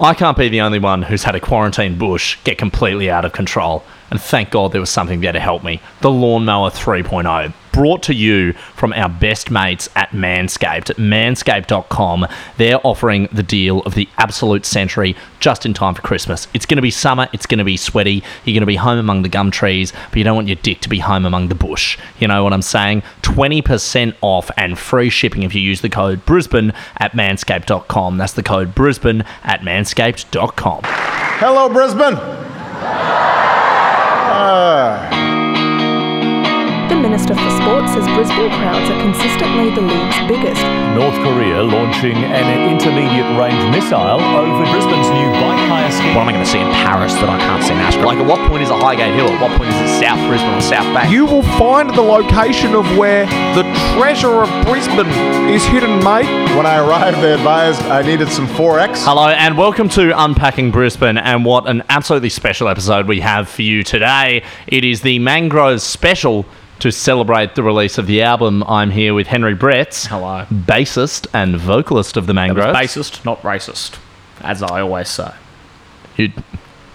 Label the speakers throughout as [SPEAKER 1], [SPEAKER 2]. [SPEAKER 1] I can't be the only one who's had a quarantine bush get completely out of control. And thank God there was something there to help me. The Lawnmower 3.0, brought to you from our best mates at Manscaped. Manscaped.com. They're offering the deal of the absolute century just in time for Christmas. It's going to be summer, it's going to be sweaty, you're going to be home among the gum trees, but you don't want your dick to be home among the bush. You know what I'm saying? 20% off and free shipping if you use the code Brisbane at manscaped.com. That's the code Brisbane at manscaped.com.
[SPEAKER 2] Hello, Brisbane. Ah,
[SPEAKER 3] The Minister for Sport says Brisbane crowds are consistently the league's biggest.
[SPEAKER 4] North Korea launching an intermediate range missile over Brisbane's new bike hire scheme.
[SPEAKER 5] What am I going to see in Paris that I can't see in Ashburn?
[SPEAKER 1] Like, at what point is it Highgate Hill? At what point is it South Brisbane or South Bank?
[SPEAKER 2] you will find the location of where the treasure of Brisbane is hidden, mate. When I arrived, they advised I needed some 4X.
[SPEAKER 1] Hello and welcome to Unpacking Brisbane and what an absolutely special episode we have for you today. It is the Mangroves special to celebrate the release of the album. I'm here with Henry Bretts.
[SPEAKER 5] Hello.
[SPEAKER 1] Bassist and vocalist of the
[SPEAKER 5] It was
[SPEAKER 1] Mangroves.
[SPEAKER 5] Bassist, not racist, as I always say.
[SPEAKER 1] You,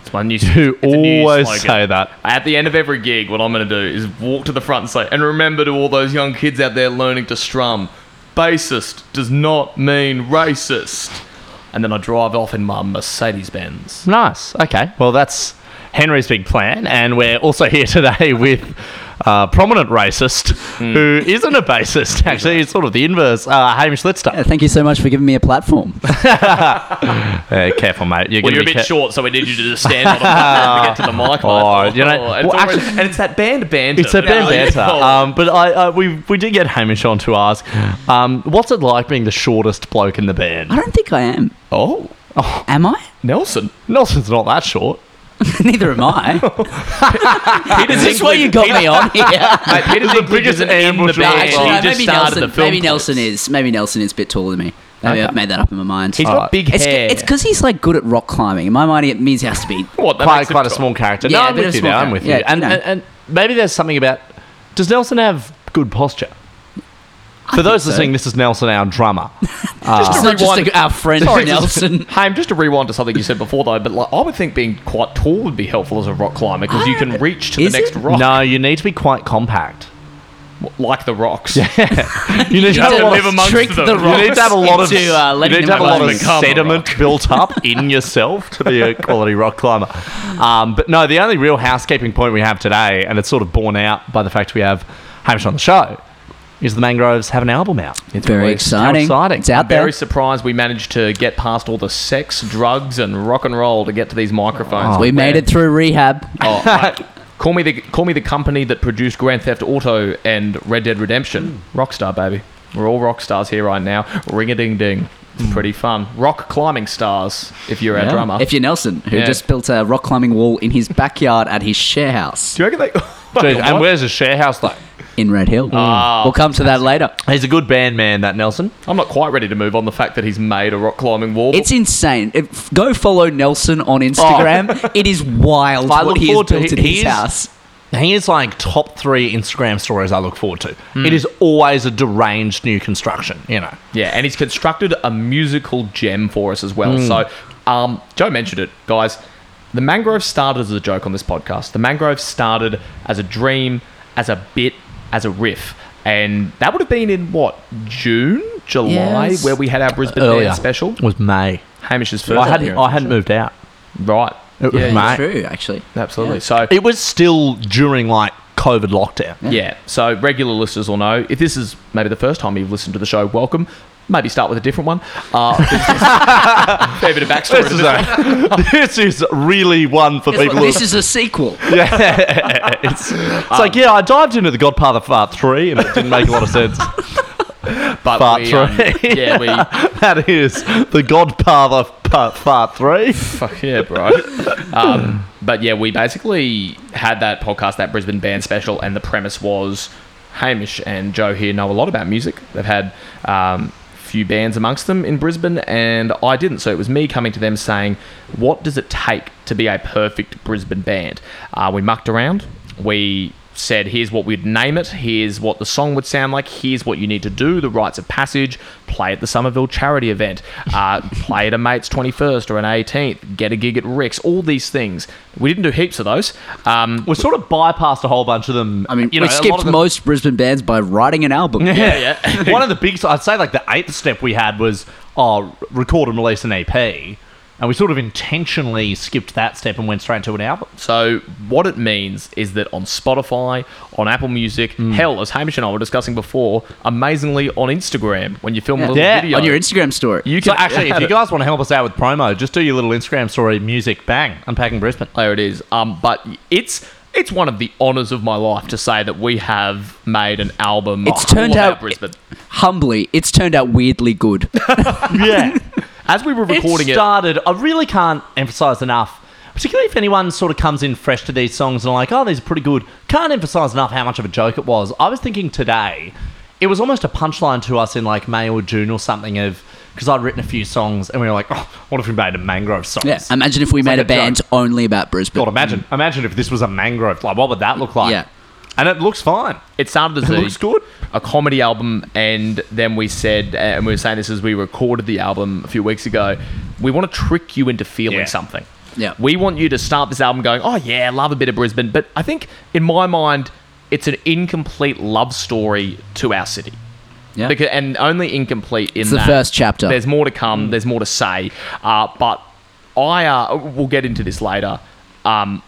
[SPEAKER 5] It's my new.
[SPEAKER 1] you
[SPEAKER 5] it's a new
[SPEAKER 1] always
[SPEAKER 5] slogan.
[SPEAKER 1] say that.
[SPEAKER 5] At the end of every gig, what I'm going to do is walk to the front and say, and remember to all those young kids out there learning to strum, bassist does not mean racist. And then I drive off in my Mercedes Benz.
[SPEAKER 1] Nice. Okay. Well, that's Henry's big plan, and we're also here today with uh, prominent racist
[SPEAKER 5] Hmm.
[SPEAKER 1] who isn't a bassist. Actually, it's sort of the inverse. Uh, Hamish Litster.
[SPEAKER 6] Uh, Thank you so much for giving me a platform.
[SPEAKER 1] Uh, careful, mate. You're
[SPEAKER 5] Well,
[SPEAKER 1] going to
[SPEAKER 5] you're
[SPEAKER 1] be
[SPEAKER 5] a bit
[SPEAKER 1] ca-
[SPEAKER 5] short, so we need you to just stand on a platform to get to the mic. mate.
[SPEAKER 1] Oh, you know-
[SPEAKER 5] and, it's
[SPEAKER 1] well,
[SPEAKER 5] always-
[SPEAKER 1] actually-
[SPEAKER 5] and it's that band banter.
[SPEAKER 1] It's a bit
[SPEAKER 5] Yeah,
[SPEAKER 1] better.
[SPEAKER 5] yeah.
[SPEAKER 1] Um, but I, uh, we, we did get Hamish on to ask, um, what's it like being the shortest bloke in the
[SPEAKER 6] I
[SPEAKER 1] band?
[SPEAKER 6] don't think I am.
[SPEAKER 5] oh,
[SPEAKER 6] Am I?
[SPEAKER 5] Nelson.
[SPEAKER 1] Nelson's not that short.
[SPEAKER 6] Neither am I. Is this why you got me on here?
[SPEAKER 5] Mate, Peter
[SPEAKER 1] the biggest
[SPEAKER 5] biggest in the
[SPEAKER 1] ambush
[SPEAKER 5] band.
[SPEAKER 1] of all
[SPEAKER 6] Actually,
[SPEAKER 1] Well,
[SPEAKER 6] no,
[SPEAKER 1] you
[SPEAKER 6] maybe Nelson. maybe Nelson is. Maybe Nelson is a bit taller than me. Maybe I've made that up in my mind.
[SPEAKER 5] He's got big
[SPEAKER 6] it's
[SPEAKER 5] hair.
[SPEAKER 6] it's because he's like good at rock climbing. In my mind, it means he has to be.
[SPEAKER 5] What, that
[SPEAKER 1] Quite,
[SPEAKER 5] makes him
[SPEAKER 1] quite a
[SPEAKER 5] tall.
[SPEAKER 1] small character.
[SPEAKER 6] Yeah,
[SPEAKER 1] no,
[SPEAKER 6] a
[SPEAKER 1] I'm
[SPEAKER 6] bit
[SPEAKER 1] with you
[SPEAKER 6] of a small
[SPEAKER 1] there. I'm with
[SPEAKER 6] character. Yeah,
[SPEAKER 1] you. And,
[SPEAKER 6] you know.
[SPEAKER 1] and, and maybe there's something about, does Nelson have good posture? For those
[SPEAKER 6] so.
[SPEAKER 1] listening, this is Nelson, our drummer.
[SPEAKER 6] it's Ah. not just
[SPEAKER 5] rewind-
[SPEAKER 6] a, our friend Nelson.
[SPEAKER 5] Haim, just to rewind to something you said before though, but like, I would think being quite tall would be helpful as a rock climber because you can reach to the
[SPEAKER 6] Is
[SPEAKER 5] next
[SPEAKER 6] it?
[SPEAKER 5] rock
[SPEAKER 1] No, you need to be quite compact.
[SPEAKER 5] like the rocks.
[SPEAKER 1] You need to have a lot of
[SPEAKER 5] live amongst
[SPEAKER 6] trick
[SPEAKER 5] them.
[SPEAKER 6] the
[SPEAKER 1] You need to have a lot of,
[SPEAKER 6] into, uh,
[SPEAKER 1] you
[SPEAKER 6] letting
[SPEAKER 1] need to
[SPEAKER 6] them
[SPEAKER 1] have a lot of
[SPEAKER 6] alone.
[SPEAKER 5] become a
[SPEAKER 1] sediment built up in yourself to be a quality rock climber. Um, but no, the only real housekeeping point we have today, and it's sort of borne out by the fact we have Hamish on the show, is the Mangroves have an album out.
[SPEAKER 6] It's very
[SPEAKER 1] released. How
[SPEAKER 6] exciting.
[SPEAKER 1] exciting.
[SPEAKER 6] It's out there.
[SPEAKER 5] Very surprised we managed to get past all the sex, drugs, and rock and roll to get to these microphones.
[SPEAKER 6] Oh, We made it through rehab.
[SPEAKER 5] Oh, mate. Call me the call me the company that produced Grand Theft Auto and Red Dead Redemption.
[SPEAKER 6] Hmm.
[SPEAKER 5] Rockstar, baby. We're all rock stars here right now. Ring a ding ding. It's pretty fun. Rock climbing stars, if you're our drummer.
[SPEAKER 6] Hmm. If you're Nelson, who
[SPEAKER 5] Yeah.
[SPEAKER 6] just built a rock climbing wall in his backyard at his share house
[SPEAKER 5] Do you reckon they
[SPEAKER 1] Dude, and where's the share house though?
[SPEAKER 6] in Red
[SPEAKER 1] Mm.
[SPEAKER 6] Hill. Mm.
[SPEAKER 1] Oh,
[SPEAKER 6] we'll come to that later.
[SPEAKER 1] He's a good band man, that Nelson.
[SPEAKER 5] I'm not quite ready to move on the fact that he's made a rock climbing wall.
[SPEAKER 6] It's insane. If, go follow Nelson on Instagram. It is wild
[SPEAKER 1] Oh. I
[SPEAKER 6] what
[SPEAKER 1] look
[SPEAKER 6] he has
[SPEAKER 1] forward to
[SPEAKER 6] built
[SPEAKER 1] it.
[SPEAKER 6] in
[SPEAKER 1] He
[SPEAKER 6] his
[SPEAKER 1] is-
[SPEAKER 6] house.
[SPEAKER 1] He is like top three Instagram stories I look forward to. It is always a deranged new construction, you know.
[SPEAKER 5] yeah, and he's constructed a musical gem for us as well. So, um, Joe mentioned it, guys. The Mangrove started as a joke on this podcast. The Mangrove started as a dream, as a bit, as a riff, and that would have been in what June, July,
[SPEAKER 6] Yes.
[SPEAKER 5] where we had our Brisbane
[SPEAKER 1] Earlier.
[SPEAKER 5] Band special.
[SPEAKER 1] was May.
[SPEAKER 5] Hamish's first.
[SPEAKER 1] I hadn't, I
[SPEAKER 5] appearance.
[SPEAKER 1] hadn't moved out.
[SPEAKER 5] Right.
[SPEAKER 1] It was
[SPEAKER 5] Yeah,
[SPEAKER 1] May.
[SPEAKER 6] True, actually.
[SPEAKER 5] Absolutely. So
[SPEAKER 1] It was still during like COVID lockdown.
[SPEAKER 5] Yeah. So regular listeners will know. If this is maybe the first time you've listened to the show, welcome. Maybe start with a different one. Uh, this is- fair bit of backstory.
[SPEAKER 1] This is, a, this is really one for people.
[SPEAKER 6] This
[SPEAKER 1] Who,
[SPEAKER 6] is a sequel.
[SPEAKER 1] yeah, it's, it's like yeah, I dived into the Godfather Part Three and it didn't make a lot of sense.
[SPEAKER 5] but
[SPEAKER 1] Part
[SPEAKER 5] we, um,
[SPEAKER 1] three.
[SPEAKER 5] yeah, we.
[SPEAKER 1] that is the Godfather Part, part Three.
[SPEAKER 5] Fuck yeah, bro. Um, but yeah, we basically had that podcast, that Brisbane band special, and the premise was Hamish and Joe here know a lot about music. They've had um, few bands amongst them in Brisbane, and I didn't. So it was me coming to them saying, "What does it take to be a perfect Brisbane band?" Uh, we mucked around. We said, here's what we'd name it, here's what the song would sound like, here's what you need to do, the rites of passage, play at the Somerville charity event, uh, play at a mate's 21st or an 18th, get a gig at Rick's, all these things. We didn't do heaps of those. Um,
[SPEAKER 1] We sort of bypassed a whole bunch of them.
[SPEAKER 6] I mean,
[SPEAKER 1] you
[SPEAKER 6] we
[SPEAKER 1] know, a lot
[SPEAKER 6] skipped
[SPEAKER 1] of them-
[SPEAKER 6] most Brisbane bands by writing an album.
[SPEAKER 1] Yeah, yeah. One of the big, I'd say like the eighth step we had was oh, record and release an EP, and we sort of intentionally skipped that step and went straight to an album.
[SPEAKER 5] So what it means is that on Spotify, on Apple Music, hell, as Hamish and I were discussing before, amazingly on Instagram when you film a little
[SPEAKER 1] Yeah,
[SPEAKER 5] video
[SPEAKER 6] On your Instagram story.
[SPEAKER 5] you
[SPEAKER 1] So
[SPEAKER 5] can
[SPEAKER 1] actually, if you guys want to help us out with promo, just do your little Instagram story, music, bang, unpacking Brisbane.
[SPEAKER 5] there it is. Um, but it's it's one of the honors of my life to say that we have made an album.
[SPEAKER 6] It's
[SPEAKER 5] all
[SPEAKER 6] turned
[SPEAKER 5] about
[SPEAKER 6] out-
[SPEAKER 5] Brisbane.
[SPEAKER 6] Humbly, it's turned out weirdly good.
[SPEAKER 1] Yeah.
[SPEAKER 5] As we were recording
[SPEAKER 1] it
[SPEAKER 5] it,
[SPEAKER 1] started. I really can't emphasize enough, particularly if anyone sort of comes in fresh to these songs and are like, "Oh, these are pretty good." Can't emphasize enough how much of a joke it was. I was thinking today, it was almost a punchline to us in like May or June or something of because I'd written a few songs and we were like, "Oh, what if we made a mangrove song?"
[SPEAKER 6] yeah. Imagine if we made
[SPEAKER 1] like
[SPEAKER 6] a
[SPEAKER 1] a
[SPEAKER 6] band only about Brisbane.
[SPEAKER 1] God, imagine, imagine if this was a mangrove. Like, what would that look like?
[SPEAKER 6] Yeah.
[SPEAKER 1] And it looks fine.
[SPEAKER 5] it started as
[SPEAKER 1] It
[SPEAKER 5] a,
[SPEAKER 1] looks good.
[SPEAKER 5] a comedy album, and then we said, and we were saying this as we recorded the album a few weeks ago, we want to trick you into feeling
[SPEAKER 1] Yeah.
[SPEAKER 5] something.
[SPEAKER 6] Yeah.
[SPEAKER 5] We want you to start this album going, oh yeah, love a bit of Brisbane, but I think in my mind, it's an incomplete love story to our city.
[SPEAKER 6] Yeah.
[SPEAKER 5] Because, and only incomplete in
[SPEAKER 6] It's the
[SPEAKER 5] that
[SPEAKER 6] first chapter. Mm.
[SPEAKER 5] There's more to come. There's more to say. Uh, but I, uh, we'll get into this later. Um,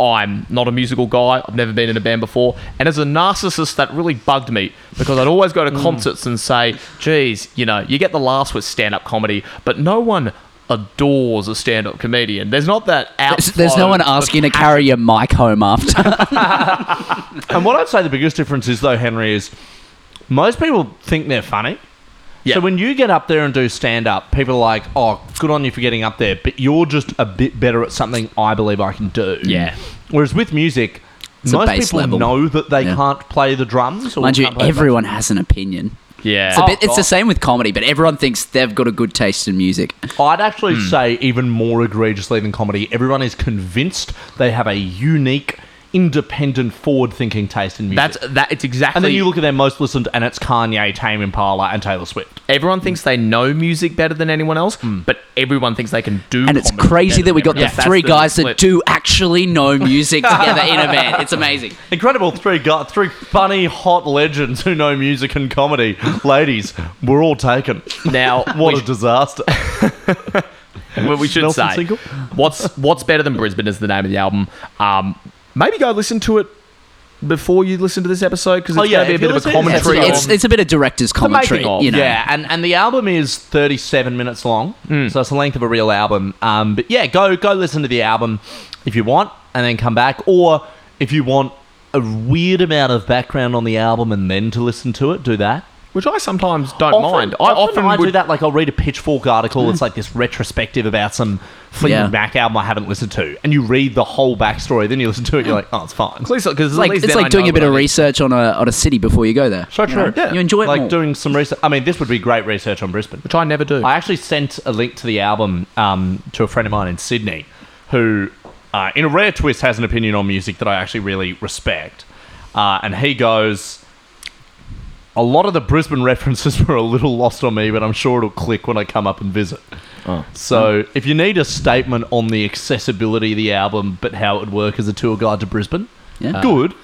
[SPEAKER 5] I'm not a musical guy. I've never been in a band before. And as a narcissist, that really bugged me because I'd always
[SPEAKER 6] Mm.
[SPEAKER 5] go to concerts and say, geez, you know, you get the laughs with stand up comedy, but no one adores a stand up comedian. There's not that out.
[SPEAKER 6] There's- There's no one asking to carry your mic home after.
[SPEAKER 1] And what I'd say the biggest difference is, though, Henry, is most people think they're funny.
[SPEAKER 5] Yeah.
[SPEAKER 1] So when you get up there and do stand up, people are like, "Oh, good on you for getting up there," but you're just a bit better at something I believe I can do.
[SPEAKER 5] Yeah.
[SPEAKER 1] Whereas with music,
[SPEAKER 6] a
[SPEAKER 1] most
[SPEAKER 6] base
[SPEAKER 1] people
[SPEAKER 6] level.
[SPEAKER 1] know that they
[SPEAKER 6] Yeah.
[SPEAKER 1] can't play the drums. Or
[SPEAKER 6] Mind you,
[SPEAKER 1] can't play the
[SPEAKER 6] everyone has an opinion.
[SPEAKER 5] Yeah.
[SPEAKER 6] It's, a
[SPEAKER 1] Oh,
[SPEAKER 6] bit, it's the
[SPEAKER 1] God.
[SPEAKER 6] same with comedy, but everyone thinks they've got a good taste in music.
[SPEAKER 1] I'd actually
[SPEAKER 6] Hmm.
[SPEAKER 1] say even more egregiously than comedy, everyone is convinced they have a unique, independent, forward-thinking taste in music.
[SPEAKER 5] That's that. It's exactly.
[SPEAKER 1] and then you look at their most listened, and it's Kanye, Tame Impala, and Taylor Swift.
[SPEAKER 5] Everyone thinks they know music better than anyone else,
[SPEAKER 1] Hmm.
[SPEAKER 5] but everyone thinks they can do.
[SPEAKER 6] And it's
[SPEAKER 5] comedy
[SPEAKER 6] crazy
[SPEAKER 5] better
[SPEAKER 6] that we
[SPEAKER 5] than
[SPEAKER 6] got the
[SPEAKER 5] everyone else. That's
[SPEAKER 6] three guys that
[SPEAKER 5] split.
[SPEAKER 6] do actually know music together in a band. It's amazing.
[SPEAKER 1] Incredible three got three funny hot legends who know music and comedy. Ladies, we're all taken.
[SPEAKER 5] Now,
[SPEAKER 1] What
[SPEAKER 5] we
[SPEAKER 1] a disaster.
[SPEAKER 5] Well, we should
[SPEAKER 1] Nelson
[SPEAKER 5] say
[SPEAKER 1] single?
[SPEAKER 5] what's what's better than Brisbane is the name of the album. Um, maybe go listen to it before you listen to this episode because
[SPEAKER 1] Oh,
[SPEAKER 5] it's
[SPEAKER 1] yeah,
[SPEAKER 5] going to be a
[SPEAKER 1] if you
[SPEAKER 5] bit of a
[SPEAKER 1] listen to this
[SPEAKER 6] It's,
[SPEAKER 5] commentary.
[SPEAKER 1] episode-
[SPEAKER 6] it's,
[SPEAKER 5] on,
[SPEAKER 6] it's a bit of director's commentary.
[SPEAKER 5] making of,
[SPEAKER 6] you know.
[SPEAKER 1] Yeah, and, and the album is 37 minutes long, so it's the length of a real album. Um, but yeah, go go listen to the album if you want, and then come back. Or if you want a weird amount of background on the album and then to listen to it, do that.
[SPEAKER 5] which I sometimes don't mind. I
[SPEAKER 1] often,
[SPEAKER 5] often
[SPEAKER 1] I
[SPEAKER 5] would,
[SPEAKER 1] do that. Like I'll read a Pitchfork article. It's like this retrospective about some Fleetwood
[SPEAKER 6] Yeah.
[SPEAKER 1] Mac album I haven't listened to, and you read the whole backstory. Then you listen to it, you're like, oh, it's fine.
[SPEAKER 5] Because
[SPEAKER 6] It's like, it's like doing a bit of research on a, on a city before you go there.
[SPEAKER 1] So true.
[SPEAKER 6] Yeah. You enjoy it
[SPEAKER 1] like
[SPEAKER 6] more.
[SPEAKER 1] doing some research. I mean, this would be great research on Brisbane.
[SPEAKER 5] which I never do.
[SPEAKER 1] I actually sent a link to the album um, to a friend of mine in Sydney who, uh, in a rare twist, has an opinion on music that I actually really respect. Uh, and he goes, A lot of the Brisbane references were a little lost on me, but I'm sure it'll click when I come up and visit.
[SPEAKER 5] Oh.
[SPEAKER 1] So, if you need a statement on the accessibility of the album, but how it would work as a tour guide to Brisbane,
[SPEAKER 6] Yeah.
[SPEAKER 1] good.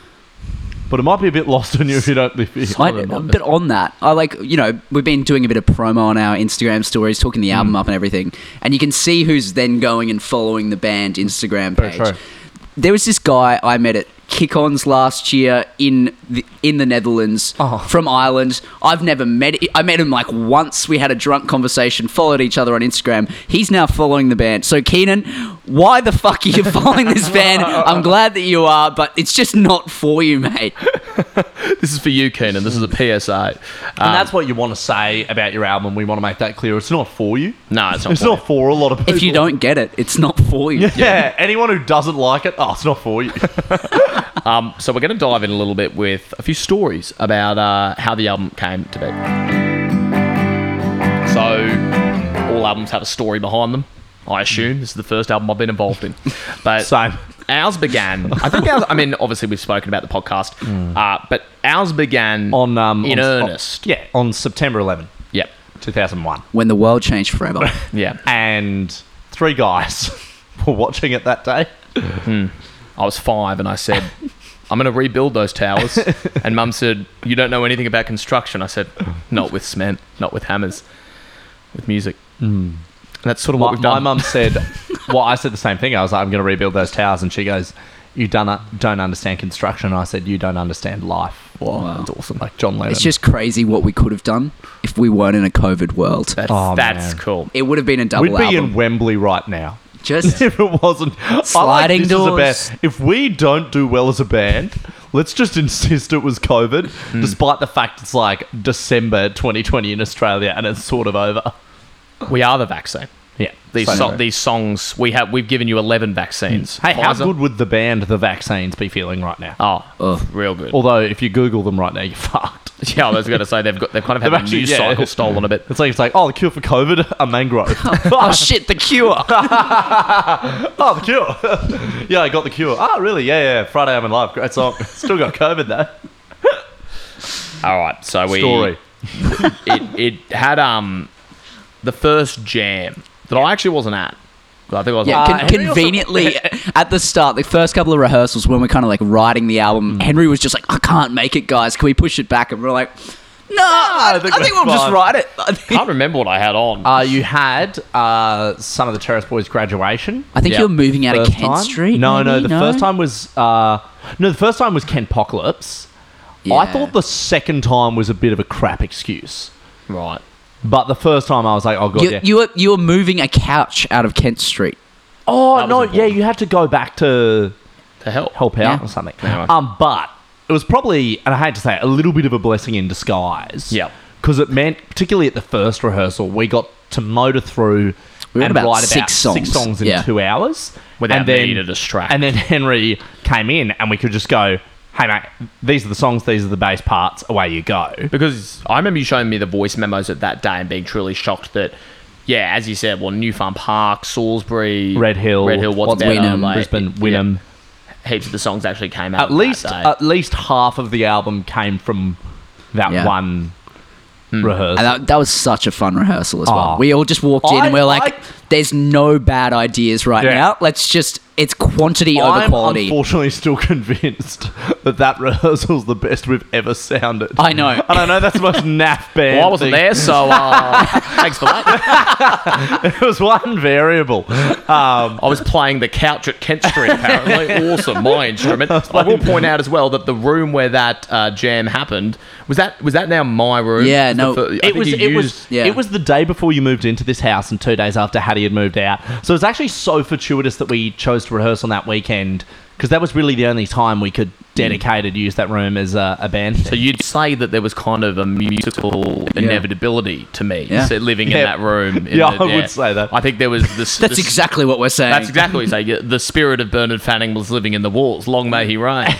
[SPEAKER 1] But it might be a bit lost on you if you don't live here.
[SPEAKER 6] I, but on that, I like you know we've been doing a bit of promo on our Instagram stories, talking the album up and everything, and you can see who's then going and following the band Instagram page.
[SPEAKER 1] true.
[SPEAKER 6] There was this guy I met at Kick-Ons last year in the, in the Netherlands from Ireland. I've never met. I met him like once. We had a drunk conversation, followed each other on Instagram. He's now following the band. So Keenan, why the fuck are you following this band? I'm glad that you are, but it's just not for you, mate.
[SPEAKER 5] this is for you, Keenan. This is a PSA.
[SPEAKER 1] And
[SPEAKER 5] Um,
[SPEAKER 1] that's what you want to say about your album. We want to make that clear. It's not for you.
[SPEAKER 5] No, it's not
[SPEAKER 1] It's
[SPEAKER 5] for
[SPEAKER 1] not for a lot of people.
[SPEAKER 6] If you don't get it, it's not for you.
[SPEAKER 1] Yeah. anyone who doesn't like it, oh, it's not for you.
[SPEAKER 5] Um, so we're going to dive in a little bit with a few stories about uh, how the album came to be. So all albums have a story behind them. I assume this is the first album I've been involved in, but
[SPEAKER 1] Same.
[SPEAKER 5] ours began. I think ours. I mean, obviously we've spoken about the podcast, uh, but ours began
[SPEAKER 1] Hmm. on um,
[SPEAKER 5] in
[SPEAKER 1] on- on-
[SPEAKER 5] earnest.
[SPEAKER 1] yeah, on September 11,
[SPEAKER 5] Yep.
[SPEAKER 1] 2001,
[SPEAKER 6] when the world changed forever.
[SPEAKER 5] Yeah.
[SPEAKER 1] and three guys were watching it that day.
[SPEAKER 5] I was five and I said, I'm going to rebuild those towers. And mum said, You don't know anything about construction. I said, Not with cement, not with hammers, with music. Mm. And that's sort of what
[SPEAKER 1] My,
[SPEAKER 5] we've
[SPEAKER 1] my
[SPEAKER 5] done.
[SPEAKER 1] mum said, "Well, I said the same thing. I was like, I'm going to rebuild those towers," and she goes, "You don't don't understand construction." And I said, "You don't understand life." Wow, that's awesome. Like John Lennon.
[SPEAKER 6] It's just crazy what we could have done if we weren't in a COVID world.
[SPEAKER 5] That's,
[SPEAKER 1] Oh,
[SPEAKER 5] that's
[SPEAKER 1] man.
[SPEAKER 5] cool.
[SPEAKER 6] It would have been a double
[SPEAKER 1] We'd be
[SPEAKER 6] album.
[SPEAKER 1] in Wembley right now.
[SPEAKER 6] Just
[SPEAKER 1] if it wasn't I like
[SPEAKER 6] Sliding
[SPEAKER 1] this as a
[SPEAKER 6] doors.
[SPEAKER 1] band. If we don't do well as a band, let's just insist it was COVID, despite the fact it's like December 2020 in Australia and it's sort of over.
[SPEAKER 5] We are the vaccine.
[SPEAKER 1] Yeah.
[SPEAKER 5] These, so- these songs, we have, we've given you 11 vaccines.
[SPEAKER 1] hey, how
[SPEAKER 5] Pfizer-
[SPEAKER 1] good would the band, the vaccines, be feeling right now?
[SPEAKER 5] Oh, real good.
[SPEAKER 1] Although, if you Google them right now, you're fucked.
[SPEAKER 5] yeah, I was going to say they've got they've kind of had
[SPEAKER 1] They've
[SPEAKER 5] the
[SPEAKER 1] actually-
[SPEAKER 5] news
[SPEAKER 1] yeah.
[SPEAKER 5] cycle stolen a bit.
[SPEAKER 1] It's like it's like, oh, the cure for COVID, a mangrove.
[SPEAKER 6] oh shit, the cure.
[SPEAKER 1] oh, the cure. yeah, I got the cure. Oh, really? Yeah, yeah. Friday I'm in love. Great song. Still got COVID though.
[SPEAKER 5] All right, so we
[SPEAKER 1] Story.
[SPEAKER 5] it, it had um the first jam that I actually wasn't at. I think I was
[SPEAKER 6] Yeah,
[SPEAKER 5] like,
[SPEAKER 6] con- conveniently at the start, the first couple of rehearsals when we're kind of like writing the album, Henry was just like, "I can't make it, guys. Can we push it back?" And we're like, "No, I, I
[SPEAKER 1] think
[SPEAKER 6] think,
[SPEAKER 1] we're
[SPEAKER 6] we'll just
[SPEAKER 1] fine."
[SPEAKER 6] write it."
[SPEAKER 5] I can't remember what I had on.
[SPEAKER 1] Uh, you had uh, son of the Terrace Boys graduation.
[SPEAKER 6] I think
[SPEAKER 5] Yeah.
[SPEAKER 6] you were moving out
[SPEAKER 1] First
[SPEAKER 6] of Kent
[SPEAKER 1] time.
[SPEAKER 6] Street.
[SPEAKER 1] No, no.
[SPEAKER 6] maybe?
[SPEAKER 1] The first time was uh, no. The first time was Kent Pocalypse. I
[SPEAKER 6] Yeah.
[SPEAKER 1] thought the second time was a bit of a crap excuse,
[SPEAKER 5] right.
[SPEAKER 1] but the first time I was like, oh god,
[SPEAKER 6] you,
[SPEAKER 1] yeah.
[SPEAKER 6] you were you were moving a couch out of Kent Street.
[SPEAKER 1] oh
[SPEAKER 5] was
[SPEAKER 1] no, yeah.
[SPEAKER 5] important.
[SPEAKER 1] You had to go back to
[SPEAKER 5] To help.
[SPEAKER 1] help out
[SPEAKER 6] Yeah.
[SPEAKER 1] or something.
[SPEAKER 5] Anyway.
[SPEAKER 1] Um, but it was probably, and I hate to say, it, a little bit of a blessing in disguise.
[SPEAKER 5] Yep.
[SPEAKER 1] Because it meant, particularly at the first rehearsal, we got to motor through
[SPEAKER 6] We
[SPEAKER 1] and
[SPEAKER 6] had about
[SPEAKER 1] write
[SPEAKER 6] six
[SPEAKER 1] about
[SPEAKER 6] songs.
[SPEAKER 1] six songs in
[SPEAKER 6] Yeah.
[SPEAKER 1] two hours
[SPEAKER 5] Without
[SPEAKER 1] and then,
[SPEAKER 5] me to distract.
[SPEAKER 1] And then Henry came in, and we could just go, "Hey mate, these are the songs, these are the bass parts. Away you go."
[SPEAKER 5] Because I remember you showing me the voice memos at that day and being truly shocked that, yeah, as you said, well, New Farm Park, Salisbury,
[SPEAKER 1] Red Hill,
[SPEAKER 5] Red Hill, what's,
[SPEAKER 6] What's
[SPEAKER 5] better,
[SPEAKER 6] Wynnum,
[SPEAKER 5] like,
[SPEAKER 1] Brisbane,
[SPEAKER 5] yeah,
[SPEAKER 1] Wynnum.
[SPEAKER 5] heaps of the songs actually came out
[SPEAKER 1] At least,
[SPEAKER 5] that day.
[SPEAKER 1] at least half of the album came from that
[SPEAKER 6] Yeah. Hmm.
[SPEAKER 1] one rehearsal.
[SPEAKER 6] And that, that was such a fun rehearsal as
[SPEAKER 1] Aw.
[SPEAKER 6] well. We all just walked in
[SPEAKER 1] I-
[SPEAKER 6] and we are like,
[SPEAKER 1] I-
[SPEAKER 6] "There's no bad ideas right
[SPEAKER 1] Yeah.
[SPEAKER 6] now. Let's just it's quantity over
[SPEAKER 1] I'm
[SPEAKER 6] quality."
[SPEAKER 1] unfortunately still convinced that that rehearsal's the best we've ever sounded.
[SPEAKER 6] I know.
[SPEAKER 1] And I know that's the most naff band.
[SPEAKER 5] well, I wasn't
[SPEAKER 1] thing.
[SPEAKER 5] there, so uh, thanks for that.
[SPEAKER 1] It was one variable. Um,
[SPEAKER 5] I was playing the couch at Kent Street, apparently. awesome, my instrument. I will point out as well that the room where that uh, jam happened was that was that now my room.
[SPEAKER 6] Yeah,
[SPEAKER 5] Was
[SPEAKER 6] no.
[SPEAKER 5] the fir- I
[SPEAKER 1] it
[SPEAKER 5] think
[SPEAKER 1] was
[SPEAKER 5] you
[SPEAKER 1] it
[SPEAKER 5] used-
[SPEAKER 1] was
[SPEAKER 6] yeah.
[SPEAKER 1] it was the day before you moved into this house and two days after Hattie had moved out. So it was actually so fortuitous that we chose to rehearse on that weekend because that was really the only time we could dedicate to use that room as a, a band.
[SPEAKER 5] Hmm. So you'd say that there was kind of a musical inevitability to me,
[SPEAKER 6] Yeah.
[SPEAKER 5] so living in
[SPEAKER 1] Yeah.
[SPEAKER 5] that room. in
[SPEAKER 1] Yeah,
[SPEAKER 5] the-
[SPEAKER 1] I would say that.
[SPEAKER 5] I think there was this.
[SPEAKER 6] That's
[SPEAKER 5] this-
[SPEAKER 6] exactly what we're saying.
[SPEAKER 5] That's exactly what you say. Yeah, The spirit of Bernard Fanning was living in the walls. Long may he reign.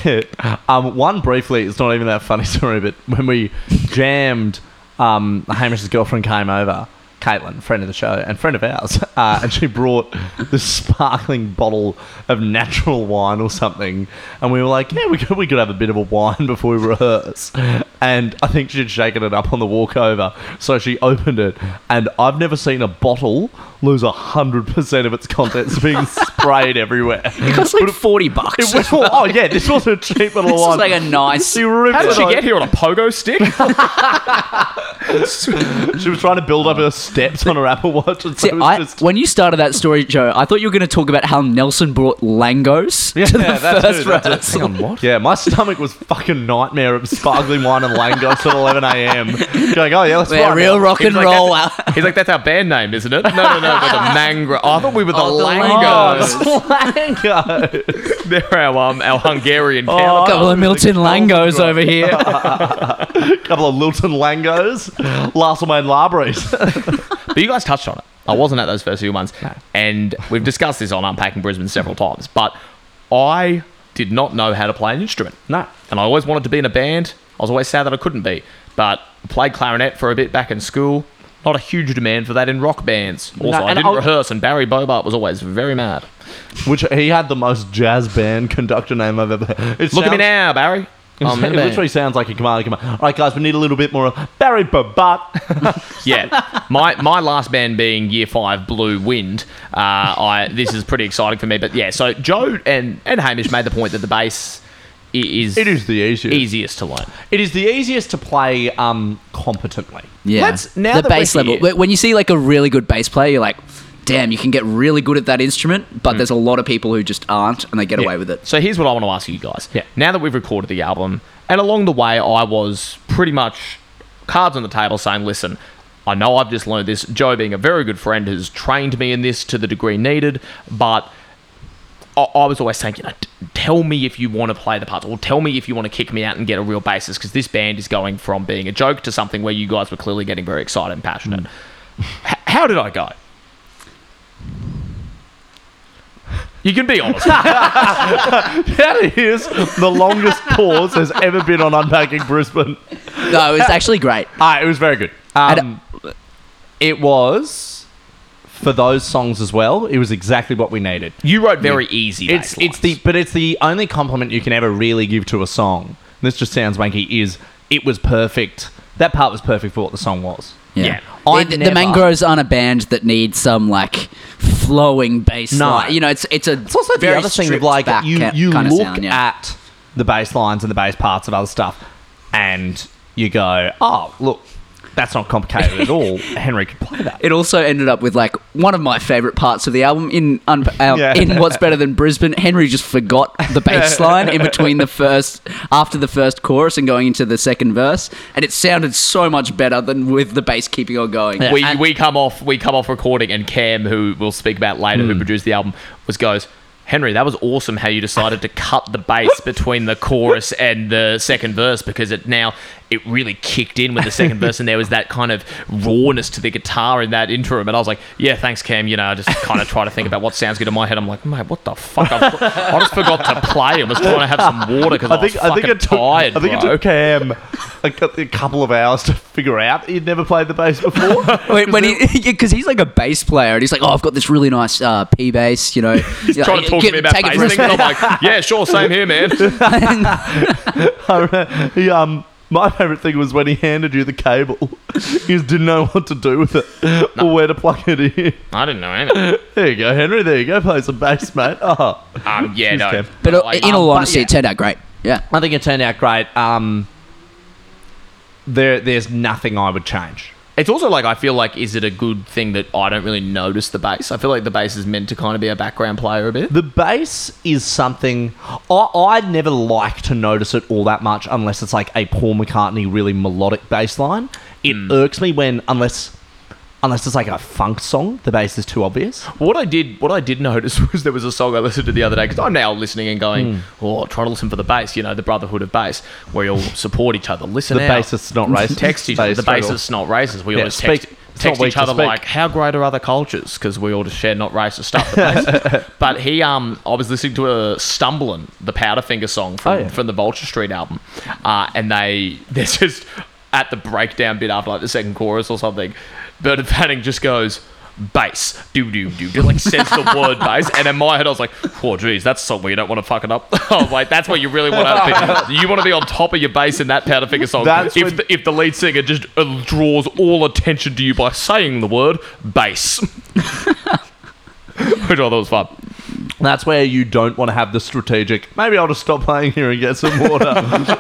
[SPEAKER 1] um, one briefly, it's not even that funny story, but when we jammed, um, Hamish's girlfriend came over, Caitlin, friend of the show and friend of ours, uh, and she brought this sparkling bottle of natural wine or something, and we were like, yeah, we could we could have a bit of a wine before we rehearse, and I think she'd shaken it up on the walk over, so she opened it, and I've never seen a bottle lose hundred percent of its contents being sprayed everywhere.
[SPEAKER 6] It costs like forty bucks.
[SPEAKER 1] It was, oh yeah, this was a cheap little
[SPEAKER 6] This
[SPEAKER 1] one.
[SPEAKER 6] is like a nice.
[SPEAKER 1] She ripped
[SPEAKER 5] How did
[SPEAKER 1] it
[SPEAKER 5] she
[SPEAKER 1] on-
[SPEAKER 5] get here on a pogo stick?
[SPEAKER 1] She was trying to build up her steps on her Apple Watch, and so
[SPEAKER 6] See,
[SPEAKER 1] it was
[SPEAKER 6] I,
[SPEAKER 1] just.
[SPEAKER 6] when you started that story, Joe, I thought you were going to talk about how Nelson brought langos to the
[SPEAKER 1] yeah, that
[SPEAKER 6] first
[SPEAKER 1] too, that too.
[SPEAKER 6] rehearsal.
[SPEAKER 1] Yeah, my stomach was fucking nightmare of sparkling wine and langos at 11 a.m. Going, oh yeah, let's
[SPEAKER 6] We're
[SPEAKER 1] fly
[SPEAKER 6] real
[SPEAKER 1] now.
[SPEAKER 6] rock
[SPEAKER 5] He's
[SPEAKER 6] and
[SPEAKER 5] like,
[SPEAKER 6] roll.
[SPEAKER 5] that's-
[SPEAKER 6] out.
[SPEAKER 5] He's like, that's our band name, isn't it? No, no, no. We're the mangrove. Oh, I thought we were the
[SPEAKER 6] Oh, the
[SPEAKER 5] langos.
[SPEAKER 1] Langos.
[SPEAKER 5] They're our um, our Hungarian
[SPEAKER 1] Oh,
[SPEAKER 5] counterpart.
[SPEAKER 6] couple of Milton langos over here.
[SPEAKER 1] couple of Lilton langos, Last Wayne Larbury's.
[SPEAKER 5] But you guys touched on it. I wasn't at those first few ones. And we've discussed this on Unpacking Brisbane several times, but I did not know how to play an instrument.
[SPEAKER 1] No.
[SPEAKER 5] And I always wanted to be in a band. I was always sad that I couldn't be. But I played clarinet for a bit back in school. Not a huge demand for that in rock bands. Also,
[SPEAKER 1] No,
[SPEAKER 5] I
[SPEAKER 1] and
[SPEAKER 5] didn't
[SPEAKER 1] I'll-
[SPEAKER 5] rehearse, and Barry Bobart was always very mad.
[SPEAKER 1] which he had the most jazz band conductor name I've ever. It
[SPEAKER 5] Look at me
[SPEAKER 1] sounds- um,
[SPEAKER 5] now, Barry. I'm
[SPEAKER 1] it
[SPEAKER 5] the
[SPEAKER 1] literally sounds like a command. command. All right, guys, we need a little bit more of Barry Babat.
[SPEAKER 5] yeah. My my last band being Year Five Blue Wind. Uh, I this is pretty exciting for me. But yeah, so Joe and and Hamish made the point that the bass i- is
[SPEAKER 1] It is the easiest.
[SPEAKER 5] easiest to learn.
[SPEAKER 1] It is the easiest to play um, competently.
[SPEAKER 6] Yeah.
[SPEAKER 5] Let's- now
[SPEAKER 6] the
[SPEAKER 5] that we're
[SPEAKER 6] bass level.
[SPEAKER 5] here-
[SPEAKER 6] Wh- When you see like a really good bass player, you're like, damn, you can get really good at that instrument,
[SPEAKER 1] Mm.
[SPEAKER 6] but there's a lot of people who just aren't and they get away with it.
[SPEAKER 5] So here's what I want to ask you guys.
[SPEAKER 1] Yeah.
[SPEAKER 5] Now that we've recorded the album, and along the way, I was pretty much cards on the table saying, listen, I know I've just learned this. Joe, being a very good friend, has trained me in this to the degree needed, but. I I was always saying, you know, t- tell me if you want to play the parts, or tell me if you want to kick me out and get a real basis, because this band is going from being a joke to something where you guys were clearly getting very excited and passionate. H- how did I go? You can be honest.
[SPEAKER 1] That is the longest pause there's ever been on Unpacking Brisbane.
[SPEAKER 6] No, it's actually great.
[SPEAKER 1] Uh, it was very good. Um, it was for those songs as well. It was exactly what we needed.
[SPEAKER 5] You wrote very easy.
[SPEAKER 1] It's
[SPEAKER 5] bass
[SPEAKER 1] it's the but it's the only compliment you can ever really give to a song. This just sounds wanky. Is it was perfect. That part was perfect for what the song was.
[SPEAKER 5] Yeah.
[SPEAKER 1] I
[SPEAKER 6] The, the
[SPEAKER 1] never-
[SPEAKER 6] Mangroves aren't a band that needs some like flowing bass
[SPEAKER 1] No.
[SPEAKER 6] line. You know, it's it's a
[SPEAKER 1] It's also the
[SPEAKER 6] very
[SPEAKER 1] other thing of
[SPEAKER 6] stripped
[SPEAKER 1] like
[SPEAKER 6] back
[SPEAKER 1] you
[SPEAKER 6] ca-
[SPEAKER 1] you
[SPEAKER 6] kinda
[SPEAKER 1] look
[SPEAKER 6] sound, yeah.
[SPEAKER 1] at the bass lines and the bass parts of other stuff, and you go, oh look, that's not complicated at all. Henry could play that.
[SPEAKER 6] It also ended up with like one of my favorite parts of the album in un- uh,
[SPEAKER 1] Yeah.
[SPEAKER 6] in what's better than Brisbane. Henry just forgot the bass line in between the first after the first chorus and going into the second verse, and it sounded so much better than with the bass keeping on going.
[SPEAKER 5] we, we come off we come off recording and Cam, who we'll speak about later,
[SPEAKER 1] Hmm.
[SPEAKER 5] who produced the album, was goes. Henry, that was awesome how you decided to cut the bass between the chorus and the second verse because it now it really kicked in with the second verse and there was that kind of rawness to the guitar in that interim and I was like, yeah, thanks Cam, you know, I just kind of try to think about what sounds good in my head. I'm like, mate, what the fuck? I've, I just forgot to play and was trying to have some water because I, was fucking tired.
[SPEAKER 1] I think
[SPEAKER 5] bro.
[SPEAKER 1] it took Cam a, cou- a couple of hours to figure out he'd never played the bass before.
[SPEAKER 6] When, when he, because he's like a bass player, and he's like, "Oh, I've got this really nice uh, P bass, you know." he's
[SPEAKER 5] trying to talk to me about bass things. I'm like, yeah, sure, same here, man.
[SPEAKER 1] he, um, my favourite thing was when he handed you the cable. He just didn't know what to do with it or where to plug it in.
[SPEAKER 5] I didn't know anything.
[SPEAKER 1] There you go, Henry. There you go. Play some bass, mate. Oh.
[SPEAKER 5] Um, yeah, no.
[SPEAKER 1] Kev.
[SPEAKER 6] But uh,
[SPEAKER 5] No, I-
[SPEAKER 6] in
[SPEAKER 5] um,
[SPEAKER 6] all
[SPEAKER 5] but
[SPEAKER 6] honesty,
[SPEAKER 5] yeah.
[SPEAKER 6] it turned out great. Yeah.
[SPEAKER 1] I think it turned out great. Um, there, there's nothing I would change.
[SPEAKER 5] it's also like I feel like is it a good thing that I don't really notice the bass? I feel like the bass is meant to kind of be a background player a bit.
[SPEAKER 1] The bass is something I, I'd never like to notice it all that much unless it's like a Paul McCartney really melodic bass line. It irks me when unless unless it's like a funk song, the bass is too obvious.
[SPEAKER 5] What I did, what I did notice was there was a song I listened to the other day because I'm now listening and going, oh, try to listen for the bass. You know, the brotherhood of bass, where you all support each other. Listen,
[SPEAKER 1] The
[SPEAKER 5] out.
[SPEAKER 1] bassist's not racist.
[SPEAKER 5] Text each other. The
[SPEAKER 1] Bass
[SPEAKER 5] bassist's not racist. We
[SPEAKER 1] Yeah,
[SPEAKER 5] all just
[SPEAKER 1] speak-
[SPEAKER 5] text,
[SPEAKER 1] it's not
[SPEAKER 5] text
[SPEAKER 1] weak
[SPEAKER 5] each
[SPEAKER 1] to
[SPEAKER 5] other
[SPEAKER 1] speak.
[SPEAKER 5] like, how great are other cultures? Because we all just share not racist stuff. The bass- but he, um, I was listening to a Stumbling, the Powderfinger song from,
[SPEAKER 1] Oh, yeah.
[SPEAKER 5] from the Vulture Street album, uh, and they they're just at the breakdown bit after like the second chorus or something. Bernard Fanning just goes. Bass, doo doo doo, doo, like says the word bass, and in my head I was like, "Oh, geez, that's somewhere you don't want to fuck it up." I was like, "That's where you really want to be. You want to be on top of your bass in that Powderfinger song."
[SPEAKER 1] That's
[SPEAKER 5] if
[SPEAKER 1] when-
[SPEAKER 5] the, if the lead singer just uh, draws all attention to you by saying the word bass. Which I thought was fun.
[SPEAKER 1] That's where you don't want to have the strategic. Maybe I'll just stop playing here and get some water.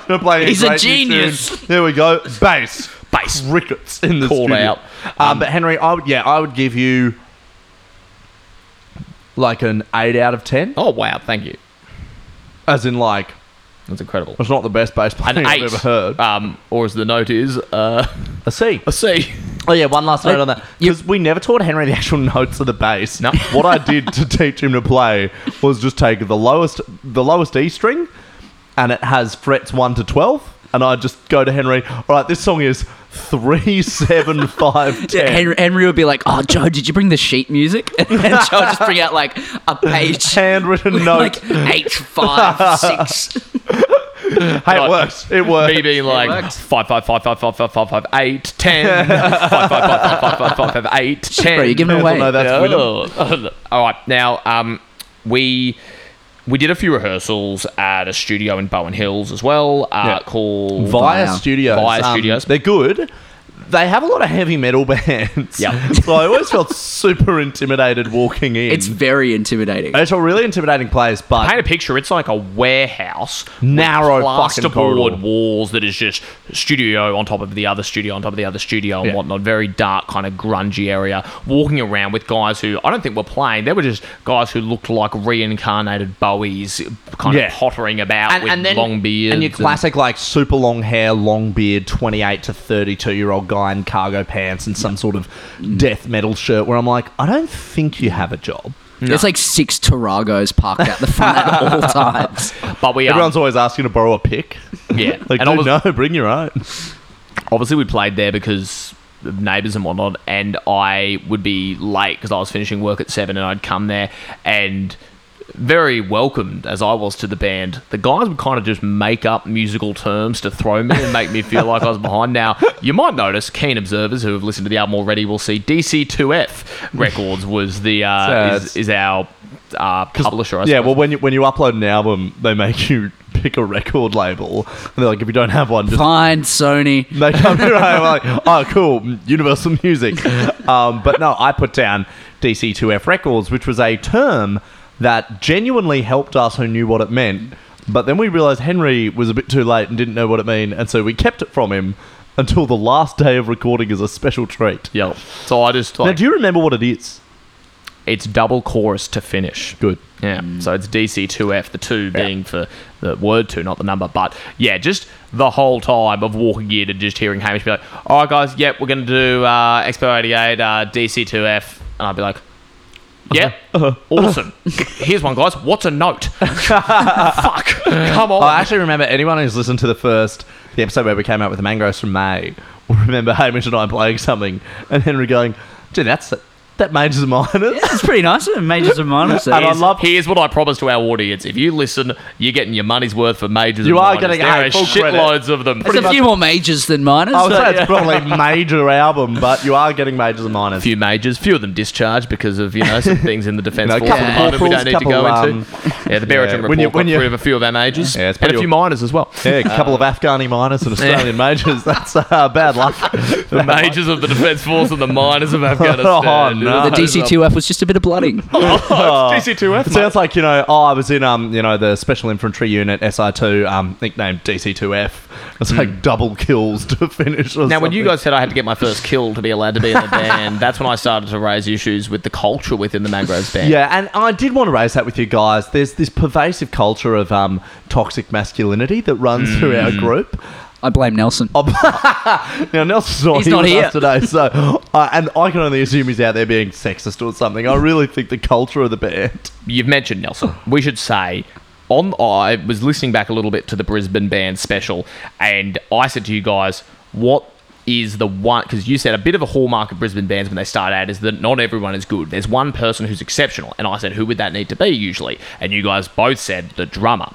[SPEAKER 1] They're playing
[SPEAKER 6] He's a
[SPEAKER 1] great new
[SPEAKER 6] genius.
[SPEAKER 1] tune. There we go. Bass.
[SPEAKER 5] Bass.
[SPEAKER 1] Rickets in the
[SPEAKER 5] Called
[SPEAKER 1] studio.
[SPEAKER 5] out.
[SPEAKER 1] Um, but Henry, I would, yeah, I would give you like an eight out of ten.
[SPEAKER 5] Oh wow, thank you.
[SPEAKER 1] As in, like
[SPEAKER 5] That's incredible.
[SPEAKER 1] it's not the best bass
[SPEAKER 5] An
[SPEAKER 1] playing I've
[SPEAKER 5] eight,
[SPEAKER 1] ever heard.
[SPEAKER 5] um, or as the note is, uh,
[SPEAKER 1] A C.
[SPEAKER 5] a C.
[SPEAKER 1] Oh yeah, one last note on that
[SPEAKER 6] you-
[SPEAKER 1] because we never taught Henry the actual notes of the bass.
[SPEAKER 5] No.
[SPEAKER 1] what I did to teach him to play was just take the lowest, the lowest E string, and it has frets one to twelve, and I just go to Henry. All right, this song is three seven five
[SPEAKER 6] Yeah,
[SPEAKER 1] ten.
[SPEAKER 6] Henry, Henry would be like, "Oh, Joe, did you bring the sheet music?" And Joe would just bring out like a page,
[SPEAKER 1] Handwritten
[SPEAKER 6] with,
[SPEAKER 1] note.
[SPEAKER 6] like eight, five, six.
[SPEAKER 1] hey, it works. It works.
[SPEAKER 5] Me being like
[SPEAKER 6] worked.
[SPEAKER 5] five five five five five five five five eight ten five five five five five five five eight ten.
[SPEAKER 6] Bro, you're giving
[SPEAKER 1] People
[SPEAKER 6] away.
[SPEAKER 1] know that's Willem.
[SPEAKER 5] Oh. All right, now um, we we did a few rehearsals at a studio in Bowen Hills as well, uh,
[SPEAKER 1] Yeah.
[SPEAKER 5] called
[SPEAKER 1] Via
[SPEAKER 6] Via.
[SPEAKER 1] Studios. Um,
[SPEAKER 5] Via Studios.
[SPEAKER 1] They're good. They have a lot of heavy metal bands.
[SPEAKER 5] Yep.
[SPEAKER 1] so I always felt super intimidated walking in.
[SPEAKER 6] It's very intimidating.
[SPEAKER 1] it's a really intimidating place, but
[SPEAKER 5] Paint a picture. It's like a warehouse, with
[SPEAKER 1] Narrow fucking corridor.
[SPEAKER 5] plasterboard walls that is just studio on top of the other studio on top of the other studio and
[SPEAKER 1] Yeah.
[SPEAKER 5] whatnot. Very dark, kind of grungy area. Walking around with guys who I don't think were playing. They were just guys who looked like reincarnated Bowies, kind
[SPEAKER 1] Yeah.
[SPEAKER 5] of pottering about with long beards
[SPEAKER 1] and your classic like super long hair, long beard, twenty eight to thirty two year old guy in cargo pants and some sort of death metal shirt. Where I'm like, I don't think you have a job.
[SPEAKER 6] There's like six Taragos parked out the front at all times.
[SPEAKER 5] But we um,
[SPEAKER 1] Everyone's always asking to borrow a pick.
[SPEAKER 5] Yeah.
[SPEAKER 1] like
[SPEAKER 5] And
[SPEAKER 1] dude,
[SPEAKER 5] obvi-
[SPEAKER 1] no, bring your own.
[SPEAKER 5] obviously we played there because of neighbors and whatnot and i would be late because i was finishing work at seven and i'd come there and very welcomed as i was to the band the guys would kind of just make up musical terms to throw me and make me feel like i was behind now you might notice keen observers who have listened to the album already will see dc2f records was the uh,
[SPEAKER 1] So
[SPEAKER 5] is, is our uh, publisher I
[SPEAKER 1] Yeah,
[SPEAKER 5] suppose.
[SPEAKER 1] well, when you when you upload an album, they make you pick a record label. And they're like, if you don't have one, just
[SPEAKER 6] Fine, Sony.
[SPEAKER 1] they come here. I'm like, oh, cool, Universal Music. Um, but no, I put down DC2F Records, which was a term that genuinely helped us who knew what it meant. But then we realized Henry was a bit too late and didn't know what it meant, and so we kept it from him until the last day of recording as a special treat.
[SPEAKER 5] yeah so i just
[SPEAKER 1] Now,
[SPEAKER 5] like,
[SPEAKER 1] do you remember what it is?
[SPEAKER 5] it's double chorus to finish
[SPEAKER 1] Good.
[SPEAKER 5] Yeah.
[SPEAKER 1] Mm.
[SPEAKER 5] So it's DC2F, the two being for the word two, not the number. But yeah, just the whole time of walking in and just hearing Hamish be like, all right, guys, yep, we're going to do uh, Expo 88, uh, DC2F. And I'd be like,
[SPEAKER 1] Uh-huh.
[SPEAKER 5] yeah, awesome. Here's one, guys. What's a note? Fuck. Come on.
[SPEAKER 1] Oh, I actually remember anyone who's listened to the first the episode where we came out with the mangroves from May will remember Hamish and I playing something and Henry going, "Dude, that's that majors and minors."
[SPEAKER 6] It's pretty nice. isn't it? Majors and minors.
[SPEAKER 1] And I
[SPEAKER 5] Here's,
[SPEAKER 1] love-
[SPEAKER 5] here's what I promise to our audience. If you listen, you're getting your money's worth for majors.
[SPEAKER 1] You
[SPEAKER 5] and
[SPEAKER 1] are
[SPEAKER 5] minors.
[SPEAKER 1] getting-
[SPEAKER 5] there
[SPEAKER 1] hey,
[SPEAKER 5] are
[SPEAKER 1] full credit.
[SPEAKER 5] shitloads of them.
[SPEAKER 6] There's a few more majors than minors.
[SPEAKER 1] I would
[SPEAKER 6] but-
[SPEAKER 1] say it's probably a major album, but you are getting majors and minors.
[SPEAKER 5] few majors, few of them discharged because of you know some things in the defence
[SPEAKER 1] You know,
[SPEAKER 5] force
[SPEAKER 1] couple
[SPEAKER 5] at the moment we don't need
[SPEAKER 1] corporals,
[SPEAKER 5] to go
[SPEAKER 1] couple, um,
[SPEAKER 5] into. Yeah, the Barrington
[SPEAKER 1] yeah,
[SPEAKER 5] report
[SPEAKER 1] when you-
[SPEAKER 5] got
[SPEAKER 1] when you-
[SPEAKER 5] rid of a few of our majors
[SPEAKER 1] Yeah, it's
[SPEAKER 5] and
[SPEAKER 1] pretty-
[SPEAKER 5] a few minors as well.
[SPEAKER 1] Yeah, a couple of Afghani minors and Australian majors. That's uh, bad luck.
[SPEAKER 5] The majors of the defence force and the minors of Afghanistan.
[SPEAKER 1] Oh, no.
[SPEAKER 6] the DC2F was just a bit of blooding.
[SPEAKER 5] Oh.
[SPEAKER 1] Oh.
[SPEAKER 5] DC2F.
[SPEAKER 1] It sounds like you know. Oh, I was in um, you know, the Special Infantry Unit SI2, um, nicknamed DC2F. It's like double kills to finish. Or
[SPEAKER 5] Hmm. Now, when you
[SPEAKER 1] something.
[SPEAKER 5] guys said I had to get my first kill to be allowed to be in the band, that's when I started to raise issues with the culture within the Mangroves band.
[SPEAKER 1] Yeah, and I did want to raise that with you guys. There's this pervasive culture of um, toxic masculinity that runs
[SPEAKER 5] Hmm.
[SPEAKER 1] through our group.
[SPEAKER 6] I blame Nelson.
[SPEAKER 1] Now Nelson's not
[SPEAKER 6] He's
[SPEAKER 1] here
[SPEAKER 6] not
[SPEAKER 1] with
[SPEAKER 6] here.
[SPEAKER 1] us today, so uh, and I can only assume he's out there being sexist or something. I really think the culture of the band.
[SPEAKER 5] you've mentioned Nelson. We should say on I was listening back a little bit to the Brisbane band special, and I said to you guys, what is the one because you said a bit of a hallmark of Brisbane bands when they start out is that not everyone is good. There's one person who's exceptional, and I said, who would that need to be usually? And you guys both said the drummer.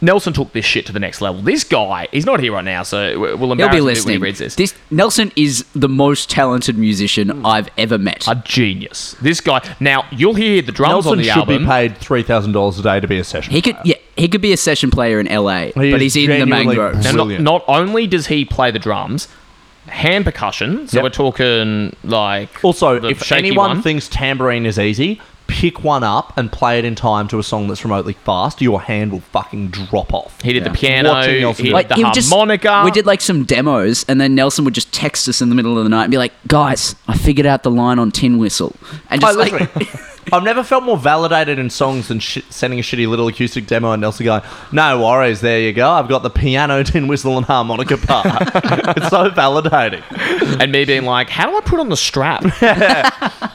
[SPEAKER 5] Nelson took this shit to the next level. This guy, he's not here right now, so w- we'll
[SPEAKER 6] He'll
[SPEAKER 5] embarrass
[SPEAKER 6] be
[SPEAKER 5] him a bit when he
[SPEAKER 6] listening.
[SPEAKER 5] reads this.
[SPEAKER 6] Nelson is the most talented
[SPEAKER 1] Hmm.
[SPEAKER 6] musician I've ever met.
[SPEAKER 5] a genius. This guy. Now you'll hear the drums
[SPEAKER 1] Nelson
[SPEAKER 5] on the
[SPEAKER 1] should
[SPEAKER 5] album.
[SPEAKER 1] be paid three thousand dollars a day to be a session.
[SPEAKER 6] he could, yeah, he could be a session player in LA, but
[SPEAKER 1] is
[SPEAKER 6] he's in the
[SPEAKER 1] genuinely
[SPEAKER 6] mangroves.
[SPEAKER 5] Now, not,
[SPEAKER 1] Brilliant.
[SPEAKER 5] not only does he play the drums, hand percussion. So
[SPEAKER 1] Yep.
[SPEAKER 5] we're talking like
[SPEAKER 1] also,
[SPEAKER 5] the
[SPEAKER 1] if
[SPEAKER 5] shaky
[SPEAKER 1] anyone
[SPEAKER 5] one.
[SPEAKER 1] thinks tambourine is easy, pick one up and play it in time to a song that's remotely fast. Your hand will fucking drop off.
[SPEAKER 5] he did
[SPEAKER 6] Yeah.
[SPEAKER 5] the piano,
[SPEAKER 1] Watching
[SPEAKER 5] he
[SPEAKER 1] Nelson
[SPEAKER 5] did
[SPEAKER 1] do it.
[SPEAKER 5] the
[SPEAKER 6] he would just-
[SPEAKER 5] harmonica.
[SPEAKER 6] we did like some demos, and then Nelson would just text us in the middle of the night and be like, "Guys, I figured out the line on Tin Whistle," and
[SPEAKER 1] Oh,
[SPEAKER 6] just like,
[SPEAKER 1] literally. I've never felt more validated in songs than sh- sending a shitty little acoustic demo and Nelson going, "No worries, there you go. I've got the piano, tin whistle, and harmonica part." it's so validating.
[SPEAKER 5] and me being like, how do I put on the strap?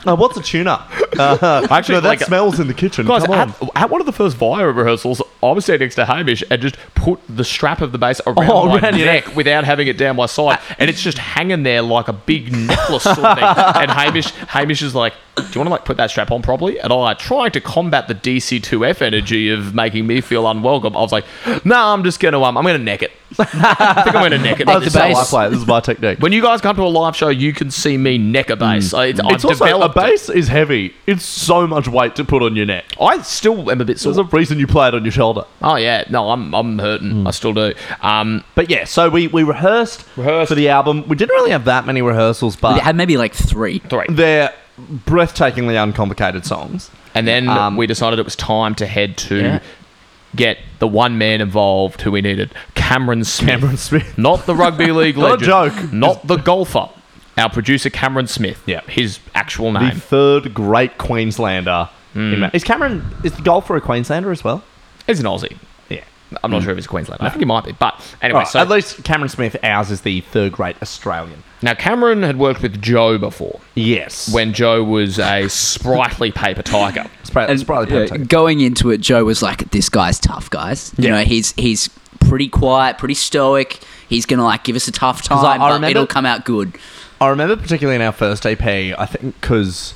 [SPEAKER 1] Now, what's a tune-up? Uh,
[SPEAKER 5] Actually,
[SPEAKER 1] no, that
[SPEAKER 5] like-
[SPEAKER 1] smells in the kitchen.
[SPEAKER 5] Guys,
[SPEAKER 1] Come on.
[SPEAKER 5] at, at one of the first Via rehearsals, I was standing next to Hamish and just put the strap of the bass around
[SPEAKER 1] Oh,
[SPEAKER 5] my
[SPEAKER 1] around your Uh,
[SPEAKER 5] neck without having it down my side, and it's just hanging there like a big necklace sort of thing. And Hamish, Hamish is like, "Do you want to like put that strap on properly?" And I like, tried to combat the DC2F energy of making me feel unwelcome. I was like, "No, I'm just gonna um, I'm gonna neck it. I think I'm going to neck it.
[SPEAKER 6] Neck
[SPEAKER 5] at
[SPEAKER 6] the
[SPEAKER 5] this
[SPEAKER 6] base.
[SPEAKER 5] point.
[SPEAKER 6] I play
[SPEAKER 1] This is my technique.
[SPEAKER 5] When you guys come to a live show, you can see me neck a bass. I, it's
[SPEAKER 1] Mm. it's
[SPEAKER 5] I've
[SPEAKER 1] also a
[SPEAKER 5] developed it.
[SPEAKER 1] bass is heavy. It's so much weight to put on your neck.
[SPEAKER 5] I still am a bit
[SPEAKER 1] There's a
[SPEAKER 5] sore.
[SPEAKER 1] reason you play it on your shoulder.
[SPEAKER 5] oh yeah, no, I'm I'm hurting.
[SPEAKER 1] Mm.
[SPEAKER 5] I still do. Um,
[SPEAKER 1] But yeah, so we, we rehearsed,
[SPEAKER 5] Rehearsed.
[SPEAKER 1] for the album. We didn't really have that many rehearsals,
[SPEAKER 6] It
[SPEAKER 1] but
[SPEAKER 6] had maybe like three.
[SPEAKER 5] three,
[SPEAKER 1] they're breathtakingly uncomplicated songs.
[SPEAKER 5] and then
[SPEAKER 1] Um,
[SPEAKER 5] we decided it was time to head to
[SPEAKER 6] Yeah.
[SPEAKER 5] get the one man involved who we needed, Cameron Smith.
[SPEAKER 1] Cameron Smith.
[SPEAKER 5] not the rugby league
[SPEAKER 1] Not a
[SPEAKER 5] legend,
[SPEAKER 1] joke.
[SPEAKER 5] not the golfer. Our producer Cameron Smith.
[SPEAKER 1] Yeah.
[SPEAKER 5] his actual
[SPEAKER 1] The
[SPEAKER 5] name.
[SPEAKER 1] third great Queenslander. in Ma- Is Cameron, is the golfer a Queenslander as well?
[SPEAKER 5] He's an Aussie.
[SPEAKER 1] Yeah. Mm.
[SPEAKER 5] I'm not sure if he's Queenslander. I think he might be, but anyway.
[SPEAKER 1] Alright,
[SPEAKER 5] so
[SPEAKER 1] at least Cameron Smith, ours is the third great Australian.
[SPEAKER 5] now Cameron had worked with Joe before.
[SPEAKER 1] Yes.
[SPEAKER 5] when Joe was a sprightly paper tiger.
[SPEAKER 1] Spr-
[SPEAKER 6] And
[SPEAKER 1] Spratly
[SPEAKER 6] yeah,
[SPEAKER 1] Pantone.
[SPEAKER 6] going into it, Joe was like, "This guy's tough, guys. You know, he's he's pretty quiet, pretty stoic. He's gonna like give us a tough time,
[SPEAKER 1] I- I
[SPEAKER 6] but
[SPEAKER 1] remember-
[SPEAKER 6] it'll come out good."
[SPEAKER 1] I remember particularly in our first EP, I think because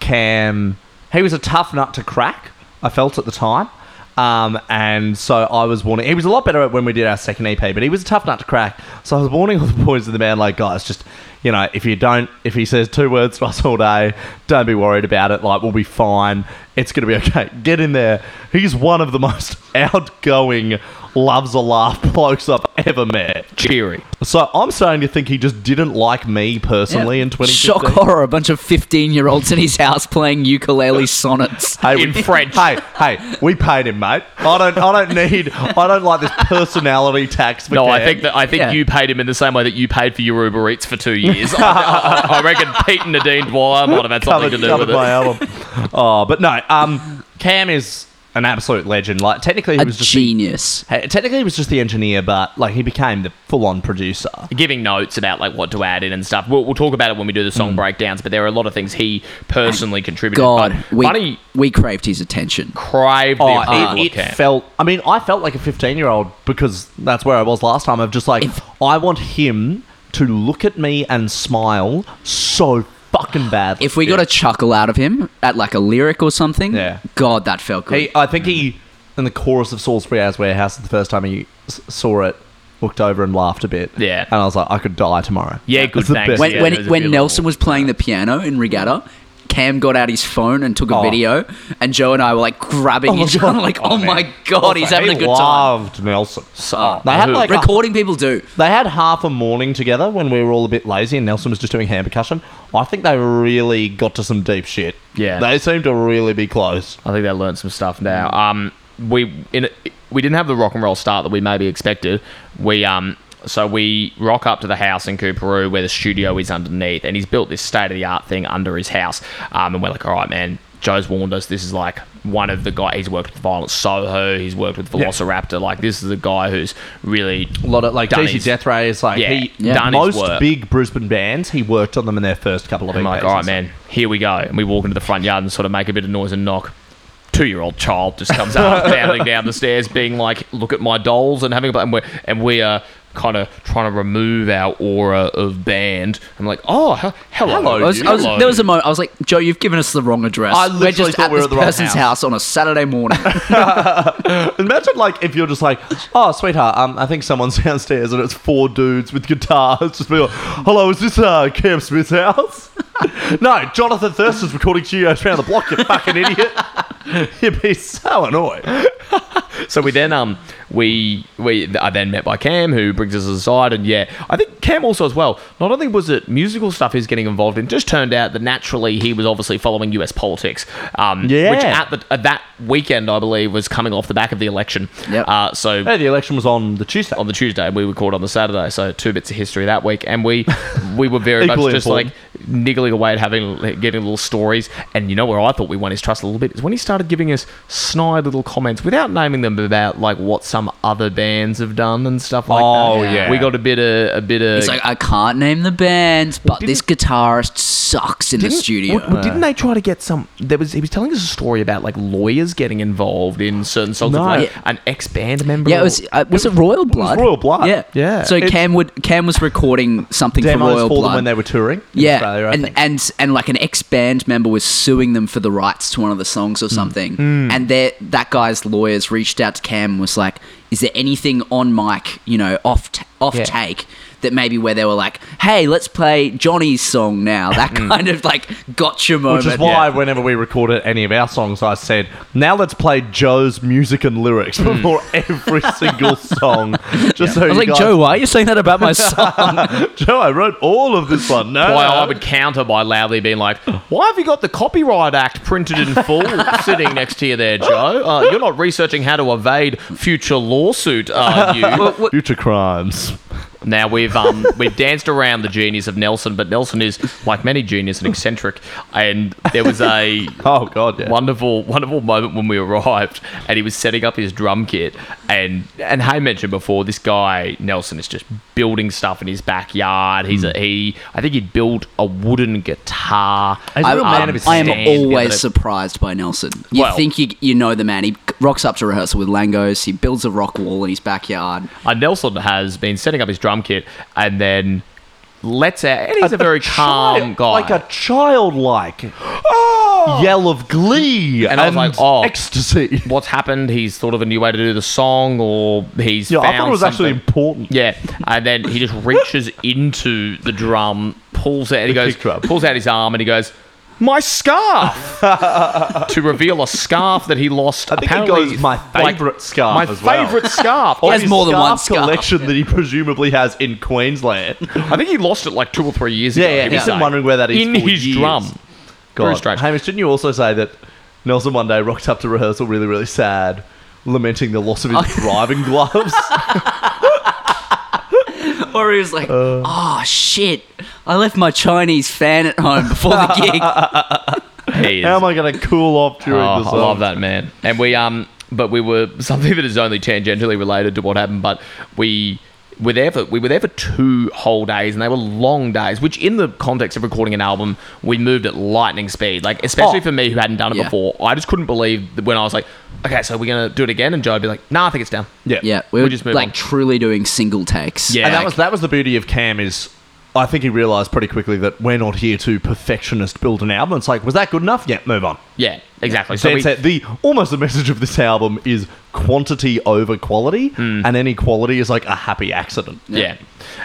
[SPEAKER 1] Cam, he was a tough nut to crack. I felt at the time, um, and so I was warning. He was a lot better at when we did our second EP, but he was a tough nut to crack. So I was warning all the boys in the band, like guys, just you know, if you don't, if he says two words to us all day, don't be worried about it. Like we'll be fine. It's gonna be okay. Get in there. He's one of the most outgoing, loves a laugh blokes I've ever met.
[SPEAKER 5] Cheery.
[SPEAKER 1] So I'm starting to think he just didn't like me personally
[SPEAKER 6] Yeah.
[SPEAKER 1] in 2015.
[SPEAKER 6] Shock horror! A bunch of fifteen-year-olds in his house playing ukulele sonnets.
[SPEAKER 1] Hey, we-
[SPEAKER 5] In French.
[SPEAKER 1] Hey, hey, we paid him, mate. I don't, I don't need, I don't like this personality tax. For
[SPEAKER 5] No, I
[SPEAKER 1] Cam.
[SPEAKER 5] think that I think
[SPEAKER 6] Yeah.
[SPEAKER 5] you paid him in the same way that you paid for your Uber Eats for two years. I, I- I reckon Pete and Nadine Dwyer might have had something
[SPEAKER 1] covered,
[SPEAKER 5] to do
[SPEAKER 1] covered
[SPEAKER 5] with
[SPEAKER 1] my
[SPEAKER 5] it.
[SPEAKER 1] album. oh, but no, um, Cam is an absolute legend. Like technically, he
[SPEAKER 6] A
[SPEAKER 1] was just
[SPEAKER 6] genius.
[SPEAKER 1] The, hey, technically he was just the engineer, but like he became the full-on producer.
[SPEAKER 5] Giving notes about like what to add in and stuff. We'll, we'll talk about it when we do the
[SPEAKER 1] Hmm.
[SPEAKER 5] song breakdowns. But there are a lot of things he personally contributed.
[SPEAKER 6] God,
[SPEAKER 5] but
[SPEAKER 6] we
[SPEAKER 5] Bunny
[SPEAKER 6] we craved his attention.
[SPEAKER 5] craved the
[SPEAKER 1] Oh,
[SPEAKER 5] approval
[SPEAKER 1] it,
[SPEAKER 5] of
[SPEAKER 1] it
[SPEAKER 5] Cam.
[SPEAKER 1] felt. I mean, I felt like a fifteen-year-old because that's where I was last time. Of just like,
[SPEAKER 6] If-
[SPEAKER 1] I want him to look at me and smile so fucking badly.
[SPEAKER 6] If we got a chuckle out of him at like a lyric or something,
[SPEAKER 1] Yeah.
[SPEAKER 6] God, that felt good.
[SPEAKER 1] He, I think he, in the chorus of Salisbury Hours Warehouse, the first time he s- saw it, looked over and laughed a bit.
[SPEAKER 5] Yeah.
[SPEAKER 1] And I was like, I could die tomorrow.
[SPEAKER 5] Yeah, good,
[SPEAKER 1] It's the
[SPEAKER 5] thanks.
[SPEAKER 1] best.
[SPEAKER 6] when
[SPEAKER 5] Yeah, there
[SPEAKER 6] when,
[SPEAKER 5] was a
[SPEAKER 6] when
[SPEAKER 5] few
[SPEAKER 6] Nelson
[SPEAKER 5] little-
[SPEAKER 6] was playing the piano in Regatta, Cam got out his phone and took a
[SPEAKER 1] Oh.
[SPEAKER 6] video, and Joe and I were like grabbing
[SPEAKER 1] my
[SPEAKER 6] each other,
[SPEAKER 1] God.
[SPEAKER 6] like,
[SPEAKER 1] Oh,
[SPEAKER 6] "Oh,
[SPEAKER 1] man.
[SPEAKER 6] my god, he's having a
[SPEAKER 1] He
[SPEAKER 6] good time."
[SPEAKER 1] loved Nelson.
[SPEAKER 5] Oh,
[SPEAKER 1] They had, like,
[SPEAKER 6] Recording people do.
[SPEAKER 1] They had half a morning together when we were all a bit lazy and Nelson was just doing hand percussion. I think they really got to some deep shit.
[SPEAKER 5] Yeah.
[SPEAKER 1] They seemed to really be close.
[SPEAKER 5] I think they learned some stuff now. Um, we in we didn't have the rock and roll start that we maybe expected. We um, so we rock up to the house in Cooperoo where the studio is underneath, and he's built this state of the art thing under his house. Um, and we're like, all right, man. Joe's warned us. This is like one of the guy. He's worked with Violent Soho. He's worked with Velociraptor. Like this is the guy who's really
[SPEAKER 1] A lot of like
[SPEAKER 5] done
[SPEAKER 1] DC
[SPEAKER 5] his-
[SPEAKER 1] Death Ray is like
[SPEAKER 5] Yeah,
[SPEAKER 1] he
[SPEAKER 5] Yeah. done his
[SPEAKER 1] most
[SPEAKER 5] work.
[SPEAKER 1] big Brisbane bands. He worked on them in their first couple of E
[SPEAKER 5] I'm like,
[SPEAKER 1] EPs.
[SPEAKER 5] all right, man, here we go. And we walk into the front yard and sort of make a bit of noise and knock. Two year old child just comes out, bounding down the stairs, being like, look at my dolls and having a And, we're, and we are kind of trying to remove our aura of band. I'm like, oh, he- hello.
[SPEAKER 1] Hello,
[SPEAKER 6] I was, I was,
[SPEAKER 5] Hello.
[SPEAKER 6] there was a moment I was like, "Joe, you've given us the wrong address.
[SPEAKER 1] I
[SPEAKER 6] we're
[SPEAKER 1] literally
[SPEAKER 6] just
[SPEAKER 1] thought
[SPEAKER 6] at
[SPEAKER 1] we were
[SPEAKER 6] this
[SPEAKER 1] at the wrong
[SPEAKER 6] person's
[SPEAKER 1] house."
[SPEAKER 6] house on a Saturday morning."
[SPEAKER 1] Imagine like if you're just like, oh sweetheart, um, I think someone's downstairs and it's four dudes with guitars just be like, hello, is this uh, Cam Smith's house? no, Jonathan Thurston's recording studios around the block. You fucking idiot. You'd be so annoyed.
[SPEAKER 5] so we then um we we I then met by Cam who brings us aside and yeah I think Cam also as well not only was it musical stuff he's getting involved in just turned out that naturally he was obviously following U.S. politics um
[SPEAKER 1] Yeah.
[SPEAKER 5] which at the at that weekend I believe was coming off the back of the election
[SPEAKER 6] Yep.
[SPEAKER 5] uh so
[SPEAKER 1] Hey, the election was on the Tuesday.
[SPEAKER 5] on the Tuesday and we recorded on the Saturday. So two bits of history that week, and we we were very much
[SPEAKER 1] Equally
[SPEAKER 5] just
[SPEAKER 1] important.
[SPEAKER 5] like niggling away at having getting little stories. And you know where I thought we won his trust a little bit is when he started giving us snide little comments without naming them about like what some other bands have done and stuff like
[SPEAKER 1] Oh,
[SPEAKER 5] that.
[SPEAKER 1] yeah.
[SPEAKER 5] we got a bit of a bit of.
[SPEAKER 6] He's like, "I can't name the band, but this guitarist sucks in the
[SPEAKER 5] Didn't-
[SPEAKER 6] studio."
[SPEAKER 5] w- didn't they try to get some? There was he was telling us a story about like lawyers getting involved in certain songs
[SPEAKER 1] No.
[SPEAKER 5] of like
[SPEAKER 1] Yeah.
[SPEAKER 5] an ex band member.
[SPEAKER 6] Yeah, it
[SPEAKER 5] or-
[SPEAKER 6] was uh, was it Royal Blood?
[SPEAKER 1] Royal Blood.
[SPEAKER 6] Yeah,
[SPEAKER 1] Yeah.
[SPEAKER 6] So
[SPEAKER 1] It's-
[SPEAKER 6] Cam would Cam was recording something for
[SPEAKER 1] Demos
[SPEAKER 6] Royal
[SPEAKER 1] for
[SPEAKER 6] Blood
[SPEAKER 1] them when they were touring. in
[SPEAKER 6] yeah,
[SPEAKER 1] Australia, I
[SPEAKER 6] and
[SPEAKER 1] think.
[SPEAKER 6] and and like an ex band member was suing them
[SPEAKER 1] Hmm.
[SPEAKER 6] for the rights to one of the songs or something, and their that guy's lawyers reached out to Cam and was like, is there anything on mic, you know, off t- off
[SPEAKER 7] Yeah.
[SPEAKER 6] take that maybe where they were like, hey, let's play Johnny's song now. That kind of like gotcha moment.
[SPEAKER 1] Hmm. Which is why, whenever we recorded any of our songs, I said, "Now let's play Joe's music and lyrics before every single song." Just so
[SPEAKER 7] I was
[SPEAKER 1] you
[SPEAKER 7] like,
[SPEAKER 1] guys-
[SPEAKER 7] Joe, why are you saying that about my son?
[SPEAKER 1] Joe, I wrote all of this one. No,
[SPEAKER 5] Why I would counter by loudly being like, "Why have you got the Copyright Act printed in full sitting next to you there, Joe? Uh, you're not researching how to evade future lawsuit, are you?"
[SPEAKER 1] future crimes.
[SPEAKER 5] now we've um, we've danced around the genius of Nelson, but Nelson is like many genius and eccentric. And there was a
[SPEAKER 1] Oh God, yeah.
[SPEAKER 5] wonderful, wonderful moment when we arrived, and he was setting up his drum kit, and and Hay mentioned before this guy Nelson is just building stuff in his backyard. He's
[SPEAKER 1] Mm.
[SPEAKER 5] a he, I think he'd built a wooden guitar.
[SPEAKER 6] I,
[SPEAKER 5] Um,
[SPEAKER 6] I- I am
[SPEAKER 5] stand,
[SPEAKER 6] always
[SPEAKER 5] isn't it?
[SPEAKER 6] surprised by Nelson. You
[SPEAKER 5] Well-
[SPEAKER 6] think you, you know the man. He rocks up to rehearsal with Langos. He builds a rock wall in his backyard.
[SPEAKER 5] Uh, Nelson has been setting up his drum kit, and then lets out. And he's a, very calm
[SPEAKER 1] child-
[SPEAKER 5] guy. Oh!
[SPEAKER 1] like a childlike yell of glee
[SPEAKER 5] And
[SPEAKER 1] and,
[SPEAKER 5] I was like, oh.
[SPEAKER 1] ecstasy.
[SPEAKER 5] What's happened? He's thought of a new way to do the song, or he's
[SPEAKER 1] Yeah, I thought
[SPEAKER 5] found
[SPEAKER 1] it was actually
[SPEAKER 5] something.
[SPEAKER 1] important.
[SPEAKER 5] Yeah, and then he just reaches into the drum, pulls out, he goes,
[SPEAKER 1] kick drum.
[SPEAKER 5] pulls out his arm, and he goes, "My scarf!" to reveal a scarf that he lost. I
[SPEAKER 1] think he goes, "My favourite scarf
[SPEAKER 5] My
[SPEAKER 1] as well."
[SPEAKER 5] favorite scarf.
[SPEAKER 1] Of
[SPEAKER 6] has
[SPEAKER 1] his
[SPEAKER 6] more than one scarf.
[SPEAKER 1] collection that he presumably has in Queensland.
[SPEAKER 5] I think he lost it like two or three years ago.
[SPEAKER 1] Yeah, yeah.
[SPEAKER 5] he was
[SPEAKER 1] He's been
[SPEAKER 5] saying.
[SPEAKER 1] wondering where that is
[SPEAKER 5] in
[SPEAKER 1] for
[SPEAKER 5] his
[SPEAKER 1] years.
[SPEAKER 5] drum. Very strange.
[SPEAKER 1] Hamish, didn't you also say that Nelson one day rocked up to rehearsal really, really sad, lamenting the loss of his driving gloves?
[SPEAKER 6] Or he was like, oh, shit. I left my Chinese fan at home before the gig.
[SPEAKER 5] He is-
[SPEAKER 1] How am I going to cool off during
[SPEAKER 5] Oh,
[SPEAKER 1] the
[SPEAKER 5] I
[SPEAKER 1] song?
[SPEAKER 5] love that man. And we um, but we were something that is only tangentially related to what happened, but we. Were there for we were there for two whole days, and they were long days. Which, in the context of recording an album, we moved at lightning speed. Like, especially
[SPEAKER 6] Oh.
[SPEAKER 5] for me who hadn't done it
[SPEAKER 6] Yeah.
[SPEAKER 5] before, I just couldn't believe that when I was like, "Okay, so we're gonna do it again," and Joe'd be like, "Nah, I think it's down."
[SPEAKER 1] Yeah.
[SPEAKER 6] yeah, we were
[SPEAKER 5] just
[SPEAKER 6] just
[SPEAKER 5] move
[SPEAKER 6] like
[SPEAKER 5] on.
[SPEAKER 6] truly doing single takes.
[SPEAKER 5] Yeah.
[SPEAKER 1] And that
[SPEAKER 5] like-
[SPEAKER 1] was that was the beauty of Cam is I think he realized pretty quickly that we're not here to perfectionist build an album. It's like, was that good enough? Yeah, move on.
[SPEAKER 5] Yeah, exactly.
[SPEAKER 1] So
[SPEAKER 5] So we,
[SPEAKER 1] the almost the message of this album is quantity over quality, and any quality is like a happy accident.
[SPEAKER 5] Hmm. Yeah.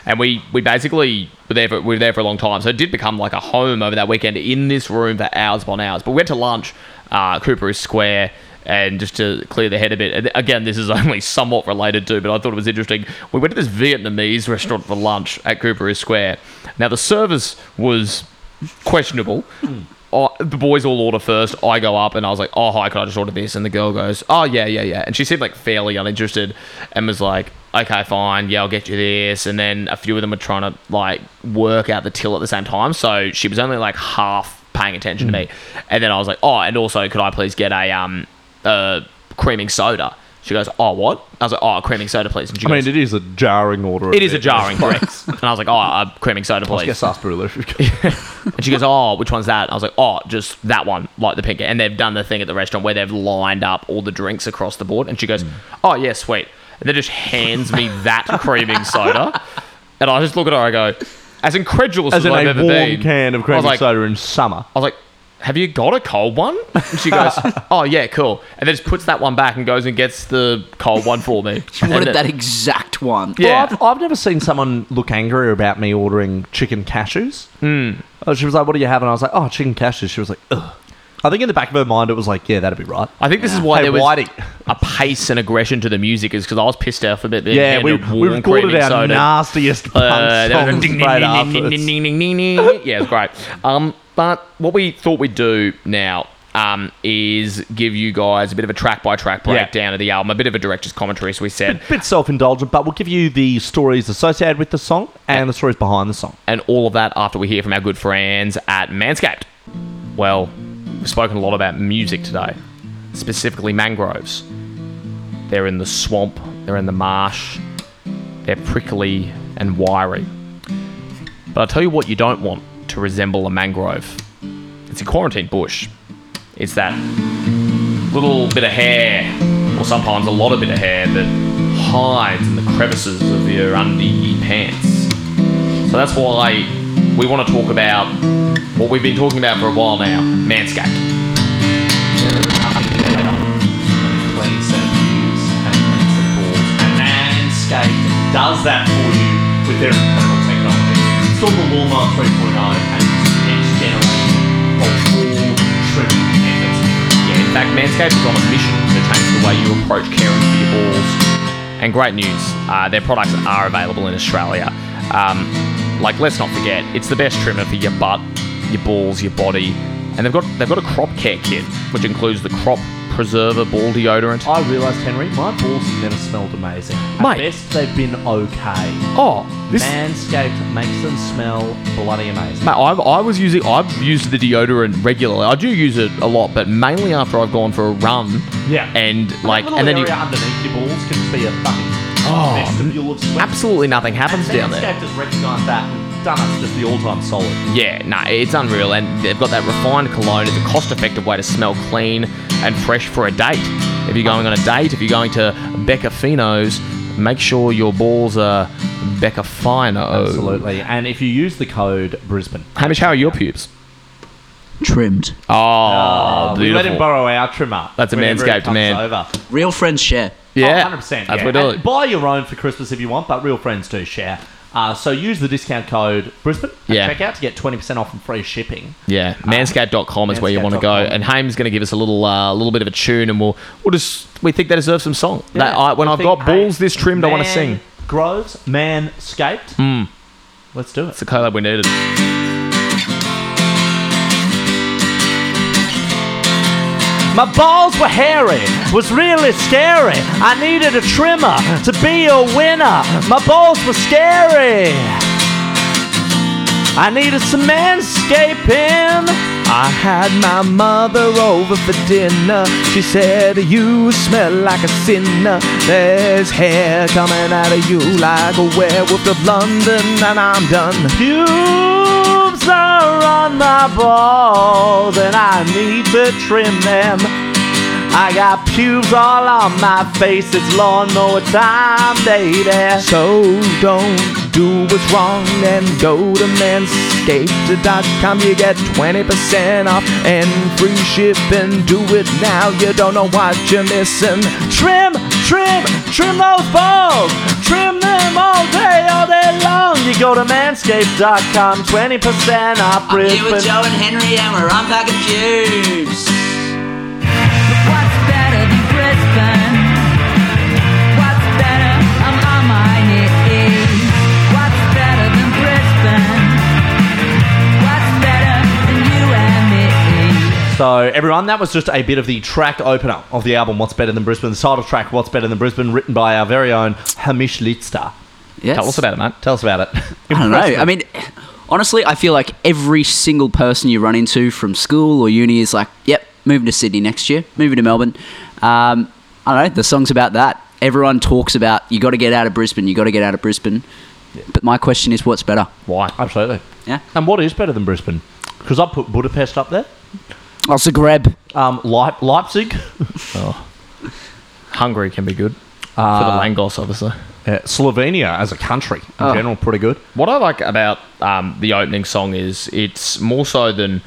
[SPEAKER 5] And we, we basically were there, for, we were there for a long time. So it did become like a home over that weekend in this room for hours upon hours. But we went to lunch, uh, Cooper is Square, and just to clear the head a bit, and again, this is only somewhat related to, but I thought it was interesting. We went to this Vietnamese restaurant for lunch at Cooper is Square. Now, the service was questionable. I, the boys all order first. I go up and I was like, "Oh, hi, can I just order this?" And the girl goes, "Oh, yeah, yeah, yeah." And she seemed like fairly uninterested and was like, "Okay, fine, yeah, I'll get you this." And then a few of them were trying to like work out the till at the same time, so she was only like half paying attention to me. And then I was like, "Oh, and also, could I please get a um, uh, creaming soda?" She goes, "Oh, what?" I was like, "Oh, creaming soda, please." And she
[SPEAKER 1] I
[SPEAKER 5] goes,
[SPEAKER 1] mean, it is a jarring order. of
[SPEAKER 5] "It is a
[SPEAKER 1] events.
[SPEAKER 5] jarring, correct?" And I was like, "Oh, uh, creaming soda,
[SPEAKER 1] Let's
[SPEAKER 5] please."
[SPEAKER 1] get sarsaparilla. if you've got-
[SPEAKER 5] And she goes, "Oh, which one's that?" I was like, "Oh, just that one, like the pink." And they've done the thing at the restaurant where they've lined up all the drinks across the board. And she
[SPEAKER 1] Mm.
[SPEAKER 5] goes, "Oh, yeah, sweet." And then just hands me that creaming soda, and I just look at her. I go, as incredulous
[SPEAKER 1] As
[SPEAKER 5] as,
[SPEAKER 1] in
[SPEAKER 5] I've
[SPEAKER 1] a
[SPEAKER 5] ever
[SPEAKER 1] warm
[SPEAKER 5] been,
[SPEAKER 1] can of
[SPEAKER 5] I was
[SPEAKER 1] cream
[SPEAKER 5] like,
[SPEAKER 1] soda in summer.
[SPEAKER 5] I was like, "Have you got a cold one?" And she goes, "Oh yeah, cool." And then just puts that one back and goes and gets the cold one for me.
[SPEAKER 6] She wanted
[SPEAKER 5] And
[SPEAKER 6] that exact one.
[SPEAKER 5] Yeah.
[SPEAKER 1] Well, I've, I've never seen someone look angrier about me ordering chicken cashews.
[SPEAKER 5] Hmm.
[SPEAKER 1] Uh, She was like, "What do you have?" And I was like, "Oh, chicken cashews." She was like, "Ugh." I think in the back of her mind, it was like, "Yeah, that'd be right."
[SPEAKER 5] I think this is why
[SPEAKER 1] Hey,
[SPEAKER 5] there was
[SPEAKER 1] Whitey.
[SPEAKER 5] a pace and aggression to the music is because I was pissed off a bit.
[SPEAKER 1] Yeah, we, we recorded our nastiest punk
[SPEAKER 5] Uh, that was
[SPEAKER 1] songs
[SPEAKER 5] a ding, ding,
[SPEAKER 1] right
[SPEAKER 5] ding, ding, ding,
[SPEAKER 1] afterwards.
[SPEAKER 5] ding, ding, ding, ding. Yeah, it's great. Um, but what we thought we'd do now um, is give you guys a bit of a track by track
[SPEAKER 1] Yeah.
[SPEAKER 5] breakdown of the album, a bit of a director's commentary. So we said,
[SPEAKER 1] bit self-indulgent, but we'll give you the stories associated with the song and the stories behind the song.
[SPEAKER 5] and all of that after we hear from our good friends at Manscaped. Well, we've spoken a lot about music today, specifically mangroves. They're in the swamp, they're in the marsh, they're prickly and wiry. But I'll tell you what you don't want to resemble a mangrove it's a quarantine bush. It's that little bit of hair, or sometimes a lot of bit of hair, that hides in the crevices of your undie pants. So that's why we want to talk about what we've been talking about for a while now Manscaped.
[SPEAKER 8] Twenty-seven years and principal
[SPEAKER 1] does that for you with their incredible technology. It's called the Walmart 3.0 and it's the next generation of all trimming methods.
[SPEAKER 5] Yeah, in fact, Manscaped is on a mission to change the way you approach caring for your balls. And great news, uh, their products are available in Australia. Um, like, let's not forget, it's the best trimmer for your butt, your balls, your body, and they've got they've got a crop care kit, which includes the crop preserver ball deodorant.
[SPEAKER 1] I realised, Henry, my balls have never smelled amazing. At
[SPEAKER 5] Mate.
[SPEAKER 1] best, they've been okay.
[SPEAKER 5] Oh, this
[SPEAKER 1] Manscaped makes them smell bloody amazing.
[SPEAKER 5] Mate, I've, I was using, I've used the deodorant regularly. I do use it a lot, but mainly after I've gone for a run.
[SPEAKER 1] Yeah.
[SPEAKER 5] And like,
[SPEAKER 1] that little
[SPEAKER 5] and then you,
[SPEAKER 1] area underneath your balls can be a fucking vestibule of sweat.
[SPEAKER 5] absolutely nothing happens down there.
[SPEAKER 1] Manscaped has recognised that and done us just the all-time solid.
[SPEAKER 5] Yeah, nah, it's unreal. And they've got that refined cologne. It's a cost-effective way to smell clean and fresh for a date. If you're going on a date, if you're going to Beccafino's, make sure your balls are Beccafino.
[SPEAKER 1] Absolutely. And if you use the code Brisbane,
[SPEAKER 5] Hamish, how are your pubes?
[SPEAKER 6] Trimmed.
[SPEAKER 5] Oh,
[SPEAKER 1] Uh, we let him
[SPEAKER 5] beautiful.
[SPEAKER 1] borrow our trimmer.
[SPEAKER 5] That's a
[SPEAKER 1] whenever he
[SPEAKER 5] Manscaped
[SPEAKER 1] comes
[SPEAKER 5] man.
[SPEAKER 1] Over.
[SPEAKER 6] Real friends share.
[SPEAKER 5] Yeah,
[SPEAKER 1] Oh, 100%.
[SPEAKER 5] That's
[SPEAKER 1] yeah.
[SPEAKER 5] what we do.
[SPEAKER 1] And buy your own for Christmas if you want, but real friends do share. Uh, so use the discount code Brisbane at
[SPEAKER 5] Yeah.
[SPEAKER 1] checkout to get 20% off and free shipping.
[SPEAKER 5] Yeah, manscaped.com is where you want to go.
[SPEAKER 1] manscaped.com.
[SPEAKER 5] And Haim's going to give us a little uh, little bit of a tune, and we'll, we'll just, we think they deserve some song. That, I, when
[SPEAKER 1] I
[SPEAKER 5] I've
[SPEAKER 1] think,
[SPEAKER 5] got balls
[SPEAKER 1] hey,
[SPEAKER 5] this trimmed, I want to
[SPEAKER 1] Man
[SPEAKER 5] sing. Mm.
[SPEAKER 1] Groves, Manscaped. Let's do
[SPEAKER 5] It's
[SPEAKER 1] it.
[SPEAKER 5] the collab we needed.
[SPEAKER 1] My balls were hairy, was really scary. I needed a trimmer to be a winner. My balls were scary. I needed some manscaping.
[SPEAKER 5] I had my mother over for dinner. She said, You smell like a sinner. There's hair coming out of you like a werewolf of London, and I'm done.
[SPEAKER 1] Pubes are on my balls and I need to trim them. I got pubes all on my face, it's lawnmower time, baby.
[SPEAKER 5] So don't do what's wrong and go to manscaped.com. You get 20% off and free shipping. Do it now, you don't know what you're missing.
[SPEAKER 1] Trim, trim, trim those balls. Trim them all day, all day long. You go to manscaped.com, 20% off Brisbane.
[SPEAKER 6] and Henry, and we're unpacking pubes.
[SPEAKER 8] What's better than Brisbane? What's better? I'm on my knees. What's better than Brisbane? What's better than you and me?
[SPEAKER 1] So, everyone, that was just a bit of the track opener of the album What's Better Than Brisbane, the title track What's Better Than Brisbane, written by our very own Hamish Litster.
[SPEAKER 6] Yes.
[SPEAKER 5] about it, mate.
[SPEAKER 1] Tell us about it.
[SPEAKER 6] I don't know. I mean, honestly, I feel like every single person you run into from school or uni is like, "Yep, moving to Sydney next year, moving to Melbourne." Um, I don't know. The song's about that. Everyone talks about you got to get out of Brisbane. You got to get out of Brisbane. But my question is, what's better?
[SPEAKER 5] Why?
[SPEAKER 1] Absolutely.
[SPEAKER 6] Yeah.
[SPEAKER 1] And what is better than Brisbane? Because I put Budapest up there,
[SPEAKER 6] Oh, Zagreb.
[SPEAKER 1] um, Leip- Leipzig,
[SPEAKER 5] Hungary can be good. for the Langos, obviously.
[SPEAKER 1] uh, Slovenia as a country in
[SPEAKER 6] Oh.
[SPEAKER 1] general, pretty good.
[SPEAKER 5] What I like about um, the opening song is it's more so than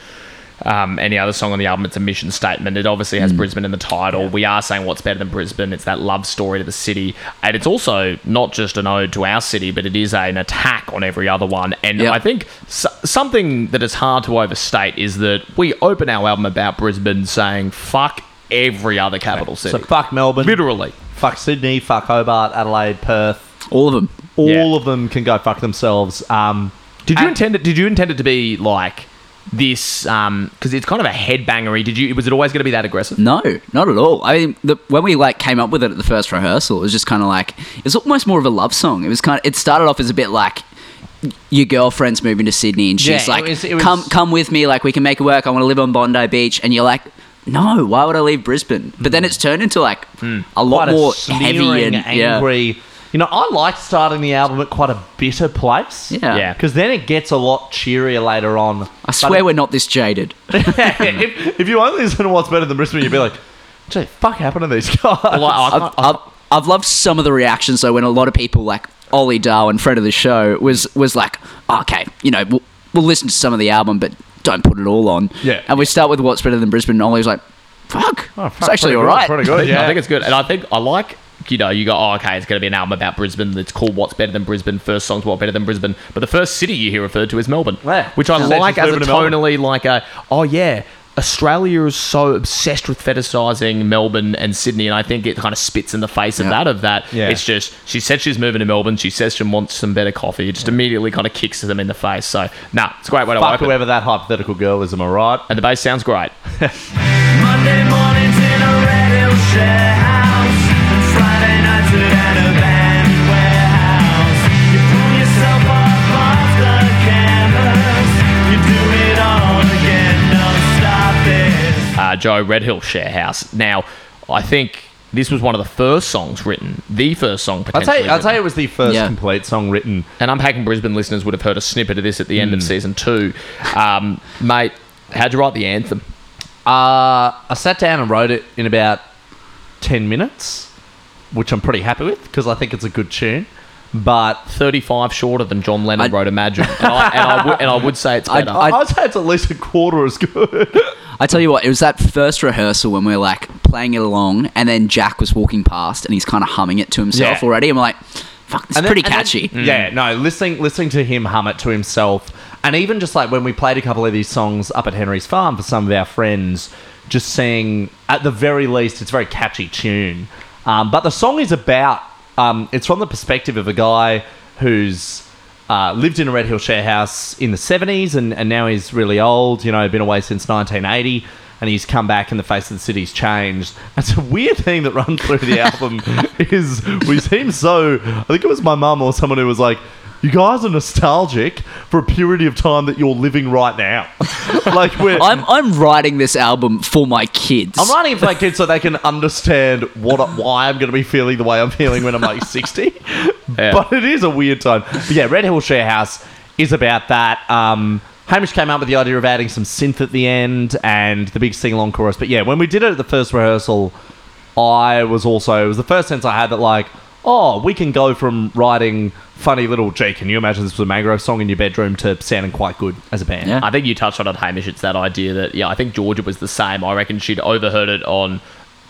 [SPEAKER 5] um, any other song on the album. It's a mission statement. It obviously
[SPEAKER 1] Mm.
[SPEAKER 5] has Brisbane in the title. We are saying what's better than Brisbane. It's that love story to the city, and it's also not just an ode to our city, but it is an attack on every other one. And
[SPEAKER 6] Yep.
[SPEAKER 5] I think so- something that is hard to overstate is that we open our album about Brisbane saying "fuck" every other capital
[SPEAKER 1] So,
[SPEAKER 5] city,
[SPEAKER 1] fuck Melbourne.
[SPEAKER 5] literally.
[SPEAKER 1] Fuck Sydney, fuck Hobart, Adelaide, Perth.
[SPEAKER 6] All of them.
[SPEAKER 1] All
[SPEAKER 5] Yeah.
[SPEAKER 1] of them can go fuck themselves. Um,
[SPEAKER 5] Did you
[SPEAKER 1] And-
[SPEAKER 5] intend it? Did you intend it to be like this? Um, because it's kind of a headbangery. Did you? Was it always going to be that aggressive?
[SPEAKER 6] No, not at all. I mean, the, when we like came up with it at the first rehearsal, it was just kind of like it was almost more of a love song. It was kind of it started off as a bit like your girlfriend's moving to Sydney and
[SPEAKER 1] Yeah,
[SPEAKER 6] she's
[SPEAKER 1] it
[SPEAKER 6] like,
[SPEAKER 1] was- it was-
[SPEAKER 6] "Come, come with me. Like, we can make it work. I want to live on Bondi Beach." And you're like, "No, why would I leave Brisbane?" But then it's turned into like a lot
[SPEAKER 1] quite
[SPEAKER 6] more
[SPEAKER 1] Hmm. a
[SPEAKER 6] heavy
[SPEAKER 1] sneering,
[SPEAKER 6] and
[SPEAKER 1] angry. You know, I like starting the album at quite a bitter place.
[SPEAKER 6] Yeah.
[SPEAKER 5] Yeah.
[SPEAKER 1] Because then it gets a lot cheerier later on.
[SPEAKER 6] I swear we're not this jaded.
[SPEAKER 1] if, if you only listen to what's better than Brisbane, you'd be like, "Gee, fuck happened to these guys?"
[SPEAKER 5] Like, I can't-
[SPEAKER 6] I've, I've, I've loved some of the reactions though when a lot of people like Ollie Darwin, friend of the show, was was like, "Oh, okay, you know, we'll, we'll listen to some of the album, but don't put it all on.
[SPEAKER 1] Yeah.
[SPEAKER 6] And we start with what's better than Brisbane, and Ollie's like, fuck,
[SPEAKER 1] Oh,
[SPEAKER 6] it's
[SPEAKER 1] fuck,
[SPEAKER 6] actually
[SPEAKER 1] pretty
[SPEAKER 6] all
[SPEAKER 1] good,
[SPEAKER 6] right.
[SPEAKER 1] Pretty
[SPEAKER 5] I
[SPEAKER 1] good.
[SPEAKER 5] think-
[SPEAKER 1] Yeah.
[SPEAKER 5] I think it's good, and I think I like you know, you go, oh, okay, it's going to be an album about Brisbane that's called What's Better Than Brisbane. First song's What Better Than Brisbane. But the first city you hear referred to is Melbourne.
[SPEAKER 1] Yeah.
[SPEAKER 5] Which I
[SPEAKER 1] Yeah.
[SPEAKER 5] like
[SPEAKER 1] Just
[SPEAKER 5] as a
[SPEAKER 1] moving to Melbourne.
[SPEAKER 5] tonally, like a, oh, yeah, Australia is so obsessed with fetishizing Melbourne and Sydney. And I think it kind of spits in the face of
[SPEAKER 6] Yeah.
[SPEAKER 5] that, of that.
[SPEAKER 2] Yeah.
[SPEAKER 5] It's just, she said she's moving to Melbourne. She says she wants some better coffee. It just immediately kind of kicks them in the face. So, nah, it's a great way to
[SPEAKER 1] Fuck
[SPEAKER 5] open.
[SPEAKER 1] whoever that hypothetical girl is, am I right?
[SPEAKER 5] And the bass sounds great.
[SPEAKER 9] Monday mornings in a red hill share house And Friday nights at an abandoned warehouse You pull yourself up off the canvas You do it all again, don't stop this
[SPEAKER 5] uh, Joe Redhill share house. Now, I think this was one of the first songs written, the first song
[SPEAKER 1] I'd
[SPEAKER 5] potentially.
[SPEAKER 1] say, I'd say
[SPEAKER 5] written.
[SPEAKER 1] it was the first
[SPEAKER 6] Yeah.
[SPEAKER 1] complete song written.
[SPEAKER 5] and I'm hacking Brisbane listeners would have heard a snippet of this at the
[SPEAKER 6] Hmm.
[SPEAKER 5] end of season two. Um, mate, how'd you write the anthem?
[SPEAKER 1] Uh, I sat down and wrote it in about 10 minutes, which I'm pretty happy with because I think it's a good tune. But
[SPEAKER 5] 35 shorter than John Lennon
[SPEAKER 6] I-
[SPEAKER 5] wrote Imagine. And I, and, I would, and I would say it's
[SPEAKER 6] I-
[SPEAKER 5] better.
[SPEAKER 1] I, I'd say it's at least a quarter as good.
[SPEAKER 6] I tell you what, it was that first rehearsal when we were like playing it along, and then Jack was walking past and he's kind of humming it to himself
[SPEAKER 1] Yeah.
[SPEAKER 6] already. And we're like, fuck, this is
[SPEAKER 1] And then-
[SPEAKER 6] pretty
[SPEAKER 1] and then-
[SPEAKER 6] catchy.
[SPEAKER 1] Yeah, no, listening listening to him hum it to himself, and even just like when we played a couple of these songs up at Henry's Farm for some of our friends, just seeing at the very least it's a very catchy tune, um, but the song is about um, it's from the perspective of a guy who's uh, lived in a Red Hill share house in the 70s and, and now he's really old, you know, been away since 1980. And he's come back and the face of the city's changed. It's a weird thing that runs through the album is we seem so. I think it was my mum or someone who was like, "You guys are nostalgic for a period of time that you're living right now." like we're, I'm,
[SPEAKER 6] I'm, I'm writing this album for my kids.
[SPEAKER 1] writing it for my kids so they can understand what why I'm going to be feeling the way I'm feeling when I'm like 60.
[SPEAKER 5] Yeah.
[SPEAKER 1] But it is a weird time. But yeah, Red Hill Share House is about that. Um, Hamish came up with the idea of adding some synth at the end and the big sing along chorus. But yeah, when we did it at the first rehearsal, I was also, it was the first sense I had that, like, oh, we can go from writing funny little, gee, can you imagine this was a mangrove song in your bedroom to sounding quite good as a band.
[SPEAKER 6] Yeah.
[SPEAKER 5] I think you touched on it, Hamish. It's that idea that yeah, I think Georgia was the same. I reckon she'd overheard it on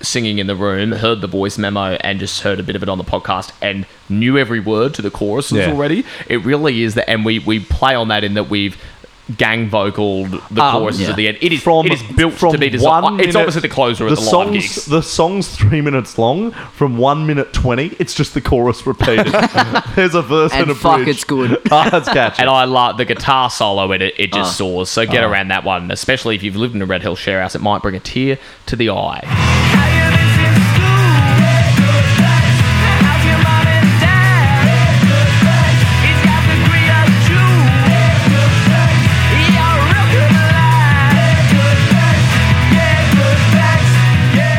[SPEAKER 5] singing in the room, heard the voice memo, and just heard a bit of it on the podcast, and knew every word to the choruses
[SPEAKER 1] Yeah.
[SPEAKER 5] already. It really is that, and we we play on that in that we've gang vocaled the
[SPEAKER 1] Um,
[SPEAKER 5] choruses
[SPEAKER 6] yeah.
[SPEAKER 5] at the end. It is
[SPEAKER 1] From-
[SPEAKER 5] it is built
[SPEAKER 1] from
[SPEAKER 5] to be
[SPEAKER 1] one
[SPEAKER 5] designed. it's
[SPEAKER 1] minute-
[SPEAKER 5] obviously the closer of the, live
[SPEAKER 1] songs,
[SPEAKER 5] gigs.
[SPEAKER 1] The song's three minutes long. From one minute twenty, it's just the chorus repeated. There's a verse and,
[SPEAKER 6] And
[SPEAKER 1] a
[SPEAKER 6] fuck,
[SPEAKER 1] bridge.
[SPEAKER 6] it's good.
[SPEAKER 1] oh, that's catchy.
[SPEAKER 5] and I love the guitar solo in it. It just
[SPEAKER 1] Uh.
[SPEAKER 6] Ah.
[SPEAKER 5] soars. So get around that one, especially if you've lived in a Red Hill share house. It might bring a tear to the eye.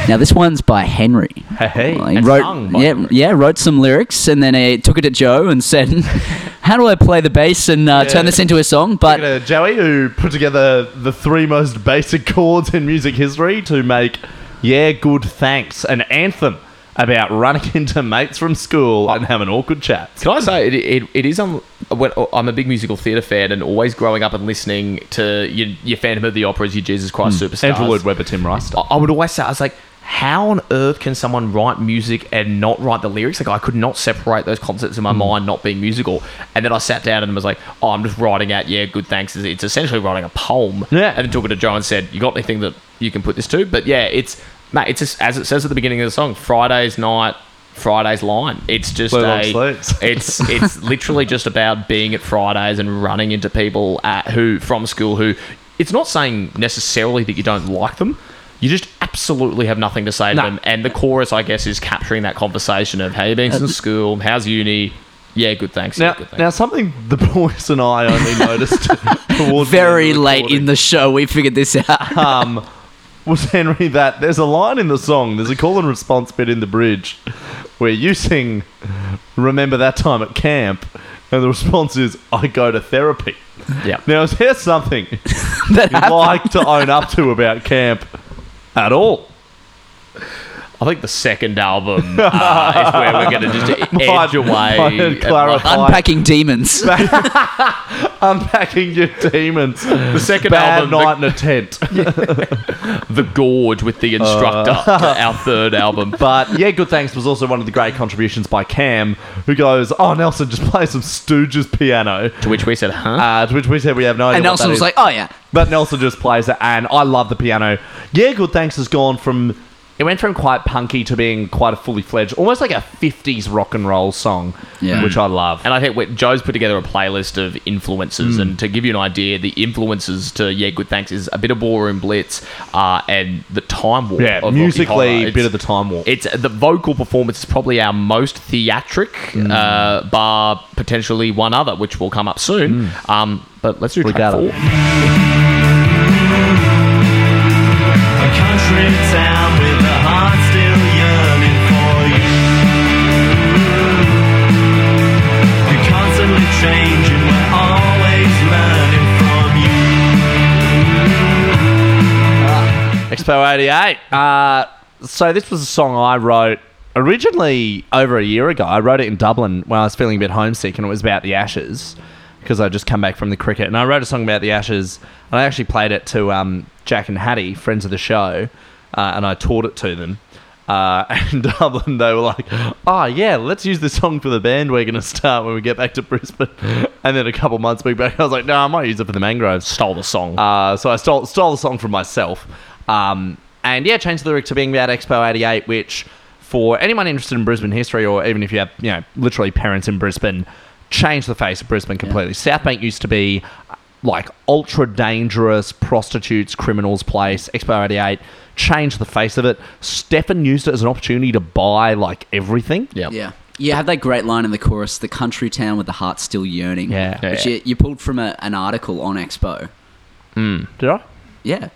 [SPEAKER 6] Now this one's by Henry.
[SPEAKER 1] Hey, hey.
[SPEAKER 6] Well, he
[SPEAKER 1] And
[SPEAKER 6] wrote,
[SPEAKER 1] sung by
[SPEAKER 6] yeah,
[SPEAKER 1] Henry.
[SPEAKER 6] yeah, wrote some lyrics and then he took it to Joe and said, "How do I play the bass and uh, turn this into a song?" But
[SPEAKER 1] Look at, uh, Joey, who put together the three most basic chords in music history to make "Yeah, Good Thanks" an anthem about running into mates from school and having awkward chats.
[SPEAKER 5] Can I say it? It, it is. Um, when, I'm a big musical theatre fan, and always growing up and listening to your, your Phantom of the Operas, your Jesus Christ Superstars.
[SPEAKER 1] Hmm. Andrew Lloyd Webber, Tim Rice.
[SPEAKER 5] I, I would always say, I was like, how on earth can someone write music and not write the lyrics? Like, I could not separate those concepts in
[SPEAKER 1] Hmm.
[SPEAKER 5] my mind, not being musical. And then I sat down and was like, oh, I'm just writing out, yeah, good thanks. It's- It's essentially writing a poem.
[SPEAKER 1] Yeah.
[SPEAKER 5] And then took it to Joe and said, you got anything that you can put this to? But yeah, it's, mate, it's just, as it says at the beginning of the song, Friday's night. Friday's line. It's just
[SPEAKER 1] Blue long
[SPEAKER 5] a,
[SPEAKER 1] sleeves.
[SPEAKER 5] it's it's literally just about being at Fridays and running into people at who from school who it's not saying necessarily that you don't like them. You just absolutely have nothing to say to
[SPEAKER 1] No.
[SPEAKER 5] them. And the chorus, I guess, is capturing that conversation of how you been since school, how's uni? Yeah, good thanks. yeah,
[SPEAKER 1] Uh, Now,
[SPEAKER 5] good thanks.
[SPEAKER 1] now, something the boys and I only noticed towards
[SPEAKER 6] very
[SPEAKER 1] the end of
[SPEAKER 6] late
[SPEAKER 1] recording.
[SPEAKER 6] in the show, we figured this out.
[SPEAKER 1] um, was Henry that there's a line in the song, there's a call and response bit in the bridge where you sing, Remember that time at camp, and the response is, I go to therapy.
[SPEAKER 5] Yeah.
[SPEAKER 1] Now, is there something you'd like to own up to about camp at all?
[SPEAKER 5] I think the second album uh, is where we're going to just edge away. and, like,
[SPEAKER 6] Unpacking demons.
[SPEAKER 1] Unpacking your demons.
[SPEAKER 5] The second
[SPEAKER 1] Bad
[SPEAKER 5] album, the-
[SPEAKER 1] night in a tent.
[SPEAKER 5] The Gorge with the Instructor, our third album.
[SPEAKER 1] Uh. But yeah, Good Thanks was also one of the great contributions by Cam, who goes, "Oh, Nelson, just play some Stooges piano."
[SPEAKER 5] To which we said, huh?
[SPEAKER 1] Uh, to which we said we have no idea.
[SPEAKER 6] and
[SPEAKER 1] what
[SPEAKER 6] Nelson
[SPEAKER 1] that
[SPEAKER 6] was
[SPEAKER 1] is.
[SPEAKER 6] like, oh, yeah.
[SPEAKER 1] But Nelson just plays it, and I love the piano. Yeah, Good Thanks has gone from it went from quite punky to being quite a fully fledged, almost like a '50s rock and roll song,
[SPEAKER 6] Yeah.
[SPEAKER 1] which I love.
[SPEAKER 5] And I think what- Joe's put together a playlist of
[SPEAKER 1] Hmm.
[SPEAKER 5] influences, and to give you an idea, the influences to Yeah, Good Thanks is a bit of Ballroom Blitz uh, and the Time Warp.
[SPEAKER 1] yeah,
[SPEAKER 5] of Rocky Horror.
[SPEAKER 1] musically,
[SPEAKER 5] It's-
[SPEAKER 1] bit of the time warp.
[SPEAKER 5] It's the vocal performance is probably our most theatric,
[SPEAKER 1] Hmm.
[SPEAKER 5] uh, bar potentially one other, which will come up soon.
[SPEAKER 1] Hmm.
[SPEAKER 5] Um, but let's do
[SPEAKER 1] We
[SPEAKER 5] track
[SPEAKER 1] got
[SPEAKER 5] four.
[SPEAKER 1] it.
[SPEAKER 9] A country town with a heart still yearning for you. You're constantly changing, we're always learning from you.
[SPEAKER 1] Expo 88. Uh, so this was a song I wrote originally over a year ago. I wrote it in Dublin when I was feeling a bit homesick and it was about the Ashes because I just come back from the cricket and I wrote a song about the Ashes and I actually played it to um, Jack and Hattie, friends of the show, uh, and I taught it to them. Uh, and Dublin, they were like, "Oh yeah, let's use this song for the band we're gonna start when we get back to Brisbane." And then a couple months back, I was like, "No, I might use it for the Mangroves."
[SPEAKER 5] Stole the song.
[SPEAKER 1] Uh, so I stole stole the song from myself. Um, and yeah, changed the lyric to being about Expo 88, which for anyone interested in Brisbane history, or even if you have, you know, literally parents in Brisbane, changed the face of Brisbane completely. South Bank used to be uh, like ultra dangerous prostitutes, criminals place. Expo 88 changed the face of it. Stefan used it as an opportunity to buy like everything.
[SPEAKER 5] yeah.
[SPEAKER 6] Yeah. You have that great line in the chorus, the country town with the heart still yearning.
[SPEAKER 1] Yeah.
[SPEAKER 6] Which You, you pulled from a, an article on Expo.
[SPEAKER 1] Did I?
[SPEAKER 6] Yeah.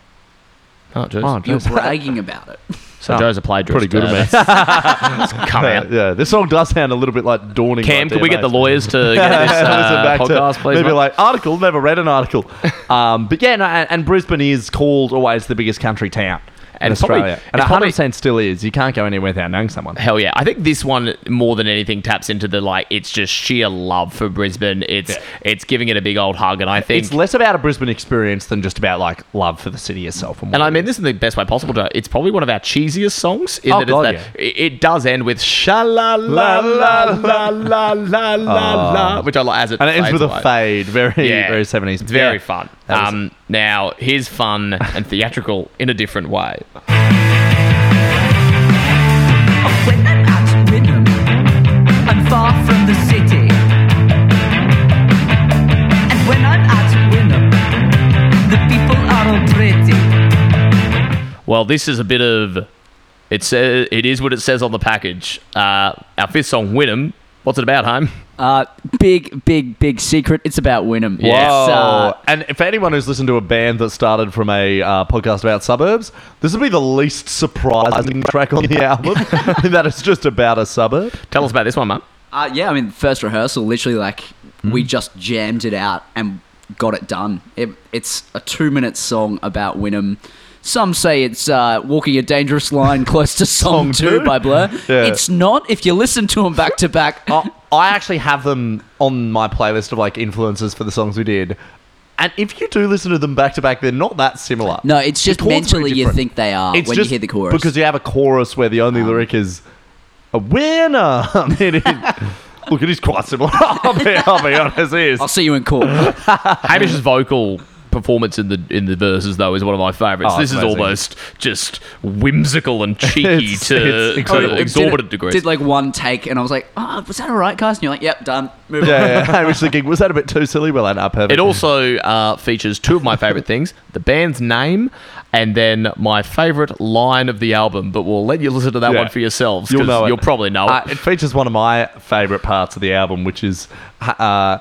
[SPEAKER 5] Oh, Joe's,
[SPEAKER 1] Oh,
[SPEAKER 6] You're
[SPEAKER 1] geez.
[SPEAKER 6] bragging about it.
[SPEAKER 5] so
[SPEAKER 1] Oh,
[SPEAKER 5] Joe's a plagiarist.
[SPEAKER 1] pretty good of me.
[SPEAKER 5] that's- it's come out.
[SPEAKER 1] yeah, this song does sound a little bit like dawning.
[SPEAKER 5] Cam,
[SPEAKER 1] Right
[SPEAKER 5] could we
[SPEAKER 1] There,
[SPEAKER 5] get the
[SPEAKER 1] Mate.
[SPEAKER 5] lawyers to get this
[SPEAKER 1] Listen
[SPEAKER 5] uh,
[SPEAKER 1] back to
[SPEAKER 5] podcast, please?
[SPEAKER 1] Maybe
[SPEAKER 5] mate?
[SPEAKER 1] like article, never read an article. um, but yeah, no, and, and Brisbane is called always the biggest country town in
[SPEAKER 5] And it's probably-
[SPEAKER 1] Australia,
[SPEAKER 5] it's
[SPEAKER 1] and
[SPEAKER 5] probably-
[SPEAKER 1] 100 percent still is. You can't go anywhere without knowing someone.
[SPEAKER 5] Hell yeah. I think this one more than anything taps into the like it's just sheer love for Brisbane. It's it's giving it a big old hug and I think
[SPEAKER 1] It's less about a Brisbane experience than just about like love for the city itself.
[SPEAKER 5] and
[SPEAKER 1] what
[SPEAKER 5] I
[SPEAKER 1] it
[SPEAKER 5] mean this in the best way possible. To, it's probably one of our cheesiest songs. In
[SPEAKER 1] Oh,
[SPEAKER 5] that
[SPEAKER 1] God,
[SPEAKER 5] it's that, it, it does end with sha la la la la la la la la, which I like as it
[SPEAKER 1] Oh. and it ends
[SPEAKER 5] fades
[SPEAKER 1] with a
[SPEAKER 5] away.
[SPEAKER 1] fade, very very seventies.
[SPEAKER 5] It's very fun.
[SPEAKER 1] That is-
[SPEAKER 5] Um, now here's fun and theatrical in a different way.
[SPEAKER 8] When I'm at Wynnum, I'm far from the city. And when I'm at Wynnum, the people are all pretty.
[SPEAKER 5] Well, this is a bit of it says it is what it says on the package. Uh, our fifth song, Winham. What's it about, Home?
[SPEAKER 6] Uh, big, big, big secret. It's about Wynnum.
[SPEAKER 1] Whoa.
[SPEAKER 6] It's, uh,
[SPEAKER 1] and for anyone who's listened to a band that started from a uh, podcast about suburbs, this would be the least surprising track on the album. that it's just about a suburb.
[SPEAKER 5] Tell us about this one, Mum.
[SPEAKER 6] uh, yeah, I mean, first rehearsal, literally, like,
[SPEAKER 1] Hmm.
[SPEAKER 6] we just jammed it out and got it done. It, it's a two minute song about Wynnum. Some say it's uh, Walking a Dangerous Line close to Song,
[SPEAKER 1] Song
[SPEAKER 6] 2
[SPEAKER 1] two?
[SPEAKER 6] by Blur.
[SPEAKER 1] Yeah. Oh,
[SPEAKER 6] It's not. If you listen to them back to back,
[SPEAKER 1] I I actually have them on my playlist of like influences for the songs we did. And if you do listen to them back to back, they're not that similar.
[SPEAKER 6] No, it's just
[SPEAKER 1] The chord's very
[SPEAKER 6] mentally you
[SPEAKER 1] different.
[SPEAKER 6] think they are
[SPEAKER 1] It's
[SPEAKER 6] when you
[SPEAKER 1] just
[SPEAKER 6] hear the chorus. Um.
[SPEAKER 1] Because you have a chorus where the only lyric is a winner. I mean, it- look, it is quite similar. I'll be, I'll be honest, it is.
[SPEAKER 6] I'll see you in court.
[SPEAKER 5] Hamish's vocal performance in the in the verses though is one of my favourites.
[SPEAKER 1] Oh,
[SPEAKER 5] this is
[SPEAKER 1] amazing.
[SPEAKER 5] almost just whimsical and cheeky
[SPEAKER 1] It's-
[SPEAKER 5] to,
[SPEAKER 1] it's incredible.
[SPEAKER 5] to
[SPEAKER 6] Did-
[SPEAKER 5] exorbitant degrees.
[SPEAKER 6] Did like one take, and I was like, "Oh, was that all right, guys?" And you're like, "Yep, done." Move on.
[SPEAKER 1] Yeah, yeah. I was thinking, was that a bit too silly? Well, that up
[SPEAKER 5] it also uh, features two of my favourite things: the band's name, and then my favourite line of the album. But we'll let you listen to that
[SPEAKER 1] Yeah.
[SPEAKER 5] one for yourselves. 'cause
[SPEAKER 1] You'll know it.
[SPEAKER 5] You'll probably know
[SPEAKER 1] Uh,
[SPEAKER 5] it.
[SPEAKER 1] it features one of my favourite parts of the album, which is uh,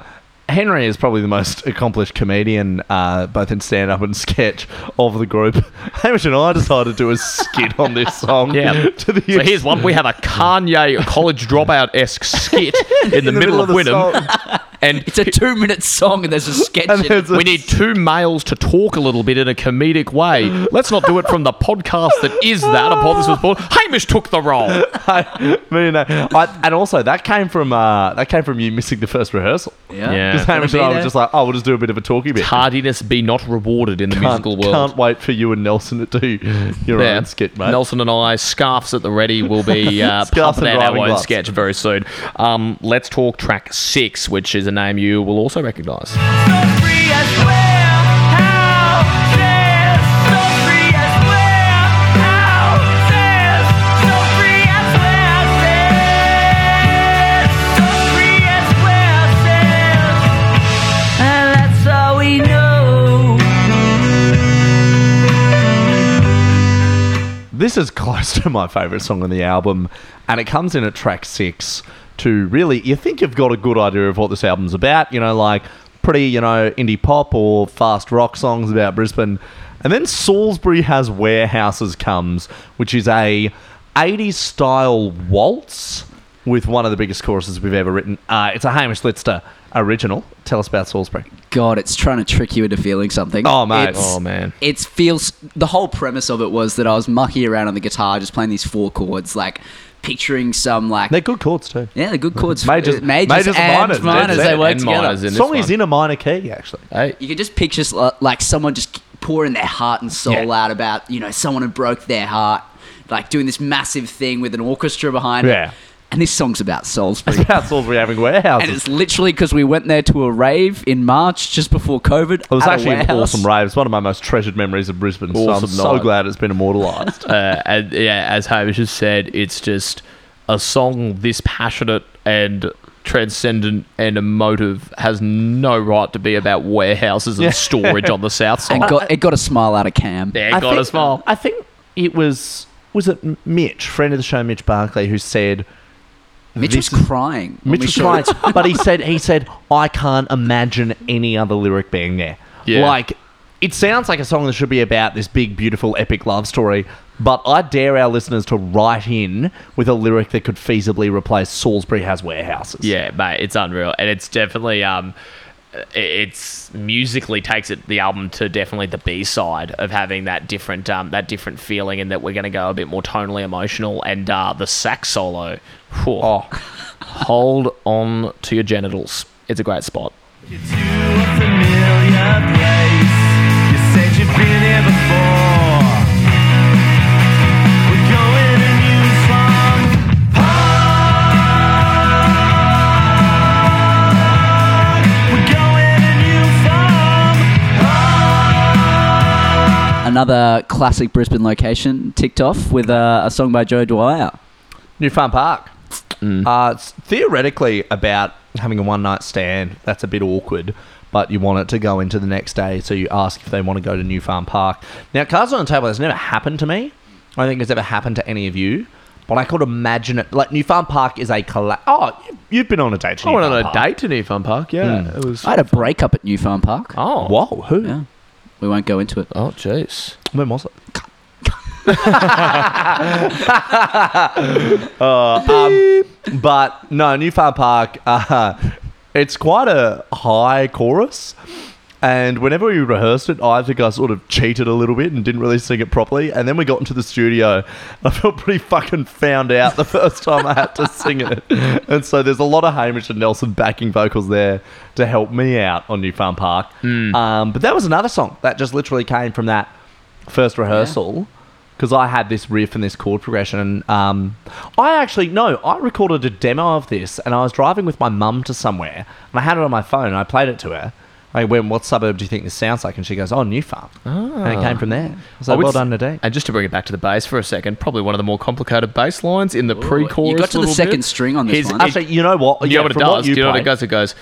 [SPEAKER 1] Henry is probably the most accomplished comedian, uh, both in stand up and sketch, of the group. Hamish and I decided to do a skit on this song.
[SPEAKER 5] Yeah.
[SPEAKER 1] To the
[SPEAKER 5] So here's one. We have a Kanye college dropout esque skit in, the, middle, of, Wynnum.
[SPEAKER 1] song.
[SPEAKER 5] And
[SPEAKER 6] it's a two-minute song, and there's a sketch.
[SPEAKER 5] And
[SPEAKER 6] in it.
[SPEAKER 5] we need two males to talk a little bit in a comedic way. Let's not do it from the podcast that is that. Upon this was born, Hamish took the role.
[SPEAKER 1] I mean, uh, I, and also that came from uh, that came from you missing the first rehearsal.
[SPEAKER 5] Yeah. Yeah.
[SPEAKER 1] because Hamish and I were just like, oh, we'll just do a bit of a talky bit.
[SPEAKER 5] Hardiness be not rewarded in the
[SPEAKER 1] Can't,
[SPEAKER 5] musical world.
[SPEAKER 1] can't wait for you and Nelson to do your
[SPEAKER 5] Yeah.
[SPEAKER 1] own skit, mate.
[SPEAKER 5] Nelson and I, scarves at the ready, will be uh,
[SPEAKER 1] Scarves
[SPEAKER 5] pumping
[SPEAKER 1] and
[SPEAKER 5] out our
[SPEAKER 1] driving
[SPEAKER 5] own
[SPEAKER 1] gloves.
[SPEAKER 5] sketch very soon. Um, let's talk track six, which is a name you will also recognise.
[SPEAKER 9] And that's all we know.
[SPEAKER 1] This is close to my favourite song on the album, and it comes in at track six to really, you think you've got a good idea of what this album's about, you know, like pretty, you know, indie pop or fast rock songs about Brisbane. And then Salisbury has Warehouses Comes, which is a 80s style waltz with one of the biggest choruses we've ever written. Uh, it's a Hamish Litster original. Tell us about Salisbury.
[SPEAKER 6] God, it's trying to trick you into feeling something.
[SPEAKER 1] Oh, mate.
[SPEAKER 6] It's-
[SPEAKER 1] Oh, man.
[SPEAKER 6] It feels. The whole premise of it was that I was mucking around on the guitar, just playing these four chords, like picturing some like
[SPEAKER 1] They're good chords, too.
[SPEAKER 6] yeah, the good chords,
[SPEAKER 1] Majors,
[SPEAKER 6] uh, majors,
[SPEAKER 1] majors
[SPEAKER 6] and
[SPEAKER 1] and minors.
[SPEAKER 6] minors,
[SPEAKER 1] That's
[SPEAKER 6] they
[SPEAKER 1] it.
[SPEAKER 6] work
[SPEAKER 5] And
[SPEAKER 6] together.
[SPEAKER 5] minors in this
[SPEAKER 1] Song is
[SPEAKER 5] one.
[SPEAKER 1] in a minor key, actually.
[SPEAKER 5] Hey,
[SPEAKER 6] You could just picture s- like someone just pouring their heart and soul out about you know someone who broke their heart, like doing this massive thing with an orchestra behind
[SPEAKER 1] Yeah.
[SPEAKER 6] it. And this song's about Salisbury.
[SPEAKER 1] About Salisbury having warehouses.
[SPEAKER 6] And it's literally because we went there to a rave in March just before COVID.
[SPEAKER 1] It was
[SPEAKER 6] at a
[SPEAKER 1] actually an
[SPEAKER 6] warehouse.
[SPEAKER 1] awesome rave. It's one of my most treasured memories of Brisbane. so I'm
[SPEAKER 5] Awesome
[SPEAKER 1] so
[SPEAKER 5] night.
[SPEAKER 1] glad it's been immortalised.
[SPEAKER 5] uh, and, yeah, as Hamish has said, it's just a song this passionate and transcendent and emotive has no right to be about warehouses and storage on the south side.
[SPEAKER 6] And got, it got a smile out of Cam.
[SPEAKER 5] yeah, got
[SPEAKER 1] think,
[SPEAKER 5] a smile.
[SPEAKER 1] I think it was was it M- Mitch, friend of the show, Mitch Barclay, who said
[SPEAKER 6] Mitch
[SPEAKER 1] this
[SPEAKER 6] was
[SPEAKER 1] is-
[SPEAKER 6] crying. when
[SPEAKER 1] Mitch
[SPEAKER 6] we
[SPEAKER 1] was
[SPEAKER 6] showed
[SPEAKER 1] crying,
[SPEAKER 6] it.
[SPEAKER 1] but he said he said I can't imagine any other lyric being there.
[SPEAKER 5] Yeah.
[SPEAKER 1] Like it sounds like a song that should be about this big, beautiful, epic love story. But I dare our listeners to write in with a lyric that could feasibly replace Salisbury has warehouses.
[SPEAKER 5] Yeah, mate, it's unreal, and it's definitely um, i- it's musically takes it the album to definitely the B side of having that different um that different feeling, and that we're gonna go a bit more tonally emotional, and uh, the sax solo. Whew. hold on to your genitals. It's a great spot.
[SPEAKER 9] familiar place. You said you'd been here before. We're going to new song. We're going to new song.
[SPEAKER 6] Another classic Brisbane location ticked off with uh, a song by Joe Dwyer.
[SPEAKER 1] New Farm Park. Uh, it's theoretically about having a one night stand. That's a bit awkward, but you want it to go into the next day, so you ask if they want to go to New Farm Park. Now, Cards on the Table has never happened to me. I don't think it's ever happened to any of you, but I could imagine it. Like, New Farm Park is a colla Oh, you- you've been on a date to New Farm Park.
[SPEAKER 5] date to New Fun Park. Yeah,
[SPEAKER 4] Hmm.
[SPEAKER 5] it was.
[SPEAKER 6] I had a breakup at New Farm Park.
[SPEAKER 5] Oh,
[SPEAKER 1] Whoa, who?
[SPEAKER 6] Yeah. We won't go into it.
[SPEAKER 5] Oh, jeez.
[SPEAKER 1] When was it? Uh, um, but no, New Farm Park. Uh, it's quite a high chorus, and whenever we rehearsed it, I think I sort of cheated a little bit and didn't really sing it properly. And then we got into the studio, and I felt pretty fucking found out the first time I had to sing it. And so there's a lot of Hamish and Nelson backing vocals there to help me out on New Farm Park. Um, but that was another song that just literally came from that first rehearsal because I had this riff and this chord progression. And um, I actually no, I recorded a demo of this, and I was driving with my mum to somewhere, and I had it on my phone, and I played it to her. I went, "What suburb do you think this sounds like?" And she goes, "Oh, New Farm," and it came from there. So
[SPEAKER 5] Ah. I would
[SPEAKER 1] well
[SPEAKER 5] s-
[SPEAKER 1] done, Nadine.
[SPEAKER 5] And just to bring it back to the bass for a second, probably one of the more complicated bass lines in the pre-chorus.
[SPEAKER 6] You got to the
[SPEAKER 5] little
[SPEAKER 6] second
[SPEAKER 5] bit.
[SPEAKER 6] string on this
[SPEAKER 5] He's-
[SPEAKER 6] one.
[SPEAKER 1] Actually, you know what?
[SPEAKER 5] You know what it
[SPEAKER 1] from
[SPEAKER 5] does? you, you know what
[SPEAKER 1] played-
[SPEAKER 5] it goes? It goes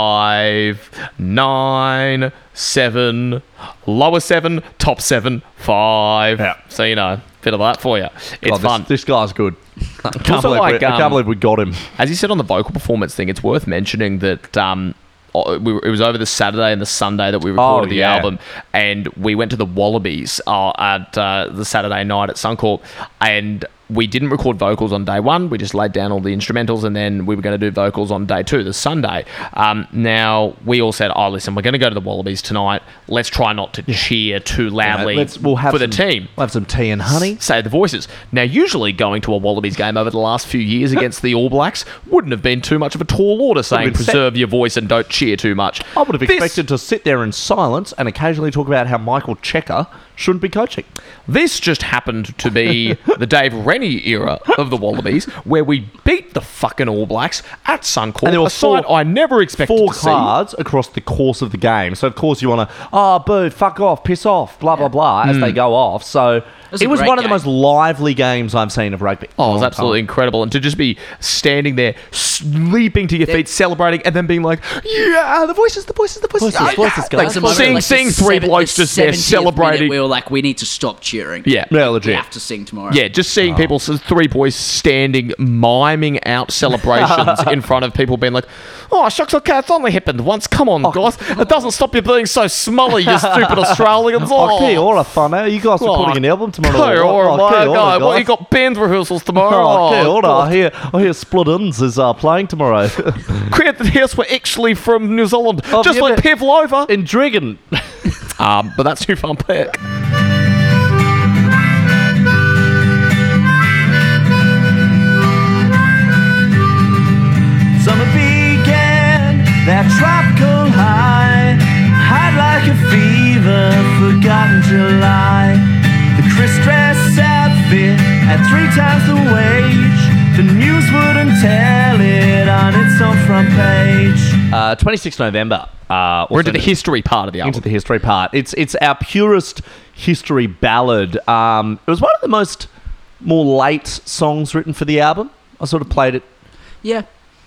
[SPEAKER 5] five, nine, seven, lower seven, top seven, five.
[SPEAKER 1] Yeah.
[SPEAKER 5] So you know, bit of that for you. It's
[SPEAKER 1] God, this-
[SPEAKER 5] fun.
[SPEAKER 1] This, guy's good. I can't,
[SPEAKER 5] Also
[SPEAKER 1] believe
[SPEAKER 5] like,
[SPEAKER 1] we, I
[SPEAKER 5] um,
[SPEAKER 1] can't believe we got him.
[SPEAKER 5] As you said on the vocal performance thing, it's worth mentioning that um, o- we were- it was over the Saturday and the Sunday that we recorded
[SPEAKER 1] Oh,
[SPEAKER 5] the
[SPEAKER 1] yeah.
[SPEAKER 5] album, and we went to the Wallabies uh, at uh, the Saturday night at Suncorp, and we didn't record vocals on day one. We just laid down all the instrumentals, and then we were going to do vocals on day two, the Sunday. Um, now we all said, "Oh, listen, we're going to go to the Wallabies tonight. Let's try not to cheer too loudly
[SPEAKER 1] Uh, let's- we'll have
[SPEAKER 5] for the
[SPEAKER 1] some-
[SPEAKER 5] team."
[SPEAKER 1] We'll have some tea and honey.
[SPEAKER 5] Say the voices. Now, usually going to a Wallabies game over the last few years against the All Blacks wouldn't have been too much of a tall order saying
[SPEAKER 1] been set.
[SPEAKER 5] preserve your voice and don't cheer too much.
[SPEAKER 1] I would have
[SPEAKER 5] This-
[SPEAKER 1] expected to sit there in silence and occasionally talk about how Michael Checker shouldn't be coaching.
[SPEAKER 5] This just happened to be the Dave Rennie era of the Wallabies, where we beat the fucking All Blacks at Suncorp.
[SPEAKER 1] And there were
[SPEAKER 5] a side
[SPEAKER 1] four-
[SPEAKER 5] I never expected
[SPEAKER 1] Four
[SPEAKER 5] to
[SPEAKER 1] cards across the course of the game. So, of course, you want to, oh, boo, fuck off, piss off, blah, blah, blah,
[SPEAKER 5] Mm.
[SPEAKER 1] as they go off. So,
[SPEAKER 6] was
[SPEAKER 1] it
[SPEAKER 6] a
[SPEAKER 1] was
[SPEAKER 6] great
[SPEAKER 1] one of the
[SPEAKER 6] game.
[SPEAKER 1] most lively games I've seen of rugby.
[SPEAKER 5] see. Oh, it was
[SPEAKER 1] Long
[SPEAKER 5] absolutely
[SPEAKER 1] time.
[SPEAKER 5] incredible. And to just be standing there, s- leaping to your feet, celebrating, and then being like, yeah, the voices, the voices, the voices.
[SPEAKER 1] Voices,
[SPEAKER 5] yeah,
[SPEAKER 1] voices,
[SPEAKER 5] yeah."
[SPEAKER 1] guys.
[SPEAKER 6] There was a moment,
[SPEAKER 5] seeing,
[SPEAKER 6] like, the
[SPEAKER 5] seeing three
[SPEAKER 6] seven- the
[SPEAKER 5] blokes just there
[SPEAKER 6] 70th minute
[SPEAKER 5] celebrating.
[SPEAKER 6] We were like, we need to stop cheering.
[SPEAKER 5] Yeah.
[SPEAKER 1] Yeah,
[SPEAKER 6] we
[SPEAKER 1] legit.
[SPEAKER 6] have to sing tomorrow.
[SPEAKER 5] Yeah, just seeing people, so three boys standing, miming out celebrations in front of people, being like, "Oh, shucks, okay, it's only happened once. Come
[SPEAKER 1] Oh,
[SPEAKER 5] on, guys, it doesn't stop you being so smolly, you stupid Australians." Oh,
[SPEAKER 1] Oh, kia ora, whānau. You guys are putting an album tomorrow.
[SPEAKER 5] Kia
[SPEAKER 1] right?
[SPEAKER 5] ora,
[SPEAKER 1] Oh,
[SPEAKER 5] my
[SPEAKER 1] kia ora,
[SPEAKER 5] guy. What
[SPEAKER 1] guys.
[SPEAKER 5] you got band rehearsals tomorrow?
[SPEAKER 1] Oh, kia ora.
[SPEAKER 5] God.
[SPEAKER 1] I hear, I hear Split Ins is uh, playing tomorrow.
[SPEAKER 5] Great that yes, we're actually from New Zealand,
[SPEAKER 1] Oh,
[SPEAKER 5] just
[SPEAKER 1] yeah,
[SPEAKER 5] like
[SPEAKER 1] but-
[SPEAKER 5] Pavlova.
[SPEAKER 1] in Dragon.
[SPEAKER 5] Um, but that's too far back.
[SPEAKER 9] Summer began that tropical high, hot like a fever, forgotten July. The crisp dress outfit at three times the wage. The news wouldn't tell it on its own front page.
[SPEAKER 1] Uh, 26 November. Uh,
[SPEAKER 5] We're into the
[SPEAKER 1] history.
[SPEAKER 5] history part of the
[SPEAKER 1] into
[SPEAKER 5] album.
[SPEAKER 1] the history part. It's it's our purest history ballad. Um, it was one of the most more late songs written for the album. I sort of played it
[SPEAKER 6] yeah.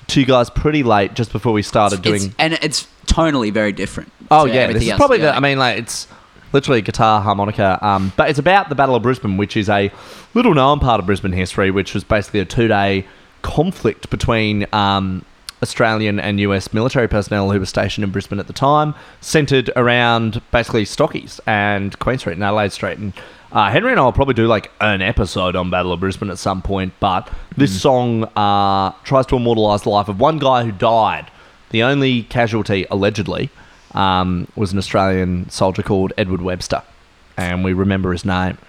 [SPEAKER 1] to you guys pretty late, just before we started
[SPEAKER 6] It's-
[SPEAKER 1] doing.
[SPEAKER 6] and it's tonally very different.
[SPEAKER 1] Oh
[SPEAKER 6] to
[SPEAKER 1] yeah,
[SPEAKER 6] everything
[SPEAKER 1] this is
[SPEAKER 6] else
[SPEAKER 1] probably
[SPEAKER 6] we
[SPEAKER 1] the.
[SPEAKER 6] like.
[SPEAKER 1] I mean, like it's literally guitar, harmonica. Um, but it's about the Battle of Brisbane, which is a little known part of Brisbane history, which was basically a two day conflict between um, Australian and US military personnel who were stationed in Brisbane at the time, centered around basically Stockies and Queen Street and Adelaide Street and. Uh, Henry and I will probably do like an episode on Battle of Brisbane at some point, but this
[SPEAKER 6] Hmm.
[SPEAKER 1] song uh, tries to immortalise the life of one guy who died. The only casualty, allegedly, um, was an Australian soldier called Edward Webster, and we remember his name.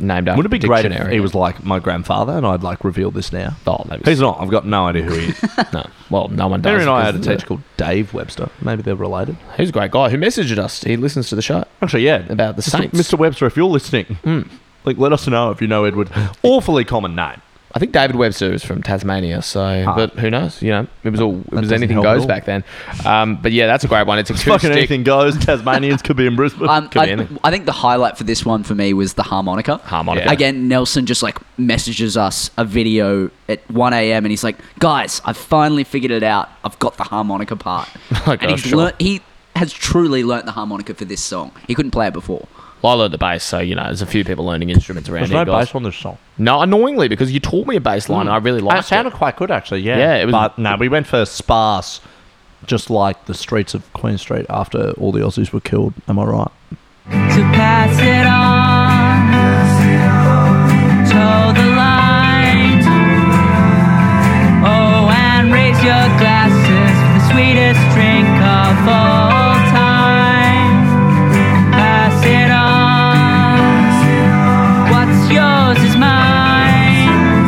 [SPEAKER 5] Named after
[SPEAKER 1] Wouldn't it be great if
[SPEAKER 5] dictionary.
[SPEAKER 1] he was like my grandfather, and I'd like reveal this now?
[SPEAKER 5] Oh, that was-
[SPEAKER 1] He's not. I've got no idea who he is.
[SPEAKER 5] no. Well, no one does.
[SPEAKER 1] Henry and I had a
[SPEAKER 5] because
[SPEAKER 1] teacher called Dave Webster. Maybe they're related.
[SPEAKER 5] He's a great guy who messaged us. He listens to the show.
[SPEAKER 1] Actually, yeah.
[SPEAKER 5] About the
[SPEAKER 1] Mr.
[SPEAKER 5] Saints.
[SPEAKER 1] Mr. Webster, if you're listening, like let us know if you know Edward. Awfully common name.
[SPEAKER 5] I think David Webster was from Tasmania, so but who knows? You know, it was all it was
[SPEAKER 1] Ah. doesn't
[SPEAKER 5] anything
[SPEAKER 1] help
[SPEAKER 5] goes
[SPEAKER 1] at all.
[SPEAKER 5] back then. Um, but yeah, that's a great one. It's
[SPEAKER 1] Fucking
[SPEAKER 5] acoustic
[SPEAKER 1] anything goes. Tasmanians could be in Brisbane.
[SPEAKER 6] Um,
[SPEAKER 1] could be
[SPEAKER 6] I,
[SPEAKER 1] anything.
[SPEAKER 6] I think the highlight for this one for me was the harmonica.
[SPEAKER 5] Harmonica.
[SPEAKER 6] Yeah. Again, Nelson just like messages us a video at 1 a.m. and he's like, guys, I've finally figured it out. I've got the harmonica part.
[SPEAKER 1] Oh,
[SPEAKER 6] and
[SPEAKER 5] gosh,
[SPEAKER 6] he's
[SPEAKER 5] sure.
[SPEAKER 6] learnt, he has truly learnt the harmonica for this song. He couldn't play it before.
[SPEAKER 5] I learned the bass, so you know, there's a few people learning instruments around
[SPEAKER 1] There's
[SPEAKER 5] here.
[SPEAKER 1] no
[SPEAKER 5] guys.
[SPEAKER 1] bass Mm. on this song.
[SPEAKER 5] No, annoyingly, because you taught me a bass line, and I really
[SPEAKER 1] It
[SPEAKER 5] liked
[SPEAKER 1] sounded
[SPEAKER 5] it.
[SPEAKER 1] quite good, actually. Yeah.
[SPEAKER 5] Yeah, it was-
[SPEAKER 1] But no, we went for sparse, just like the streets of Queen Street after all the Aussies were killed. Am I right?
[SPEAKER 8] to pass it on. Toe the line. Oh, and raise your glasses for the sweetest drink of all time. Pass it on. What's yours is mine.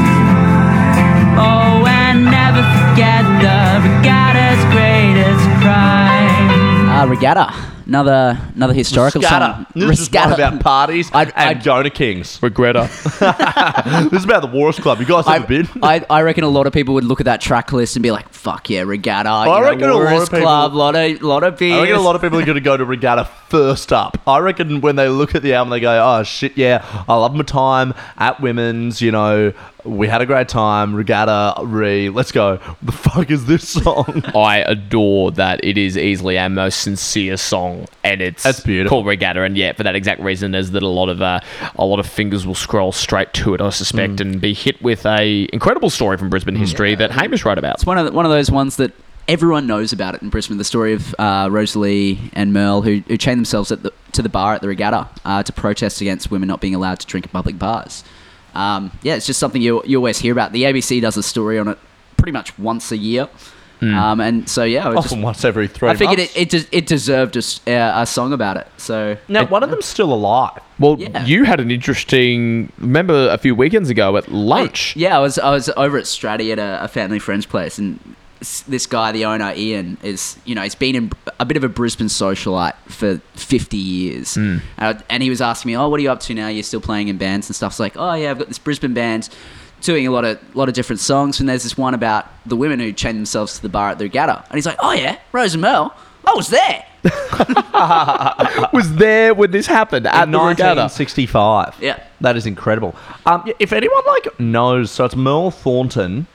[SPEAKER 8] Oh, and never forget the regatta's greatest crime.
[SPEAKER 6] Uh, regatta. Another another historical song.
[SPEAKER 1] This is one
[SPEAKER 6] Regatta.
[SPEAKER 1] about parties
[SPEAKER 6] I'd-
[SPEAKER 1] and
[SPEAKER 6] I'd-
[SPEAKER 1] Jonah Kings.
[SPEAKER 5] Regretta.
[SPEAKER 1] This is about the Wars Club. You guys ever
[SPEAKER 6] I,
[SPEAKER 1] been?
[SPEAKER 6] I, I reckon a lot of people would look at that track list and be like, "Fuck yeah, regatta!" I
[SPEAKER 1] reckon a lot of people-
[SPEAKER 6] club, lot of lot of beers.
[SPEAKER 1] I reckon a lot of people are going to go to Regatta first up. I reckon when they look at the album, they go, "Oh shit, yeah, I love my time at Women's. You know, we had a great time. Regatta, re, let's go. The fuck is this song?
[SPEAKER 5] I adore that it is easily our most sincere song, and it's
[SPEAKER 1] That's beautiful.
[SPEAKER 5] called Regatta. And yeah, for that exact reason, is that a lot of uh, a lot of fingers will scroll straight to it, I suspect,
[SPEAKER 1] Mm.
[SPEAKER 5] and be hit with a incredible story from Brisbane history that Hamish wrote about.
[SPEAKER 6] It's one of the, one of those ones that everyone knows about it in Brisbane. The story of uh, Rosalie and Merle who, who chained themselves at the, to the bar at the regatta uh, to protest against women not being allowed to drink in public bars. Um, yeah, it's just something you you always hear about. The ABC does a story on it pretty much once a year.
[SPEAKER 1] Hmm.
[SPEAKER 6] Um, and so yeah, I was
[SPEAKER 1] Often
[SPEAKER 6] just-
[SPEAKER 1] once every three
[SPEAKER 6] I figured
[SPEAKER 1] months.
[SPEAKER 6] it it, des- it deserved a, s- uh, a song about it. So
[SPEAKER 1] Now, one of them's still alive.
[SPEAKER 5] Well, you had an interesting. Remember a few weekends ago at lunch.
[SPEAKER 6] Yeah, I was I was over at Stratty at a, a family friend's place, and s- this guy, the owner Ian, is you know he's been in a bit of a Brisbane socialite for fifty years,
[SPEAKER 1] Hmm.
[SPEAKER 10] Mm.
[SPEAKER 6] Uh, and he was asking me, "Oh, what are you up to now? You're still playing in bands and stuff." It's like, "Oh yeah, I've got this Brisbane band." Doing a lot of lot of different songs, and there's this one about the women who chained themselves to the bar at the regatta, and he's like, "Oh yeah, Rose and Mel, I was there."
[SPEAKER 5] was there when this happened at
[SPEAKER 1] In
[SPEAKER 5] the regatta.
[SPEAKER 1] 1965.
[SPEAKER 6] Yeah.
[SPEAKER 1] that is incredible. Um, yeah, if anyone like knows, so it's Merle Thornton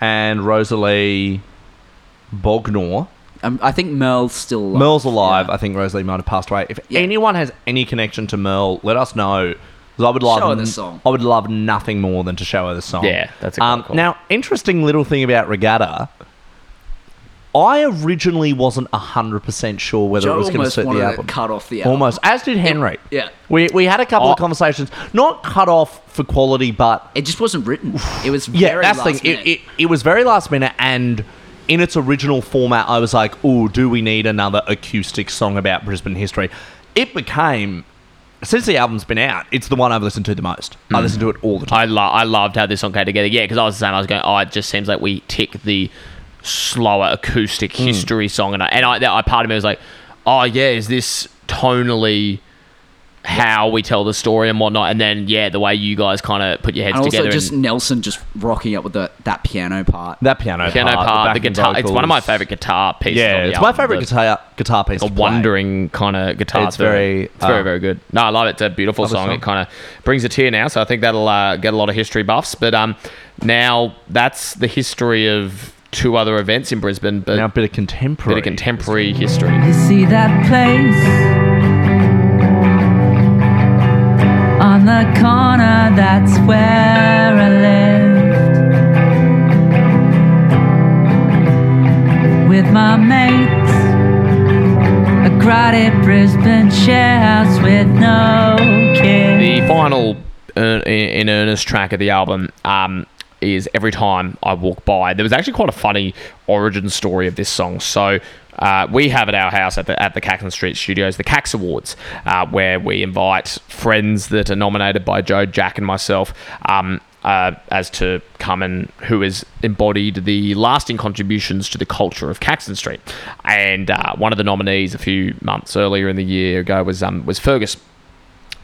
[SPEAKER 1] and Rosalie Bognor.
[SPEAKER 6] Um, I think Merle's still alive.
[SPEAKER 1] Merle's alive. I think Rosalie might have passed away. If anyone has any connection to Merle, let us know. 'cause I would love
[SPEAKER 6] Show her the song.
[SPEAKER 1] I would love nothing more than to show her the song.
[SPEAKER 5] Yeah, that's a good
[SPEAKER 1] um,
[SPEAKER 5] call.
[SPEAKER 1] now interesting little thing about Regatta. I originally wasn't hundred percent sure whether
[SPEAKER 6] Joe
[SPEAKER 1] it was going to
[SPEAKER 6] almost
[SPEAKER 1] suit
[SPEAKER 6] wanted
[SPEAKER 1] the
[SPEAKER 6] to
[SPEAKER 1] album.
[SPEAKER 6] cut off the album.
[SPEAKER 1] Almost, as did Henry.
[SPEAKER 6] Yeah.
[SPEAKER 1] We, we had a couple
[SPEAKER 6] Oh.
[SPEAKER 1] of conversations, not cut off for quality, but
[SPEAKER 6] it just wasn't written. It was
[SPEAKER 1] yeah,
[SPEAKER 6] very
[SPEAKER 1] that's the
[SPEAKER 6] last
[SPEAKER 1] thing. It,
[SPEAKER 6] minute.
[SPEAKER 1] it, it was very last minute, and in its original format, I was like, "Oh, do we need another acoustic song about Brisbane history?" It became since the album's been out, it's the one I've listened to the most. I
[SPEAKER 5] Mm.
[SPEAKER 1] listen to it all the time.
[SPEAKER 5] I, lo- I loved how this song came together. Yeah, because I was the same. I was going, oh, it just seems like we tick the slower acoustic history song, and I, and I, that, I part of me was like, oh yeah, is this tonally how we tell the story and whatnot? And then yeah, the way you guys kind of put your heads
[SPEAKER 6] and also
[SPEAKER 5] together.
[SPEAKER 6] just
[SPEAKER 5] and,
[SPEAKER 6] Nelson just rocking up with the, that piano part.
[SPEAKER 1] That piano,
[SPEAKER 5] Piano part, the,
[SPEAKER 1] backing
[SPEAKER 5] guitar. It's one of my
[SPEAKER 1] vocals.
[SPEAKER 5] favorite guitar pieces.
[SPEAKER 1] Yeah,
[SPEAKER 5] on the
[SPEAKER 1] it's my
[SPEAKER 5] album,
[SPEAKER 1] favorite
[SPEAKER 5] the-
[SPEAKER 1] guitar guitar piece.
[SPEAKER 5] a
[SPEAKER 1] to play.
[SPEAKER 5] wandering kind of guitar.
[SPEAKER 1] It's
[SPEAKER 5] through it.
[SPEAKER 1] very,
[SPEAKER 5] it's very,
[SPEAKER 1] uh,
[SPEAKER 5] very good. No, I love it. It's a beautiful
[SPEAKER 1] love the
[SPEAKER 5] song.
[SPEAKER 1] song.
[SPEAKER 5] It kind of brings a tear now, so I think that'll uh, get a lot of history buffs. But um, now that's the history of two other events in Brisbane. But
[SPEAKER 1] now a bit of contemporary,
[SPEAKER 5] bit of contemporary history.
[SPEAKER 8] You see that place on the corner, that's where I lived with my mates. A crowded Brisbane share house with no kids.
[SPEAKER 5] The final uh, in in earnest track of the album um, is Every Time I Walk By. There was actually quite a funny origin story of this song. So. Uh, we have at our house at the, at the Caxton Street Studios the Cax Awards, uh, where we invite friends that are nominated by Joe, Jack, and myself um, uh, as to come and who has embodied the lasting contributions to the culture of Caxton Street. And uh, one of the nominees a few months earlier in the year ago was um, was Fergus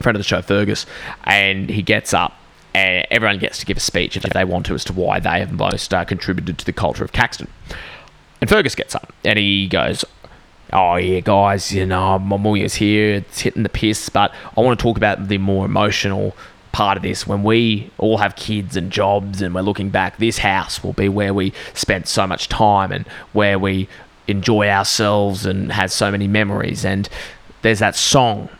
[SPEAKER 5] friend of the show, Fergus, and he gets up. And everyone gets to give a speech if they want to as to why they have most uh, contributed to the culture of Caxton. And Fergus gets up and he goes, Oh, yeah, guys, you know, my is here. It's hitting the piss, but I want to talk about the more emotional part of this. When we all have kids and jobs and we're looking back, this house will be where we spent so much time and where we enjoy ourselves and has so many memories. And there's that song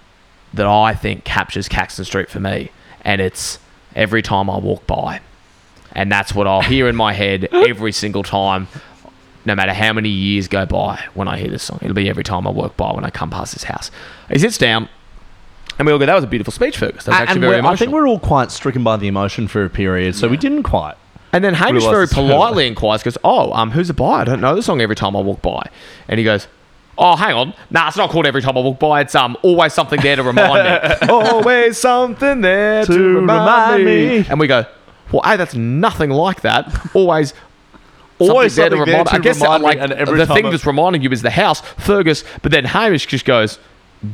[SPEAKER 5] that I think captures Caxton Street for me, and it's every time I walk by. And that's what I'll hear in my head every single time, no matter how many years go by when I hear this song. It'll be every time I walk by when I come past this house. He sits down, and we all go, That was a beautiful speech, Fergus. That was
[SPEAKER 1] A-
[SPEAKER 5] actually
[SPEAKER 1] and
[SPEAKER 5] very
[SPEAKER 1] we're- I think
[SPEAKER 5] emotional.
[SPEAKER 1] we're all quite stricken by the emotion for a period, so we didn't quite.
[SPEAKER 5] And then Hamish
[SPEAKER 1] Realised
[SPEAKER 5] very
[SPEAKER 1] it's
[SPEAKER 5] politely inquires, goes, Oh, um, who's it by? I don't know the song every time I walk by. And he goes, Oh, hang on. Nah, it's not called every time I walk by. It's um always something there to remind me. always something there
[SPEAKER 1] To remind me.
[SPEAKER 5] And we go, well, a that's nothing like that. Always.
[SPEAKER 1] Always
[SPEAKER 5] there
[SPEAKER 1] something there to
[SPEAKER 5] I guess
[SPEAKER 1] remind me,
[SPEAKER 5] like
[SPEAKER 1] and every
[SPEAKER 5] the
[SPEAKER 1] time
[SPEAKER 5] thing
[SPEAKER 1] I-
[SPEAKER 5] that's reminding you is the house, Fergus. But then Hamish just goes,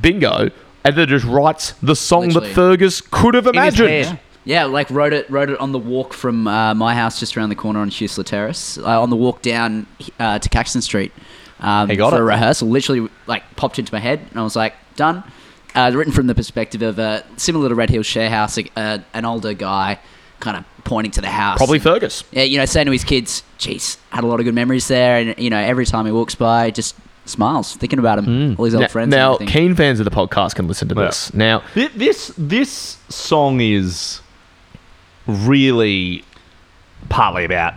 [SPEAKER 5] bingo, and then just writes the song
[SPEAKER 6] Literally.
[SPEAKER 5] that Fergus could have
[SPEAKER 1] his
[SPEAKER 5] imagined.
[SPEAKER 1] head.
[SPEAKER 6] Yeah, like wrote it wrote it on the walk from uh, my house just around the corner on Huesler Terrace, uh, on the walk down uh, to Caxton Street um,
[SPEAKER 1] He got
[SPEAKER 6] for
[SPEAKER 1] it.
[SPEAKER 6] a rehearsal. Literally, like popped into my head, and I was like, done. Uh, written from the perspective of uh, similar to Red Hill Sharehouse, a- uh, an older guy kind of pointing to the house.
[SPEAKER 5] Probably Fergus.
[SPEAKER 6] yeah, you know, saying to his kids, "Jeez, had a lot of good memories there," and you know, every time he walks by, just smiles, thinking about him,
[SPEAKER 1] Hmm.
[SPEAKER 6] all his old
[SPEAKER 5] Now,
[SPEAKER 6] friends. and
[SPEAKER 5] now
[SPEAKER 6] everything.
[SPEAKER 5] keen fans of the podcast can listen to
[SPEAKER 1] Yeah.
[SPEAKER 5] this. Now,
[SPEAKER 1] Thi- This this song is really partly about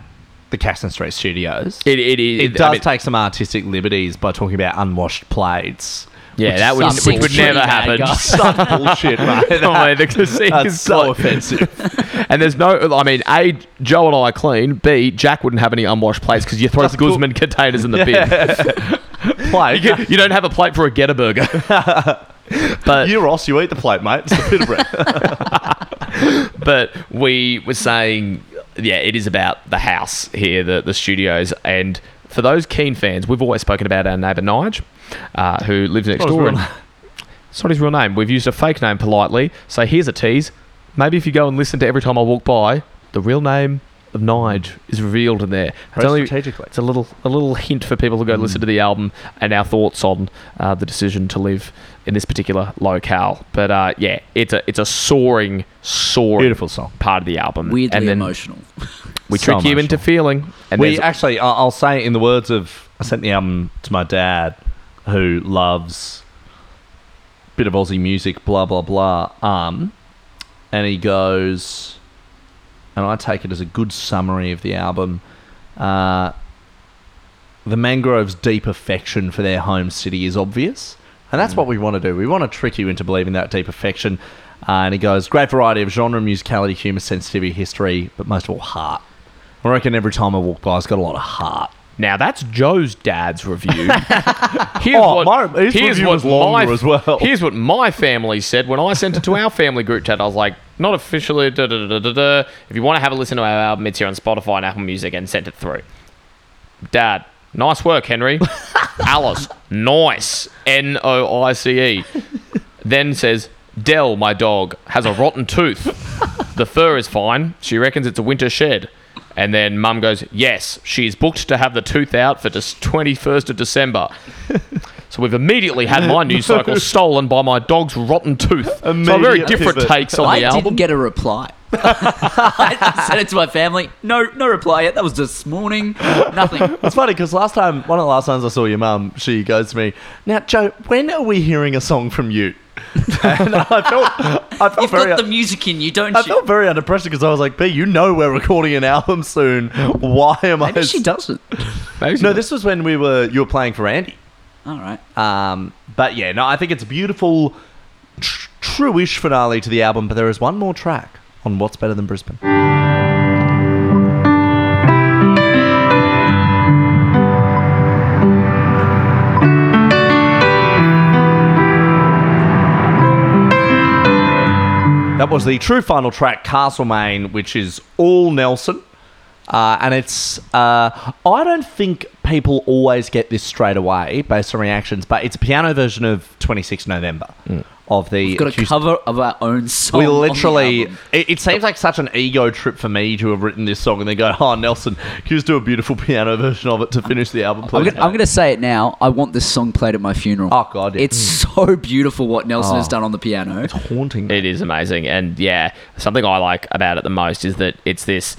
[SPEAKER 1] the Caxton Street Studios.
[SPEAKER 5] It it is.
[SPEAKER 1] It does take some artistic liberties by talking about unwashed plates.
[SPEAKER 5] Yeah,
[SPEAKER 1] which
[SPEAKER 5] that would-
[SPEAKER 1] some
[SPEAKER 5] which would
[SPEAKER 1] bullshit.
[SPEAKER 5] never happen.
[SPEAKER 1] Some bullshit, mate.
[SPEAKER 5] No, Oh, mate, the casino
[SPEAKER 1] That's
[SPEAKER 5] is
[SPEAKER 1] so
[SPEAKER 5] like-
[SPEAKER 1] offensive.
[SPEAKER 5] and there's no. I mean, a Joe and I are clean. B Jack wouldn't have any unwashed plates because you throw Guzman containers in the bin.
[SPEAKER 1] plate.
[SPEAKER 5] You, you don't have a plate for a Get a Burger. but
[SPEAKER 1] you Ross, you eat the plate, mate. It's a bit of bread.
[SPEAKER 5] but we were saying, yeah, it is about the house here, the the studios, and for those keen fans, we've always spoken about our neighbour Nige, uh, who lives next
[SPEAKER 1] Not his
[SPEAKER 5] door.
[SPEAKER 1] real
[SPEAKER 5] and- It's not his real name. We've used a fake name politely, so here's a tease. Maybe if you go and listen to every time I walk by, the real name of Nige is revealed in there. It's
[SPEAKER 1] Very strategically.
[SPEAKER 5] It's a little a little hint for people to go listen to the album and our thoughts on uh, the decision to live in this particular locale. But uh, yeah, it's a it's a soaring, soaring
[SPEAKER 1] Beautiful song.
[SPEAKER 5] part of the album.
[SPEAKER 6] Weirdly
[SPEAKER 5] and then
[SPEAKER 6] emotional.
[SPEAKER 5] we
[SPEAKER 1] So
[SPEAKER 5] trick you
[SPEAKER 1] emotional.
[SPEAKER 5] into feeling. And
[SPEAKER 1] we
[SPEAKER 5] we
[SPEAKER 1] actually, I- I'll say it in the words of I sent the album to my dad, who loves a bit of Aussie music, blah blah blah. Um, and he goes, and I take it as a good summary of the album. Uh, the mangroves' deep affection for their home city is obvious. And that's what we want to do. We want to trick you into believing that deep affection. Uh, and he goes, great variety of genre, musicality, humour, sensitivity, history, but most of all, heart. I reckon every time I walk by, it's got a lot of heart.
[SPEAKER 5] now that's Joe's dad's review. here's
[SPEAKER 1] Oh, my- his review was longer as well.
[SPEAKER 5] Here's what my family said when I sent it to our family group chat. I was like, not officially. Da, da, da, da, da. If you want to have a listen to our album, it's here on Spotify and Apple Music, and sent it through. Dad, nice work, Henry. Alice, nice. N O I C E. Then says, Dell, my dog, has a rotten tooth. The fur is fine. She reckons it's a winter shed. And then mum goes, Yes, she's booked to have the tooth out for just 21st of December. So we've immediately had my news cycle stolen by my dog's rotten tooth. so very
[SPEAKER 1] Immediate
[SPEAKER 5] different
[SPEAKER 1] pivot.
[SPEAKER 5] takes on the
[SPEAKER 6] I didn't
[SPEAKER 5] album.
[SPEAKER 6] get a reply. I sent it to my family. No, no reply yet. That was this morning. Nothing.
[SPEAKER 1] It's funny because last time, one of the last times I saw your mum, she goes to me, Now, Joe, when are we hearing a song from you? and I felt, I felt
[SPEAKER 6] You've
[SPEAKER 1] very.
[SPEAKER 6] got the music in you, don't
[SPEAKER 1] I
[SPEAKER 6] you?
[SPEAKER 1] felt very under pressure because I was like, B, you know we're recording an album soon. Why am I.
[SPEAKER 6] Maybe she doesn't.
[SPEAKER 1] No, this was when we were you were playing for Andy.
[SPEAKER 6] All right.
[SPEAKER 1] Um, but yeah, no, I think it's a beautiful, tr- true-ish finale to the album. But there is one more track on "What's Better Than Brisbane." That was the true final track, Castlemaine, which is all Nelson. Uh, and it's, uh, I don't think people always get this straight away based on reactions, but it's a piano version of 26 November
[SPEAKER 6] Mm.
[SPEAKER 1] of the.
[SPEAKER 6] We've got a
[SPEAKER 1] Acoustic-
[SPEAKER 6] cover of our own song.
[SPEAKER 1] we
[SPEAKER 6] on the
[SPEAKER 1] literally,
[SPEAKER 6] album.
[SPEAKER 1] it, it seems like such an ego trip for me to have written this song and then go, oh, Nelson, can you just do a beautiful piano version of it to finish the album,
[SPEAKER 6] I'm
[SPEAKER 1] please?
[SPEAKER 6] gonna, I'm gonna say it now. I want this song played at my funeral.
[SPEAKER 1] Oh, God, yeah. Oh.
[SPEAKER 6] It's so beautiful what Nelson has done on the piano.
[SPEAKER 1] Haunting.
[SPEAKER 5] It is amazing. And yeah, something I like about it the most is that it's this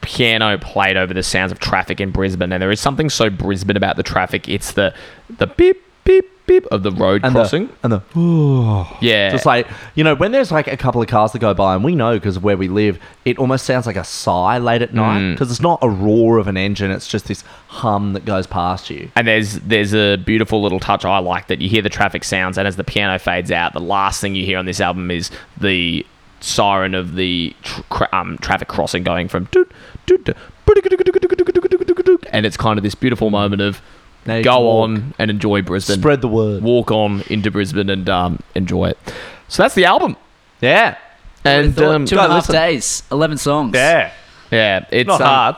[SPEAKER 5] piano played over the sounds of traffic in Brisbane. And there is something so Brisbane about the traffic. It's the, the beep, beep, beep of the road
[SPEAKER 1] and
[SPEAKER 5] crossing.
[SPEAKER 1] The, oh, and the
[SPEAKER 5] yeah.
[SPEAKER 1] Just like you know, when there's like a couple of cars that go by, and we know because of where we live, it almost sounds like a sigh late at
[SPEAKER 5] Mm.
[SPEAKER 1] night because it's not a roar of an engine; it's just this hum that goes past you.
[SPEAKER 5] And there's there's a beautiful little touch I like that you hear the traffic sounds, and as the piano fades out, the last thing you hear on this album is the siren of the tr- cra- um, traffic crossing going from doot doot doot, doot, and it's kind of this beautiful moment of
[SPEAKER 1] Now you can
[SPEAKER 5] go
[SPEAKER 1] walk.
[SPEAKER 5] on and enjoy Brisbane,
[SPEAKER 1] Spread the word.
[SPEAKER 5] walk on into Brisbane and um, enjoy it. So that's the album,
[SPEAKER 1] Yeah,
[SPEAKER 5] and
[SPEAKER 6] Thought,
[SPEAKER 5] um,
[SPEAKER 6] two and a
[SPEAKER 5] go
[SPEAKER 6] half
[SPEAKER 5] listen.
[SPEAKER 6] days, eleven songs.
[SPEAKER 1] yeah,
[SPEAKER 5] yeah, it's
[SPEAKER 1] not
[SPEAKER 5] um,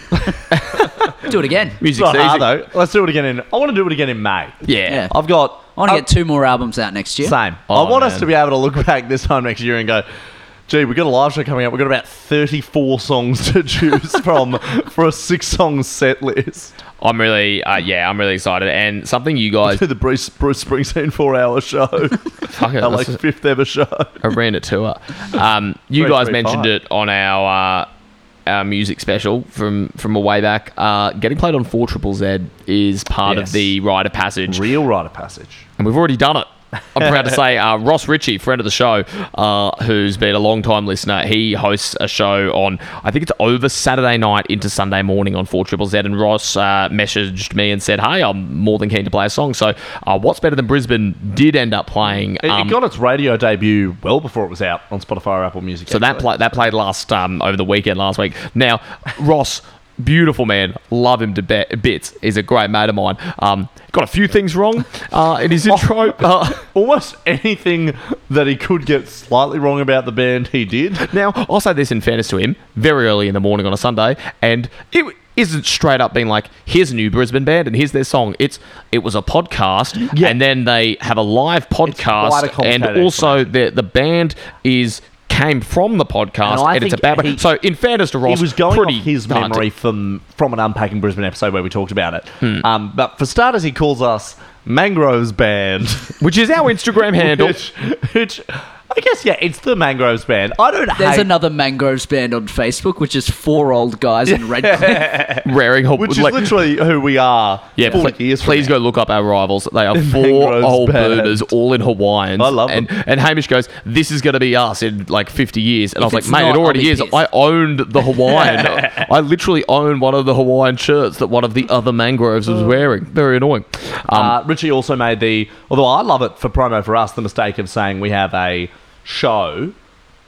[SPEAKER 1] hard.
[SPEAKER 6] Do it again.
[SPEAKER 1] It's
[SPEAKER 5] Music's
[SPEAKER 1] not
[SPEAKER 5] easy.
[SPEAKER 1] hard though. Let's do it again in. I want to do it again in May.
[SPEAKER 5] yeah.
[SPEAKER 6] Yeah.
[SPEAKER 1] I've got.
[SPEAKER 6] I want to
[SPEAKER 1] uh,
[SPEAKER 6] get two more albums out next year.
[SPEAKER 1] Same.
[SPEAKER 5] Oh,
[SPEAKER 1] I want us
[SPEAKER 5] man.
[SPEAKER 1] to be able to look back this time next year and go, gee, we've got a live show coming up. We've got about 34 songs to choose from for a six song set list.
[SPEAKER 5] I'm really, uh, yeah, I'm really excited. And something you guys
[SPEAKER 1] To the Bruce, Bruce Springsteen four hour show.
[SPEAKER 5] it,
[SPEAKER 1] LA's
[SPEAKER 5] let's-
[SPEAKER 1] fifth ever show.
[SPEAKER 5] I ran a tour. Um, you
[SPEAKER 1] Three,
[SPEAKER 5] guys
[SPEAKER 1] three,
[SPEAKER 5] mentioned
[SPEAKER 1] five.
[SPEAKER 5] it on our uh, our music special from from a way back. Uh, getting played on four triple Z is part
[SPEAKER 1] Yes.
[SPEAKER 5] of the rite of passage,
[SPEAKER 1] Real rite of passage.
[SPEAKER 5] and we've already done it. I'm proud to say uh, Ross Ritchie, friend of the show, uh, who's been a long time listener. He hosts a show on I think it's over Saturday night into Sunday morning on Four Triple Z. And Ross uh, messaged me and said, "Hey, I'm more than keen to play a song." So, uh, what's better than Brisbane did end up playing. um,
[SPEAKER 1] It, it got its radio debut well before it was out on Spotify or Apple Music.
[SPEAKER 5] So that pla- that played last um, over the weekend last week. Now, Ross, beautiful man, love him to be- bits. He's a great mate of mine. Um, got a few things wrong uh, in his intro. Uh,
[SPEAKER 1] Almost anything that he could get slightly wrong about the band, he did.
[SPEAKER 5] Now, I'll say this in fairness to him, very early in the morning on a Sunday, and it isn't straight up being like, here's a new Brisbane band and here's their song. It's it was a podcast, and then they have a live
[SPEAKER 1] quite a
[SPEAKER 5] podcast, and
[SPEAKER 1] complicated
[SPEAKER 5] also the the band is came from the podcast,
[SPEAKER 1] And
[SPEAKER 5] and,
[SPEAKER 1] I
[SPEAKER 5] it's
[SPEAKER 1] think
[SPEAKER 5] about
[SPEAKER 1] he-
[SPEAKER 5] so. In fairness to Ross,
[SPEAKER 1] he was going
[SPEAKER 5] pretty
[SPEAKER 1] off his
[SPEAKER 5] dark.
[SPEAKER 1] memory from from an unpacking Brisbane episode where we talked about it.
[SPEAKER 5] Hmm.
[SPEAKER 1] Um, but for starters, he calls us Mangroves Band,
[SPEAKER 5] which is our Instagram handle.
[SPEAKER 1] which, which I guess yeah, it's the Mangroves Band. I don't
[SPEAKER 6] There's
[SPEAKER 1] hate
[SPEAKER 6] another Mangroves band on Facebook, which is four old guys in red.
[SPEAKER 5] Raring Hall-
[SPEAKER 1] which is
[SPEAKER 5] like-
[SPEAKER 1] literally who we are.
[SPEAKER 5] Yeah,
[SPEAKER 1] 40
[SPEAKER 5] pl-
[SPEAKER 1] years from
[SPEAKER 5] please
[SPEAKER 1] now.
[SPEAKER 5] go look up our rivals. They are four
[SPEAKER 1] Mangroves
[SPEAKER 5] old
[SPEAKER 1] band.
[SPEAKER 5] boomers, all in Hawaiians.
[SPEAKER 1] I love
[SPEAKER 5] and,
[SPEAKER 1] them.
[SPEAKER 5] And Hamish goes, "This is going to be us in like 50 years." And I was like,
[SPEAKER 6] it's
[SPEAKER 5] "Mate,
[SPEAKER 6] not,
[SPEAKER 5] it
[SPEAKER 6] I'll
[SPEAKER 5] already
[SPEAKER 6] be
[SPEAKER 5] is.
[SPEAKER 6] pissed."
[SPEAKER 5] I owned the Hawaiian. I literally own one of the Hawaiian shirts that one of the other mangroves was wearing. Very annoying." Um,
[SPEAKER 1] Oh. Uh, Richie also made the, although I love it for promo for us, the mistake of saying we have a show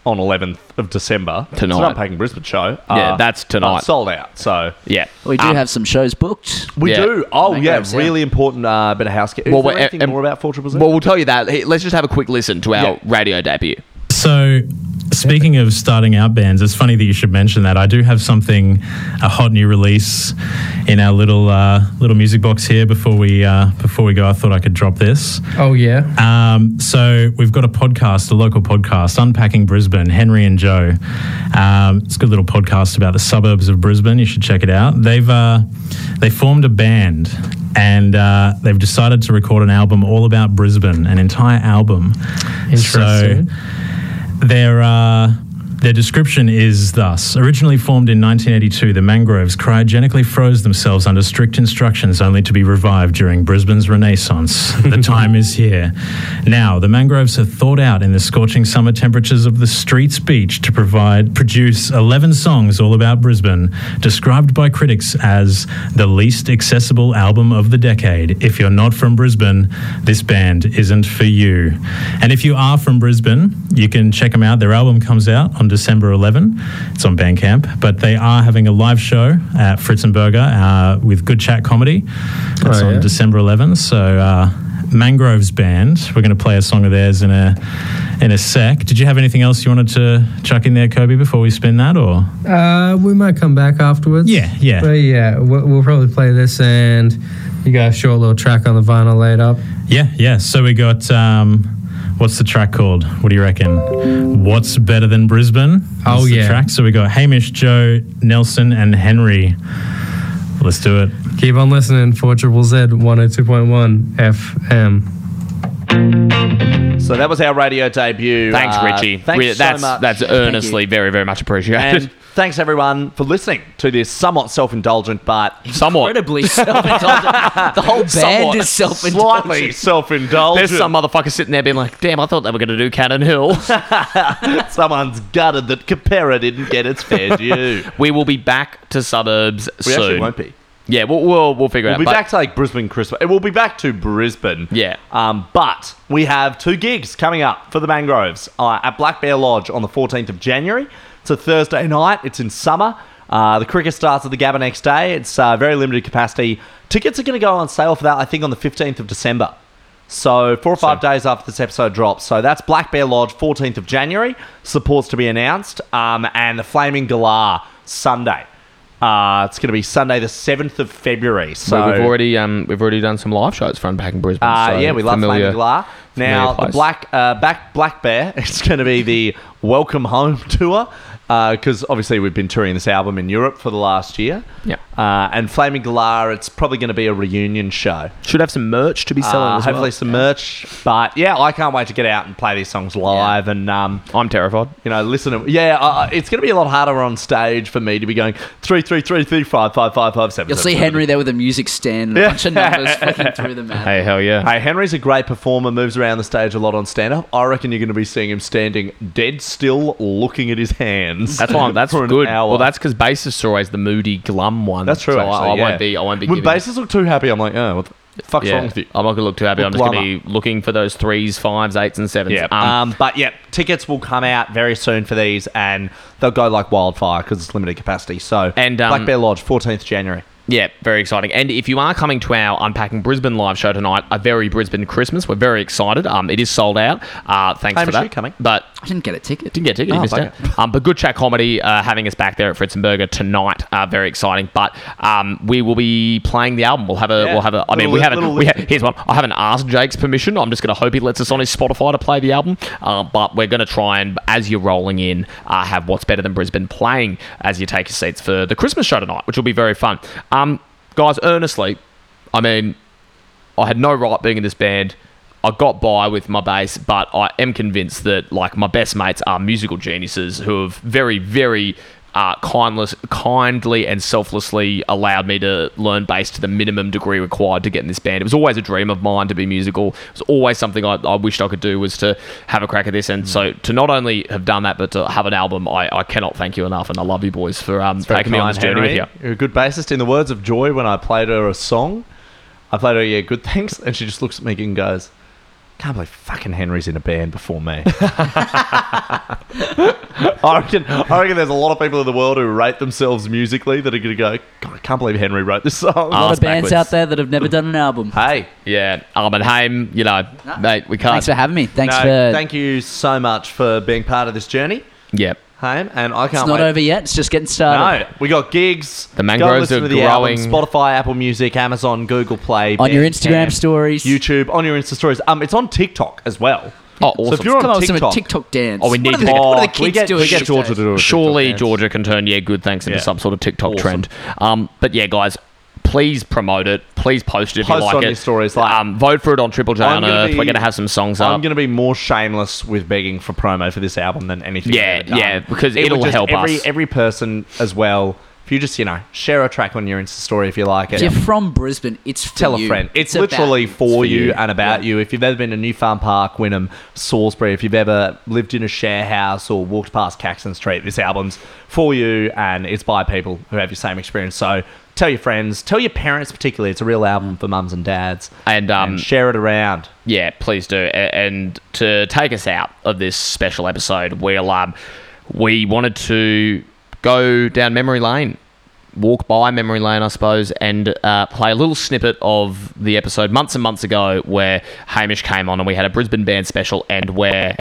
[SPEAKER 1] on 11th of December It's an
[SPEAKER 5] Tonight.
[SPEAKER 1] Unpacking Brisbane show.
[SPEAKER 5] Yeah,
[SPEAKER 1] Uh,
[SPEAKER 5] that's
[SPEAKER 1] but
[SPEAKER 5] tonight.
[SPEAKER 1] sold out. So
[SPEAKER 5] yeah,
[SPEAKER 6] We do
[SPEAKER 5] Um,
[SPEAKER 6] have some shows booked.
[SPEAKER 1] we
[SPEAKER 5] Yeah.
[SPEAKER 1] do. Oh yeah,
[SPEAKER 6] Mangroves, yeah.
[SPEAKER 1] really important uh, bit of housekeeping.
[SPEAKER 5] Well,
[SPEAKER 1] Is there
[SPEAKER 5] we're-
[SPEAKER 1] anything
[SPEAKER 5] and-
[SPEAKER 1] more about Four Triple Z?
[SPEAKER 5] Well, we'll tell you that. Hey, let's just have a quick listen to our
[SPEAKER 1] Yeah.
[SPEAKER 5] radio debut.
[SPEAKER 10] So, speaking of starting out bands, it's funny that you should mention that. I do have something, a hot new release, in our little uh, little music box here. Before we uh, before we go, I thought I could drop this.
[SPEAKER 11] Oh yeah.
[SPEAKER 10] Um, so we've got a podcast, a local podcast, Unpacking Brisbane, Henry and Joe. Um, it's a good little podcast about the suburbs of Brisbane. You should check it out. They've uh, they formed a band and uh, they've decided to record an album all about Brisbane, an entire album. So
[SPEAKER 11] Interesting.
[SPEAKER 10] their uh, their description is thus: originally formed in 1982, the mangroves cryogenically froze themselves under strict instructions, only to be revived during Brisbane's Renaissance. the time is here. Now the mangroves have thawed out in the scorching summer temperatures of the streets beach to provide produce 11 songs all about Brisbane, described by critics as the least accessible album of the decade. If you're not from Brisbane, this band isn't for you. And if you are from Brisbane, you can check them out. Their album comes out on December 11. It's on Bandcamp, but they are having a live show at Fritzenberger uh, with Good Chat Comedy. That's
[SPEAKER 11] Oh,
[SPEAKER 10] on
[SPEAKER 11] yeah.
[SPEAKER 10] December 11. So. Uh, Mangroves Band. We're going to play a song of theirs in a in a sec. Did you have anything else you wanted to chuck in there, Kobe, before we spin that? Or
[SPEAKER 11] Uh, we might come back afterwards.
[SPEAKER 10] Yeah, yeah.
[SPEAKER 11] But yeah, we'll, we'll probably play this and you got a short little track on the vinyl laid up.
[SPEAKER 10] Yeah, yeah. So we got um, what's the track called? What do you reckon? What's better than Brisbane?
[SPEAKER 11] Oh,
[SPEAKER 10] That's the
[SPEAKER 11] yeah.
[SPEAKER 10] track. So we got Hamish, Joe, Nelson, and Henry. Let's do it.
[SPEAKER 11] Keep on listening for Triple Z 102.1 FM.
[SPEAKER 1] So that was our radio debut.
[SPEAKER 5] Thanks,
[SPEAKER 1] Uh,
[SPEAKER 5] Richie.
[SPEAKER 1] Thanks
[SPEAKER 5] Really,
[SPEAKER 1] so
[SPEAKER 5] that's
[SPEAKER 1] much.
[SPEAKER 5] that's earnestly very very much appreciated.
[SPEAKER 1] and thanks everyone for listening to this somewhat self-indulgent but
[SPEAKER 5] Somewhat.
[SPEAKER 6] Incredibly self-indulgent. the whole band
[SPEAKER 5] Somewhat.
[SPEAKER 6] is self-indulgent.
[SPEAKER 1] slightly self-indulgent.
[SPEAKER 5] There's some motherfucker sitting there being like, "Damn, I thought they were going to do Cannon Hill."
[SPEAKER 1] Someone's gutted that Capera didn't get its fair due.
[SPEAKER 5] We will be back to suburbs
[SPEAKER 1] We
[SPEAKER 5] soon.
[SPEAKER 1] actually won't be.
[SPEAKER 5] Yeah, we'll we'll, we'll figure it
[SPEAKER 1] We'll be
[SPEAKER 5] out. but
[SPEAKER 1] back to like Brisbane Christmas. We'll be back to Brisbane.
[SPEAKER 5] Yeah.
[SPEAKER 1] Um, but we have two gigs coming up for the Mangroves uh, at Black Bear Lodge on the 14th of January. It's a Thursday night. It's in summer. Uh, the cricket starts at the Gabba next day. It's uh, very limited capacity. Tickets are going to go on sale for that, I think, on the 15th of December. So four or five days after this episode drops. So that's Black Bear Lodge, 14th of January. Supports to be announced. Um, and the Flaming Galah, Sunday. Uh, it's going to be Sunday, the 7th of February. So
[SPEAKER 5] we've already um we've already done some live shows from back in Brisbane.
[SPEAKER 1] uh,
[SPEAKER 5] so
[SPEAKER 1] yeah, we love
[SPEAKER 5] familiar-
[SPEAKER 1] Flaming Glar.
[SPEAKER 5] familiar
[SPEAKER 1] Now the
[SPEAKER 5] place.
[SPEAKER 1] black uh, back black bear. It's going to be the Welcome Home tour. because obviously we've been touring this album in Europe for the last year.
[SPEAKER 5] Yeah.
[SPEAKER 1] Uh, and Flaming Galar, it's probably going to be a reunion show.
[SPEAKER 5] Should have some merch to be selling as well.
[SPEAKER 1] Uh, hopefully some merch. But yeah, I can't wait to get out and play these songs live. And um,
[SPEAKER 5] I'm terrified.
[SPEAKER 1] You know, listen. To, yeah, uh, it's going to be a lot harder on stage for me to be going three, three, three, three, five, five, five, five, seven.
[SPEAKER 6] You'll
[SPEAKER 1] seven,
[SPEAKER 6] see
[SPEAKER 1] seven.
[SPEAKER 6] Henry there with a music stand and a
[SPEAKER 1] Yeah.
[SPEAKER 6] bunch of numbers flicking through the map.
[SPEAKER 5] Hey, hell yeah.
[SPEAKER 1] Hey, Henry's a great performer, moves around the stage a lot on stand up. I reckon you're going to be seeing him standing dead still, looking at his hands.
[SPEAKER 5] That's why I'm, that's
[SPEAKER 1] for an
[SPEAKER 5] good.
[SPEAKER 1] hour.
[SPEAKER 5] Well, that's because bassists are always the moody glum one.
[SPEAKER 1] That's true,
[SPEAKER 5] So I-
[SPEAKER 1] actually,
[SPEAKER 5] I,
[SPEAKER 1] yeah.
[SPEAKER 5] won't be. I won't be.
[SPEAKER 1] When
[SPEAKER 5] giving-
[SPEAKER 1] bassists look too happy, I'm like, oh, what the fuck's
[SPEAKER 5] Yeah.
[SPEAKER 1] wrong with you?
[SPEAKER 5] I'm not gonna look too happy.
[SPEAKER 1] Look
[SPEAKER 5] I'm just gonna
[SPEAKER 1] glummer.
[SPEAKER 5] be looking for those threes, fives, eights, and sevens.
[SPEAKER 1] Yeah.
[SPEAKER 5] Um,
[SPEAKER 1] Um, but yeah, tickets will come out very soon for these, and they'll go like wildfire because it's limited capacity. So and
[SPEAKER 5] um,
[SPEAKER 1] Black Bear Lodge, 14th January.
[SPEAKER 5] Yeah, very exciting. And if you are coming to our Unpacking Brisbane live show tonight, a very Brisbane Christmas, we're very excited. Um, it is sold out. Uh, thanks
[SPEAKER 1] Hamish,
[SPEAKER 5] for
[SPEAKER 1] are you
[SPEAKER 5] that.
[SPEAKER 1] coming?
[SPEAKER 5] But
[SPEAKER 6] I didn't get a ticket.
[SPEAKER 5] Didn't get a ticket. you
[SPEAKER 1] Oh,
[SPEAKER 5] missed
[SPEAKER 1] bugger.
[SPEAKER 5] out. Um, but Good Chat Comedy uh, having us back there at Fritz and Burger tonight. Uh, very exciting. But um, we will be playing the album. We'll have a.
[SPEAKER 1] Yeah.
[SPEAKER 5] We'll have a. I mean,
[SPEAKER 1] Little-
[SPEAKER 5] we haven't.
[SPEAKER 1] little-
[SPEAKER 5] We ha- here's one. I haven't asked Jake's permission. I'm just going to hope he lets us on his Spotify to play the album. Uh, but we're going to try and, as you're rolling in, uh, have what's better than Brisbane playing as you take your seats for the Christmas show tonight, which will be very fun. Um, guys, earnestly, I mean, I had no right being in this band. I got by with my bass, but I am convinced that like my best mates are musical geniuses who have very, very uh, kindless, kindly and selflessly allowed me to learn bass to the minimum degree required to get in this band. It was always a dream of mine to be musical. It was always something I, I wished I could do was to have a crack at this. And
[SPEAKER 1] Mm.
[SPEAKER 5] so to not only have done that, but to have an album, I, I cannot thank you enough. And I love you boys for um,
[SPEAKER 1] Very
[SPEAKER 5] taking me on
[SPEAKER 1] kind,
[SPEAKER 5] this journey
[SPEAKER 1] Henry.
[SPEAKER 5] with you.
[SPEAKER 1] You're a good bassist. In the words of Joy, when I played her a song, I played her, yeah, good thanks, and she just looks at me and goes, can't believe fucking Henry's in a band before me. I reckon, I reckon there's a lot of people in the world who rate themselves musically that are going to go, God, I can't believe Henry wrote this song.
[SPEAKER 6] A
[SPEAKER 5] Oh,
[SPEAKER 6] lot of bands out there that have never done an album.
[SPEAKER 1] Hey.
[SPEAKER 5] Yeah, um, and Haim, you know, mate, we can't.
[SPEAKER 6] Thanks for having me. Thanks
[SPEAKER 1] No,
[SPEAKER 6] for.
[SPEAKER 1] thank you so much for being part of this journey,
[SPEAKER 5] Yep.
[SPEAKER 1] Haim. And I can't
[SPEAKER 6] it's not
[SPEAKER 1] wait.
[SPEAKER 6] over yet. It's just getting started.
[SPEAKER 1] No, we got gigs.
[SPEAKER 5] The mangroves
[SPEAKER 1] Go listen
[SPEAKER 5] are
[SPEAKER 1] to the album,
[SPEAKER 5] growing.
[SPEAKER 1] Spotify, Apple Music, Amazon, Google Play,
[SPEAKER 6] On your
[SPEAKER 1] Bandcamp,
[SPEAKER 6] Instagram stories.
[SPEAKER 1] YouTube, on your Insta stories. Um, it's on TikTok as well.
[SPEAKER 5] Oh, awesome.
[SPEAKER 1] So if you're
[SPEAKER 6] Come
[SPEAKER 1] on
[SPEAKER 6] up with some
[SPEAKER 1] TikTok,
[SPEAKER 6] TikTok dance.
[SPEAKER 5] Oh, we need
[SPEAKER 6] what are the,
[SPEAKER 5] to-
[SPEAKER 6] what are the
[SPEAKER 1] Oh, we
[SPEAKER 6] kids
[SPEAKER 1] get-
[SPEAKER 6] doing?
[SPEAKER 1] we get
[SPEAKER 6] these
[SPEAKER 1] Georgia
[SPEAKER 6] days?
[SPEAKER 1] to do it.
[SPEAKER 5] Surely
[SPEAKER 1] TikTok dance.
[SPEAKER 5] Georgia can turn yeah good thanks into
[SPEAKER 1] Yeah.
[SPEAKER 5] some sort of TikTok
[SPEAKER 1] Awesome.
[SPEAKER 5] trend. Um, but yeah, guys, please promote it. Please post it if
[SPEAKER 1] Post
[SPEAKER 5] you like
[SPEAKER 1] on
[SPEAKER 5] it.
[SPEAKER 1] your stories, like-
[SPEAKER 5] um, vote for it on Triple J
[SPEAKER 1] I'm
[SPEAKER 5] on
[SPEAKER 1] gonna
[SPEAKER 5] Earth.
[SPEAKER 1] be-
[SPEAKER 5] We're gonna have some songs
[SPEAKER 1] I'm
[SPEAKER 5] up.
[SPEAKER 1] going to be more shameless with begging for promo for this album than anything. I've
[SPEAKER 5] Yeah,
[SPEAKER 1] ever done.
[SPEAKER 5] yeah, because
[SPEAKER 1] It would
[SPEAKER 5] it'll
[SPEAKER 1] just-
[SPEAKER 5] help
[SPEAKER 1] every,
[SPEAKER 5] us.
[SPEAKER 1] Every person as well. If you just you know share a track on your Insta story if you like it.
[SPEAKER 6] If you're from Brisbane, it's for
[SPEAKER 1] Tell
[SPEAKER 6] you.
[SPEAKER 1] a friend. It's,
[SPEAKER 6] about
[SPEAKER 1] literally
[SPEAKER 6] you.
[SPEAKER 1] for,
[SPEAKER 5] for
[SPEAKER 1] you,
[SPEAKER 5] you.
[SPEAKER 1] and about you. If you've ever been to New Farm Park, Wynnum, Salisbury, if you've ever lived in a share house or walked past Caxton Street, this album's for you and it's by people who have your same experience. So tell your friends, tell your parents particularly. It's a real album for mums and dads.
[SPEAKER 5] And, um,
[SPEAKER 1] share it around.
[SPEAKER 5] yeah, please do. A- And to take us out of this special episode, we'll um, we wanted to go down memory lane, walk by memory lane, I suppose, and uh, play a little snippet of the episode months and months ago where Hamish came on and we had a Brisbane band special, and where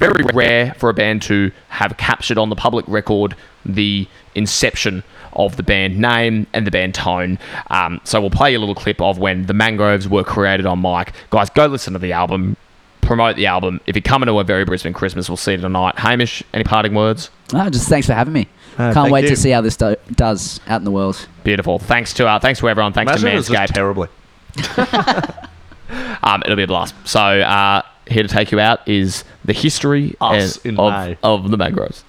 [SPEAKER 5] very rare for a band to have captured on the public record the inception of the band name and the band tone. Um, so we'll play you a little clip of when the mangroves were created on mic. Guys, go listen to the album, promote the album. If you're coming to a very Brisbane Christmas, we'll see you tonight. Hamish, any parting words?
[SPEAKER 6] No, Ah, just thanks for having me.
[SPEAKER 1] No,
[SPEAKER 6] Can't
[SPEAKER 1] Ah, thank
[SPEAKER 6] wait
[SPEAKER 1] you.
[SPEAKER 6] to see how this do- does out in the world.
[SPEAKER 5] Beautiful. Thanks to uh, thanks to everyone. Thanks
[SPEAKER 1] Imagine it was
[SPEAKER 5] to
[SPEAKER 1] just
[SPEAKER 5] Manscaped.
[SPEAKER 1] terribly.
[SPEAKER 5] um, it'll be a blast. So uh, here to take you out is the history
[SPEAKER 1] Us
[SPEAKER 5] and-
[SPEAKER 1] in May.
[SPEAKER 5] of, of the mangroves.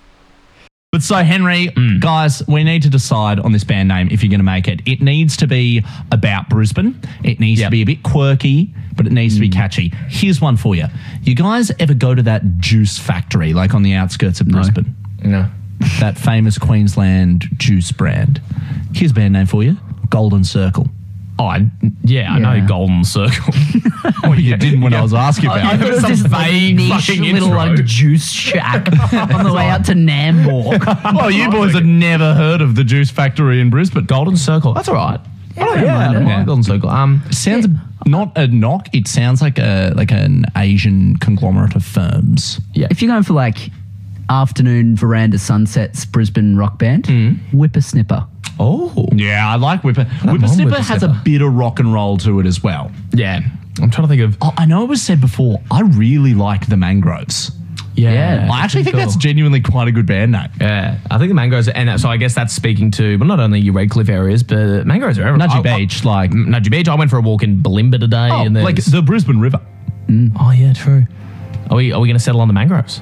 [SPEAKER 12] But so, Henry, guys, we need to decide on this band name if you're going to make it. It needs to be about Brisbane. It needs to be a bit quirky, but it needs to be catchy. Here's one for you. You guys ever go to that juice factory, like on the outskirts of Brisbane? No. That famous Queensland juice brand. Here's a band name for you Golden Circle. Oh, I, yeah,
[SPEAKER 13] I know Yeah.
[SPEAKER 12] Golden Circle. well, you didn't when I was asking about
[SPEAKER 13] I
[SPEAKER 12] it.
[SPEAKER 13] thought it was this vague niche
[SPEAKER 12] fucking
[SPEAKER 13] little like juice shack on the way out to Nambour.
[SPEAKER 12] well, you boys had never heard of the Juice Factory in Brisbane. Golden Circle. That's all right. I don't mind it. Golden Circle. Um, sounds not a knock. It sounds like a like an Asian conglomerate of firms.
[SPEAKER 13] Yeah. If you're going for like afternoon veranda sunsets Brisbane rock band,
[SPEAKER 12] Mm.
[SPEAKER 13] Whippersnipper.
[SPEAKER 12] Oh. Yeah, I like Whipper. Whippersnipper has a bit of rock and roll to it as well. Yeah. I'm trying to think of. Oh, I know it was said before. I really like the mangroves. Yeah. I actually think that's genuinely quite a good band name.
[SPEAKER 5] Yeah, I think the mangroves, are, and so I guess that's speaking to well, not only your Redcliffe areas, but mangroves are everywhere.
[SPEAKER 12] Nudgee
[SPEAKER 5] I- I-
[SPEAKER 12] Beach, like
[SPEAKER 5] Nudgee Beach. I went for a walk in Balimba today,
[SPEAKER 12] Oh,
[SPEAKER 5] and
[SPEAKER 12] like
[SPEAKER 5] there's-
[SPEAKER 12] the Brisbane River.
[SPEAKER 5] Oh yeah, true. Are we are we going to settle on the mangroves?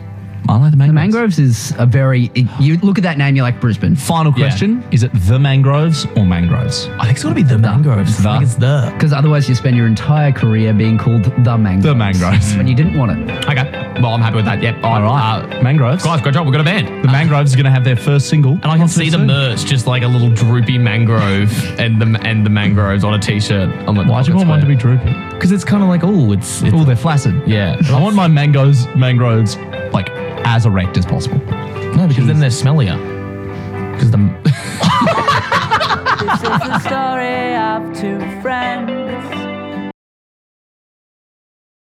[SPEAKER 12] I like the mangroves.
[SPEAKER 6] The mangroves is a very. You look at that name, you're like Brisbane.
[SPEAKER 12] Final question: Is it the mangroves or mangroves?
[SPEAKER 5] I think it's got to be the mangroves. I think it's the.
[SPEAKER 6] Because otherwise, you spend your entire career being called the mangroves. The
[SPEAKER 12] mangroves.
[SPEAKER 6] When you didn't want it.
[SPEAKER 5] Okay. Well, I'm happy with that. Yep.
[SPEAKER 12] All right. mangroves.
[SPEAKER 5] Guys, good job. We've got a band.
[SPEAKER 12] Uh, The mangroves are going to have their first single.
[SPEAKER 5] And I can see the merch, just like a little droopy mangrove and the and the mangroves on a t-shirt. I'm like,
[SPEAKER 12] Why do you want one to be droopy?
[SPEAKER 5] Because it's kind of like, oh, it's,
[SPEAKER 12] oh, they're flaccid.
[SPEAKER 5] Yeah.
[SPEAKER 12] I want my mangoes, mangroves, like as erect as possible.
[SPEAKER 5] No, because then they're smellier. Because the
[SPEAKER 10] This is the story of two friends